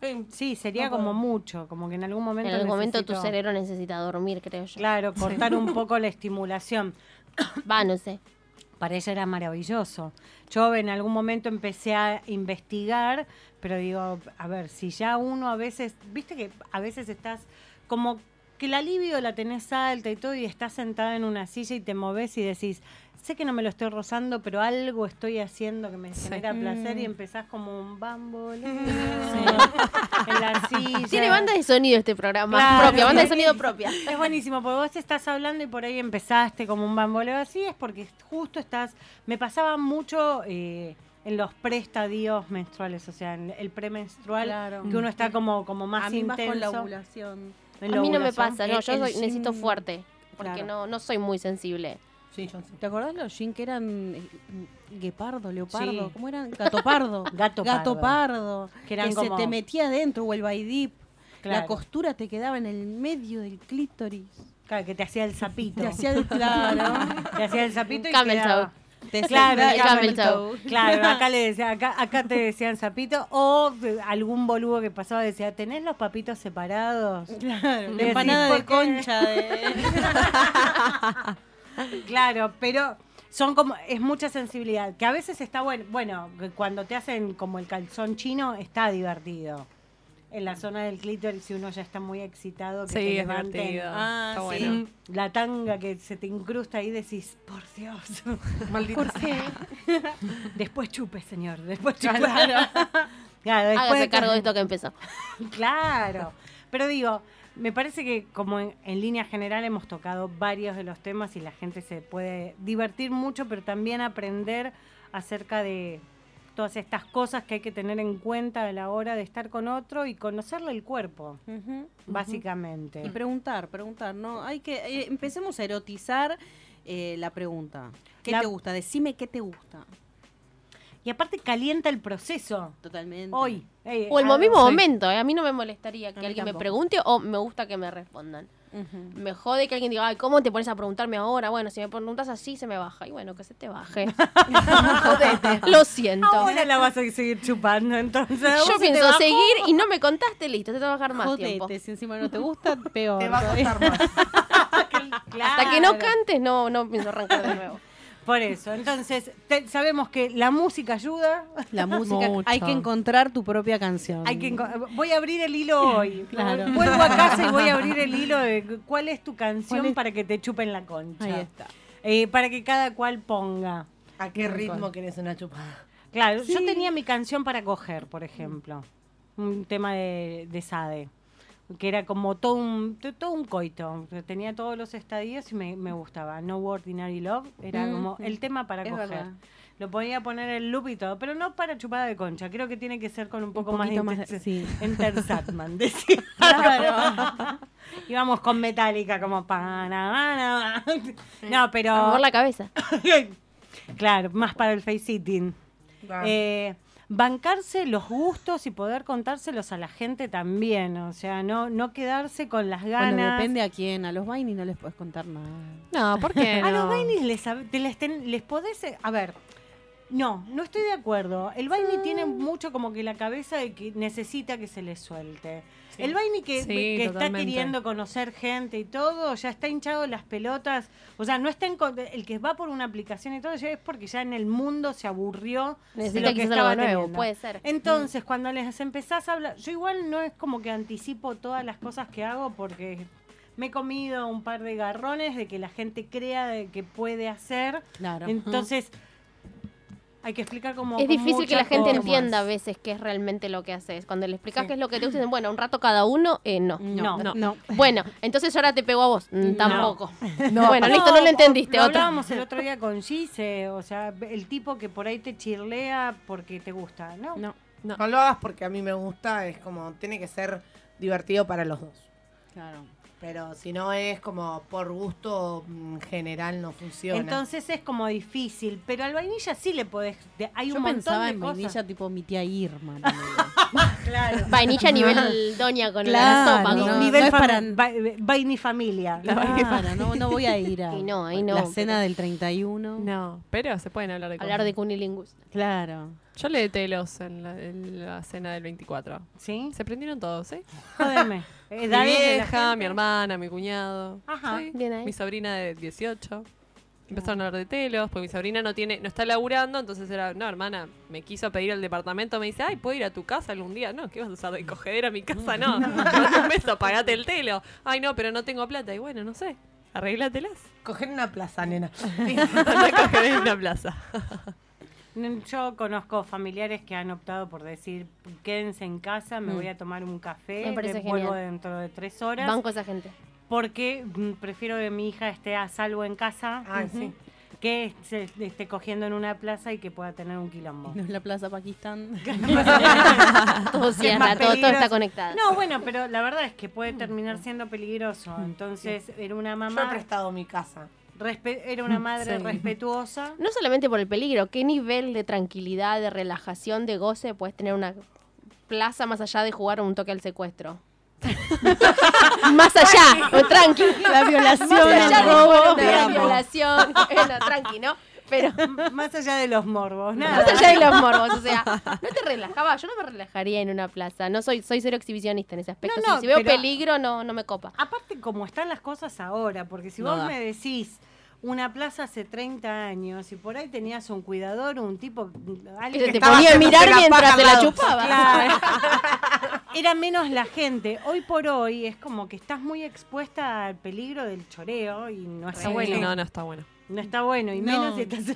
Eh, Sí, sería como mucho, como que en algún momento
En algún momento tu
necesito-
cerebro necesita dormir, creo yo.
Claro, cortar un poco la estimulación.
Va, no sé.
Para ella era maravilloso. Yo en algún momento empecé a investigar, pero digo, a ver, si ya uno a veces, viste que a veces estás como que el alivio la tenés alta y todo y estás sentada en una silla y te moves y decís, sé que no me lo estoy rozando, pero algo estoy haciendo que me genera placer y empezás como un bamboleo en la silla.
Tiene banda de sonido este programa,
Claro.
propia, banda de sonido propia.
Es buenísimo, porque vos estás hablando y por ahí empezaste como un bamboleo así, es porque justo estás. Me pasaba mucho eh, en los prestadios menstruales, o sea, en el premenstrual,
Claro.
que uno está como, como más
A mí más
intenso.
con la ovulación.
en
A
la
mí no me
ovulación.
pasa, no,
El-
yo
el
soy- necesito
gym-
fuerte, porque
eh, Claro.
no, no soy muy sensible.
Sí, yo sí.
¿Te acordás los jeans que eran eh, guepardo, leopardo?
Sí.
¿Cómo eran? Gatopardo.
Gato pardo.
Gatopardo.
Que
Que,
eran como-
se te metía adentro, o el baidip.
Claro.
La costura te quedaba en el medio del clítoris.
Claro, que te hacía el sapito.
Te hacía el claro.
Te hacía el sapito y
Camel
quedaba.
Te
Claro,
sentaba-
el
claro,
camel toe.
Claro, acá, le decía, acá, acá te decían sapito o de- algún boludo que pasaba decía, ¿tenés los papitos separados?
Claro,
Le
una empanada
decís, ¿por
de
qué?
concha. de-
Claro, pero son como es mucha sensibilidad, que a veces está bueno, bueno, que cuando te hacen como el calzón chino está divertido. En la zona del clítoris si uno ya está muy excitado que
Sí,
te
es
levanten
divertido.
Ah,
Está
sí.
bueno.
La tanga que se te incrusta ahí decís, por Dios, maldito sea. Después chupe, señor, después chupe. Claro,
Hágase cargo de esto que empezó.
Claro. Pero digo, me parece que como en, en línea general hemos tocado varios de los temas y la gente se puede divertir mucho, pero también aprender acerca de todas estas cosas que hay que tener en cuenta a la hora de estar con otro y conocerle el cuerpo,
Ujú.
básicamente.
Y preguntar, preguntar, ¿no? Hay que, eh, empecemos a erotizar eh, la pregunta. ¿Qué
La-
te gusta? Decime qué te gusta.
Y aparte calienta el proceso.
Totalmente.
Hoy. eh,
O el
ah,
mismo
sí.
momento, eh, a mí no me molestaría que
mí
alguien me
tampoco.
pregunte o me gusta que me respondan.
Ujú.
Me jode que alguien diga, ay, ¿cómo te pones a preguntarme ahora? Bueno, si me preguntas así, se me baja. Y bueno, que se te baje. Jodete. Lo siento.
Ahora la vas a seguir chupando, entonces. Vos
Yo
se te
pienso
bajó.
seguir y no me contaste, listo, te va a bajar más tiempo.
Jodete, si encima no te gusta, peor.
Te va a costar más.
Hasta que no
Claro.
cantes, no, no pienso arrancar de nuevo.
Por eso, entonces, te- sabemos que la música ayuda.
La música,
Mucho.
hay que encontrar tu propia canción.
Hay que enco- voy a abrir el hilo hoy.
Claro.
Vuelvo a casa y voy a abrir el hilo de cuál es tu canción
¿Cuál es?
para que te chupen la concha.
Ahí está.
Eh, para que cada cual ponga.
¿A qué ritmo querés una chupada?
Claro, yo tenía mi canción para coger, por ejemplo. Un tema de, de Sade. Que era como todo un, to- todo un coito. Tenía todos los estadios y me, me gustaba. No Ordinary Love era como el tema para
Es
coger.
verdad.
Lo podía poner el loop y todo, pero no para chupada de concha. Creo que tiene que ser con un poco más de
poquito más de-
intensidad.
sí.
Enter Satman, decía. Íbamos con Metallica como pana. No, pero.
A mover la cabeza.
claro, más para el face-sitting.
Claro.
Eh, bancarse los gustos y poder contárselos a la gente también. O sea, no, no quedarse con las ganas.
Bueno, depende a quién. A los Baini no les puedes contar nada.
No, ¿por qué
A los
no?
Baileys les, hab- te les, ten- les podés. eh, A ver. No, no estoy de acuerdo. El Baini
Ah.
tiene mucho como que la cabeza de que necesita que se le suelte.
Sí.
El Baini que,
Sí,
que está
totalmente.
queriendo conocer gente y todo, ya está hinchado las pelotas. O sea, no está en con- el que va por una aplicación y todo, ya es porque ya en el mundo se aburrió
Necesita
de lo que
quizás
estaba
algo nuevo,
teniendo.
puede ser.
Entonces, cuando les empezás a hablar, yo igual no es como que anticipo todas las cosas que hago porque me he comido un par de garrones de que la gente crea de que puede hacer.
Claro.
Entonces, hay que explicar cómo
Es difícil que la
muchas
gente
formas.
entienda a veces qué es realmente lo que haces. Cuando le explicas qué es lo que te gusta, dicen, bueno, un rato cada uno, eh, no.
No, no.
Bueno, entonces yo ahora te pego a vos. Mm,
No.
Tampoco.
No.
Bueno, listo, no lo entendiste.
Lo
otro.
hablábamos el otro día con Gise, o sea, el tipo que por ahí te chirlea porque te gusta, ¿no?
No.
No. lo hagas porque a mí me gusta, es como, tiene que ser divertido para los dos.
Claro.
Pero si no es como por gusto mm, general no funciona.
Entonces es como difícil, pero al vainilla sí le podés. de- hay
Yo
un montón
pensaba
de
en
cosas.
vainilla tipo mi tía Irma.
Claro.
Vainilla a nivel doña con
Claro,
la sopa.
no,
con-
no
Nivel
es
fami-
para-
va- vaini familia.
Claro, no, no voy a ir a
Y no, y no,
la cena
pero-
del 31.
No, pero se pueden hablar de
Hablar
cosas.
de cunilingus.
Claro.
Yo le de telos en la, en la cena del 24.
¿Sí?
Se prendieron todos, ¿eh?
Jódeme.
Mi
Eh, dale de la
vieja,
gente.
mi hermana, mi cuñado.
Ajá,
¿sí?
bien ahí.
Mi sobrina de 18. Empezaron a hablar de telos, porque mi sobrina no tiene, no está laburando, entonces era, no, hermana, me quiso pedir al departamento, me dice, ay, ¿puedo ir a tu casa algún día? No, ¿qué vas a usar de cogedera a mi casa? No, Date un beso, pagate el telo. Ay, no, pero no tengo plata. Y bueno, no sé, arréglatelas.
Coger una plaza, nena.
Andá a coger en una plaza.
No, Mm, Yo conozco familiares que han optado por decir, quédense en casa, me
Mm.
voy a tomar un café,
Me parece
de- vuelvo
genial.
dentro de tres horas.
Banco esa gente.
Porque mm, prefiero que mi hija esté a salvo en casa
Ah,
ujú,
sí.
que se esté cogiendo en una plaza y que pueda tener un quilombo.
No es la Plaza Pakistán.
Todo
Que es
cierra,
más
todo- todo está
peligroso.
conectado.
No, bueno, pero la verdad es que puede terminar siendo peligroso. Entonces, era una
Yo he
mamá,
prestado mi casa.
respe- era una madre
Sí.
respetuosa.
No solamente por el peligro, ¿qué nivel de tranquilidad, de relajación, de goce puedes tener una plaza más allá de jugar un toque al secuestro? más allá, o tranqui.
La violación,
Más allá
el
de
robo,
jugar
te
una
amo.
violación, bueno, tranqui, ¿no? Pero
M- Más allá de los morbos, nada.
más allá de los morbos, o sea, no te relajaba, yo no me relajaría en una plaza, no soy soy cero exhibicionista en ese aspecto,
No, no,
si, si veo
pero- Ah,
peligro no no me copa.
Aparte, como están las cosas ahora, porque si
No
vos
da.
me decís una plaza hace 30 años y por ahí tenías un cuidador, un tipo, alguien
Que te
estaba
ponía a
haciéndose
mirar
la
mientras
paja
te
al
la
lado.
chupaba.
Claro. Era menos la gente. Hoy por hoy es como que estás muy expuesta al peligro del choreo y no está
Sí,
bueno.
No, no está bueno.
No está bueno, y
No.
menos si estás en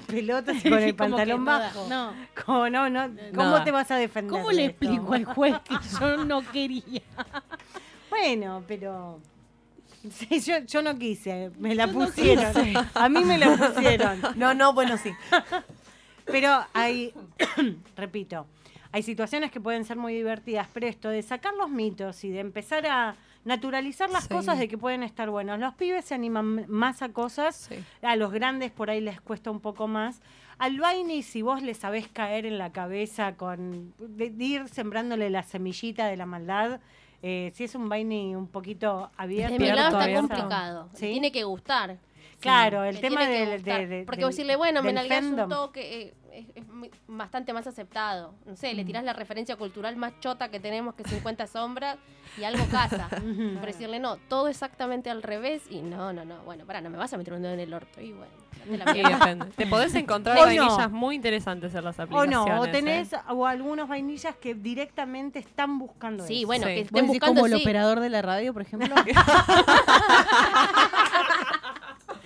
pelotas y con el
Como que
pantalón
no da.
bajo.
No.
¿Cómo, no, no? ¿Cómo
Nada.
te vas a defender?
¿Cómo
de
le
esto?
explico al juez que yo no quería?
Bueno, pero. Sí, yo, yo no quise, me la
Yo no
pusieron.
quise.
a mí me la pusieron.
No, no, bueno, sí.
Pero hay, repito, hay situaciones que pueden ser muy divertidas, pero esto de sacar los mitos y de empezar a naturalizar las
Sí.
cosas de que pueden estar buenos. Los pibes se animan más a cosas,
Sí.
a los grandes por ahí les cuesta un poco más. Al Baini, si vos le sabés caer en la cabeza con de- de ir sembrándole la semillita de la maldad, eh, si es un Baini un poquito abierto.
De mi Este lado está
abierto.
complicado,
¿Sí?
tiene que gustar.
Claro,
Me
el tema
tiene que
del- de,
gustar,
de-
Porque
del-
vos decirle, bueno, me
del
nalgas un
fandom.
toque, eh, es, es muy- bastante más aceptado. No sé, le tirás la referencia cultural más chota que tenemos que 50 sombras y algo casa. Pero decirle, no, todo exactamente al revés y no, no, no. Bueno, pará, no me vas a meter un dedo en el orto. Y bueno, date la
Sí,
mierda.
depende. Te podés encontrar
O no.
vainillas muy interesantes en las
O
aplicaciones.
no, o
¿eh?
tenés o algunos vainillas que directamente están buscando
Sí,
eso.
bueno,
Sí.
que
¿Vos
estén
decís
buscando
como el
sí.
operador de la radio, por ejemplo?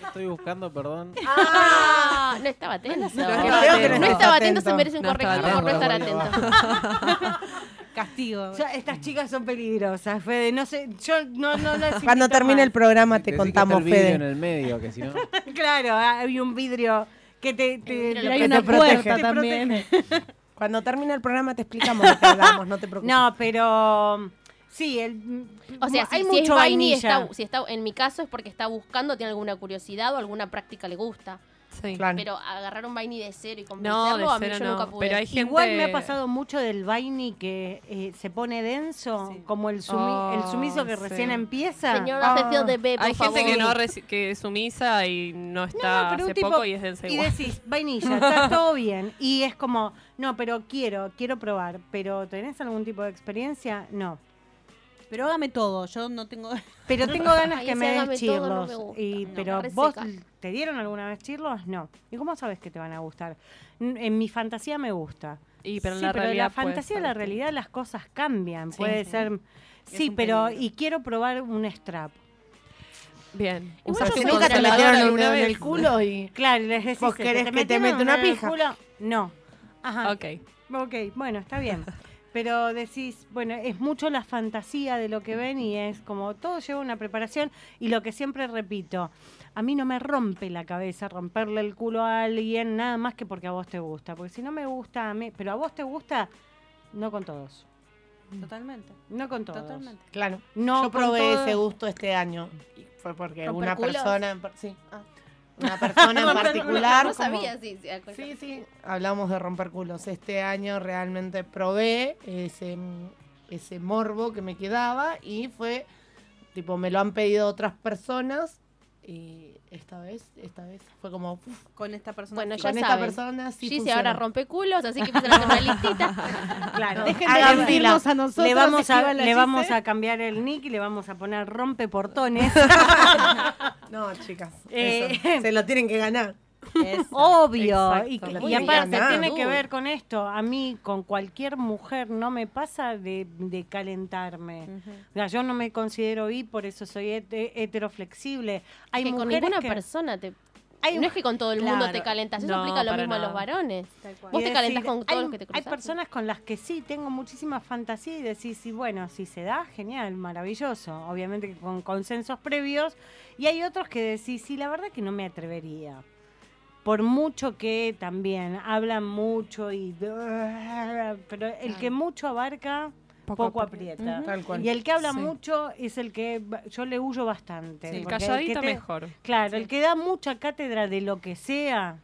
Estoy buscando, perdón.
Ah, no estaba atento.
No,
No,
no estaba atento.
estaba atento, se merece un
No estaba
correctivo por no estar
atento.
atento.
Castigo.
O sea, estas chicas son peligrosas, Fede. No sé, yo no, no las
Cuando
invito
termine
más.
el programa te
Decí que
contamos,
está el vidrio
Fede.
en el medio, que si no.
Claro, ah, hay un vidrio que te, te,
vidrio lo
que
hay
te
una
protege.
puerta
Te
también.
Cuando termine el programa te explicamos lo que hablamos, no te
protege.
preocupes.
No, pero Sí, el.
O sea, si,
hay
si
mucho
es Vaini,
vainilla.
está, si está, en mi caso es porque está buscando, tiene alguna curiosidad o alguna práctica le gusta.
Claro.
Pero agarrar un Vaini de cero y
No,
completarlo,
de
a mí
cero
yo
no,
nunca pude.
pero hay gente-
Igual me ha pasado mucho del vaini que eh, se pone denso, como el, sumi-
Oh,
el sumiso que
sí.
recién empieza. Ah.
Hay gente que no reci- que es sumisa y no está
pero un
hace
tipo-
poco y es densa
Y
igual.
decís, vainilla, está todo bien. Y es como, no, pero quiero, quiero probar. ¿Pero tenés algún tipo de experiencia? No.
Pero hágame todo, yo no tengo...
Pero tengo ganas
Ay,
que
ese
me
hágame
des
todo no me
chirlos.
gusta.
y,
No,
pero
re
vos,
seca.
¿te dieron alguna vez chirlos? No. ¿Y cómo sabes que te van a gustar? N- En mi fantasía me gusta.
Y, pero en
sí,
la
pero en la
realidad puede
fantasía, en la
ser
realidad, las cosas cambian.
Sí.
Puede
Sí.
ser...
Es
Sí,
un
pero...
peligro.
Y quiero probar un strap.
Bien.
Igual
Usás
yo
un
soy- nunca te
consolador
metieron
alguna
un dedo en
vez.
el culo y- Claro, y les decís,
¿Vos
¿se
querés que te
metieron
mete una
en el
pija?
culo? No. Ajá.
Ok.
Ok, bueno, está bien. Pero decís, bueno, es mucho la fantasía de lo que ven y es como todo lleva una preparación y lo que siempre repito, a mí no me rompe la cabeza romperle el culo a alguien nada más que porque a vos te gusta, porque si no me gusta a mí, pero a vos te gusta, no con todos.
Totalmente.
No con todos.
Totalmente.
Claro.
No
Yo
con
probé
todo-
ese gusto este año. Y fue porque
¿Romper
una
culos?
persona, en par- sí. una persona en particular.
No
como-
sabía, sí. Sí,
sí. hablamos de romper culos. Este año realmente probé ese, ese morbo que me quedaba y fue, tipo, me lo han pedido otras personas y esta vez, esta vez fue como... uf,
Con esta persona.
Bueno,
sí.
ya
Con esta
saben.
persona sí
Gise
funciona.
ahora rompe culos, así que empiezan a hacer una listita.
Claro,
Dejen de
háganmela.
decirnos a nosotros,
Le vamos a,
escriban a
le
Gise.
vamos a cambiar el nick y le vamos a poner rompeportones.
No, chicas.
Eh,
eso. Se lo tienen que ganar.
Obvio. Y,
Exacto.
y
Muy
aparte
bien.
tiene
Uh.
que ver con esto. A mí, con cualquier mujer, no me pasa de, de calentarme. O sea, yo no me considero bi, por eso soy het- heteroflexible. Hay
que con
mujeres
ninguna
que-
persona te...
Hay
no es que con todo el mundo
Claro.
te calentas. Eso
No,
aplica lo
para
mismo a los
nada.
varones.
Y
Vos te
decir,
calentás con todos
hay-
los que te
Hay
cruzás. eh?
personas con las que sí tengo muchísima fantasía y decís, sí, bueno, si se da, genial, maravilloso. Obviamente que con consensos previos. Y hay otros que decís, sí, la verdad que no me atrevería. Por mucho que también hablan mucho y. Pero el que mucho abarca, poco,
Poco
aprieta.
aprieta. Ujú. Tal cual.
Y el que habla
Sí.
mucho es el que ba- yo le huyo bastante.
Sí,
porque el que
calladito
te-
mejor.
Claro, el que da mucha cátedra de lo que sea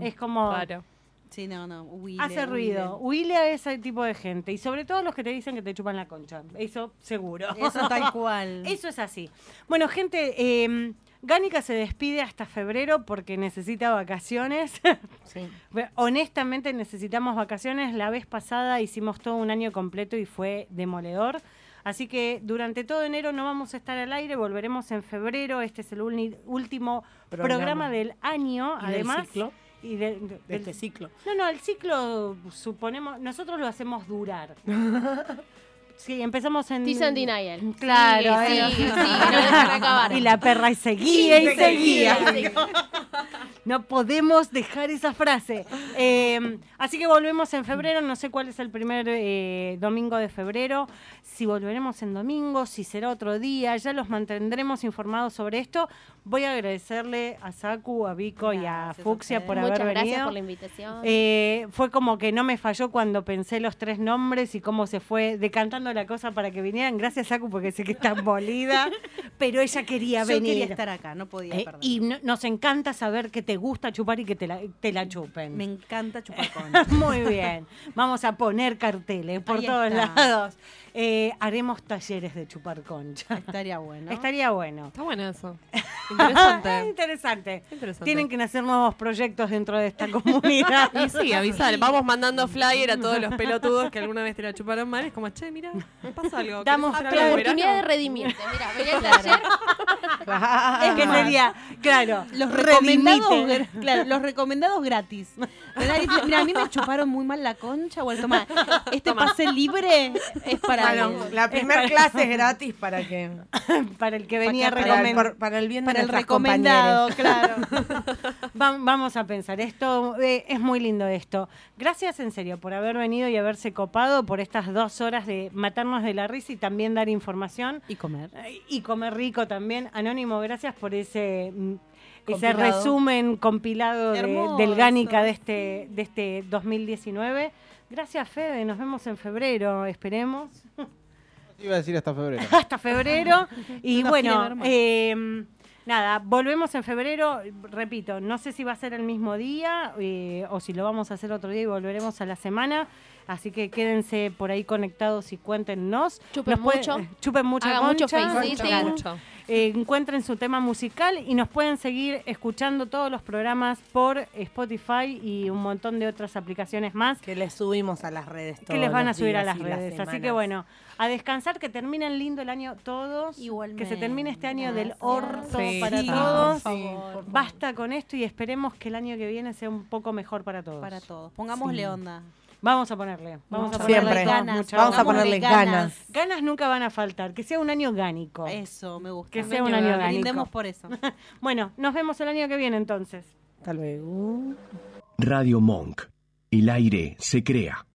es como.
Claro.
Sí, no, no. huile,
Hace
huile.
ruido. Huile a ese tipo de gente. Y sobre todo los que te dicen que te chupan la concha. Eso seguro.
Eso tal cual.
Eso es así. Bueno, gente, eh, Gánica se despide hasta febrero porque necesita vacaciones.
Sí.
Bueno, Honestamente necesitamos vacaciones. La vez pasada hicimos todo un año completo y fue demoledor. Así que durante todo enero no vamos a estar al aire, volveremos en febrero. Este es el uni- último programa.
Programa.
del año,
Y del
además.
ciclo.
Y de- de-
De este ciclo.
no, no, el ciclo suponemos, nosotros lo hacemos durar. Sí, empezamos en.
Peace and denial.
Claro,
Sigue,
ahí-
sigue, sigue, no lo dejan acabar.
Y la perra y seguía y
Y seguía,
seguía.
y
No podemos dejar esa frase. Eh, así que volvemos en febrero. No sé cuál es el primer eh, domingo de febrero. Si volveremos en domingo, si será otro día. Ya los mantendremos informados sobre esto. Voy a agradecerle a Saku, a Vico y a Fuxia por
Muchas
haber venido.
gracias por la
Ah.
invitación.
Eh, fue como que no me falló cuando pensé los tres nombres y cómo se fue decantando la cosa para que vinieran. Gracias, Saku, porque sé que estás molida, pero ella quería
Yo
venir.
quería estar acá, no podía
Eh,
perder.
y no- nos encanta saber que te gusta chupar y que te la, te la chupen.
Me encanta chupar con.
Muy bien. Vamos a poner carteles por
Ahí
todos
está.
lados. Eh, haremos talleres de chupar concha.
Estaría bueno.
Estaría bueno.
Está bueno eso.
Ah,
Interesante.
Interesante.
Interesante.
Tienen que nacer nuevos proyectos dentro de esta comunidad.
Y sí, avisar. Vamos mandando flyer a todos los pelotudos que alguna vez te la chuparon mal. Es como, che, mira, me pasa algo. ¿querés
Damos
hacer
la
algo en
Oportunidad de
verano?
redimirte. Mira, venía el taller.
Es que
más.
sería, claro,
Los
redimite.
recomendados, gra- claro, los recomendados gratis. ¿Verdad? Dice, Mira, a mí me chuparon muy mal la concha, o el tomar este pase libre es para
Bueno,
el-
la
es
primera
para-
clase es gratis para que
para el que
Para
venía
que- para el-
recomendado.
por- para el bien de
para el
nuestras
recomendado,
compañeras.
Va- vamos a pensar, esto eh, es muy lindo esto. Gracias en serio por haber venido y haberse copado por estas dos horas de matarnos de la risa y también dar información.
Y comer.
Ay, Y comer rico también. Anónimo, gracias por ese, mm, ese
Compilado.
resumen compilado de-
Hermoso.
del Gánica de este, de este 2019. Gracias, Fede. Nos vemos en febrero, esperemos.
Iba a decir hasta febrero.
hasta febrero. Y
Nos quiere ver
bueno,
más.
eh, nada, volvemos en febrero. Repito, no sé si va a ser el mismo día eh, o si lo vamos a hacer otro día y volveremos a la semana. Así que quédense por ahí conectados y cuéntenos.
Chupen
Nos pueden-
mucho.
Chupen mucho.
Hagan mucho
concha.
face Concha, eating. mucho.
Eh, encuentren su tema musical y nos pueden seguir escuchando todos los programas por Spotify y un montón de otras aplicaciones más.
Que les subimos a las redes.
Que
todos
les van a
los
subir a
días
las
y las
redes. Así que
semanas.
bueno, a descansar, que terminen lindo el año todos. Igualmente. Que se termine este año del orto
Sí,
para
sí, por
todos.
favor, por
Basta con esto y esperemos que el año que viene sea un poco mejor para todos.
Para todos. Pongámosle onda.
Vamos a ponerle. Vamos
Muchas
a ponerle
Siempre.
ganas.
Muchas
Vamos
ganas.
a ponerle
Pongámosle
ganas.
ganas.
ganas. nunca van a faltar. Que sea un año orgánico.
Eso, me gusta.
Que sea un año orgánico.
Brindemos por eso.
bueno, nos vemos el año que viene entonces.
Hasta luego.
Radio Monk. El aire se crea.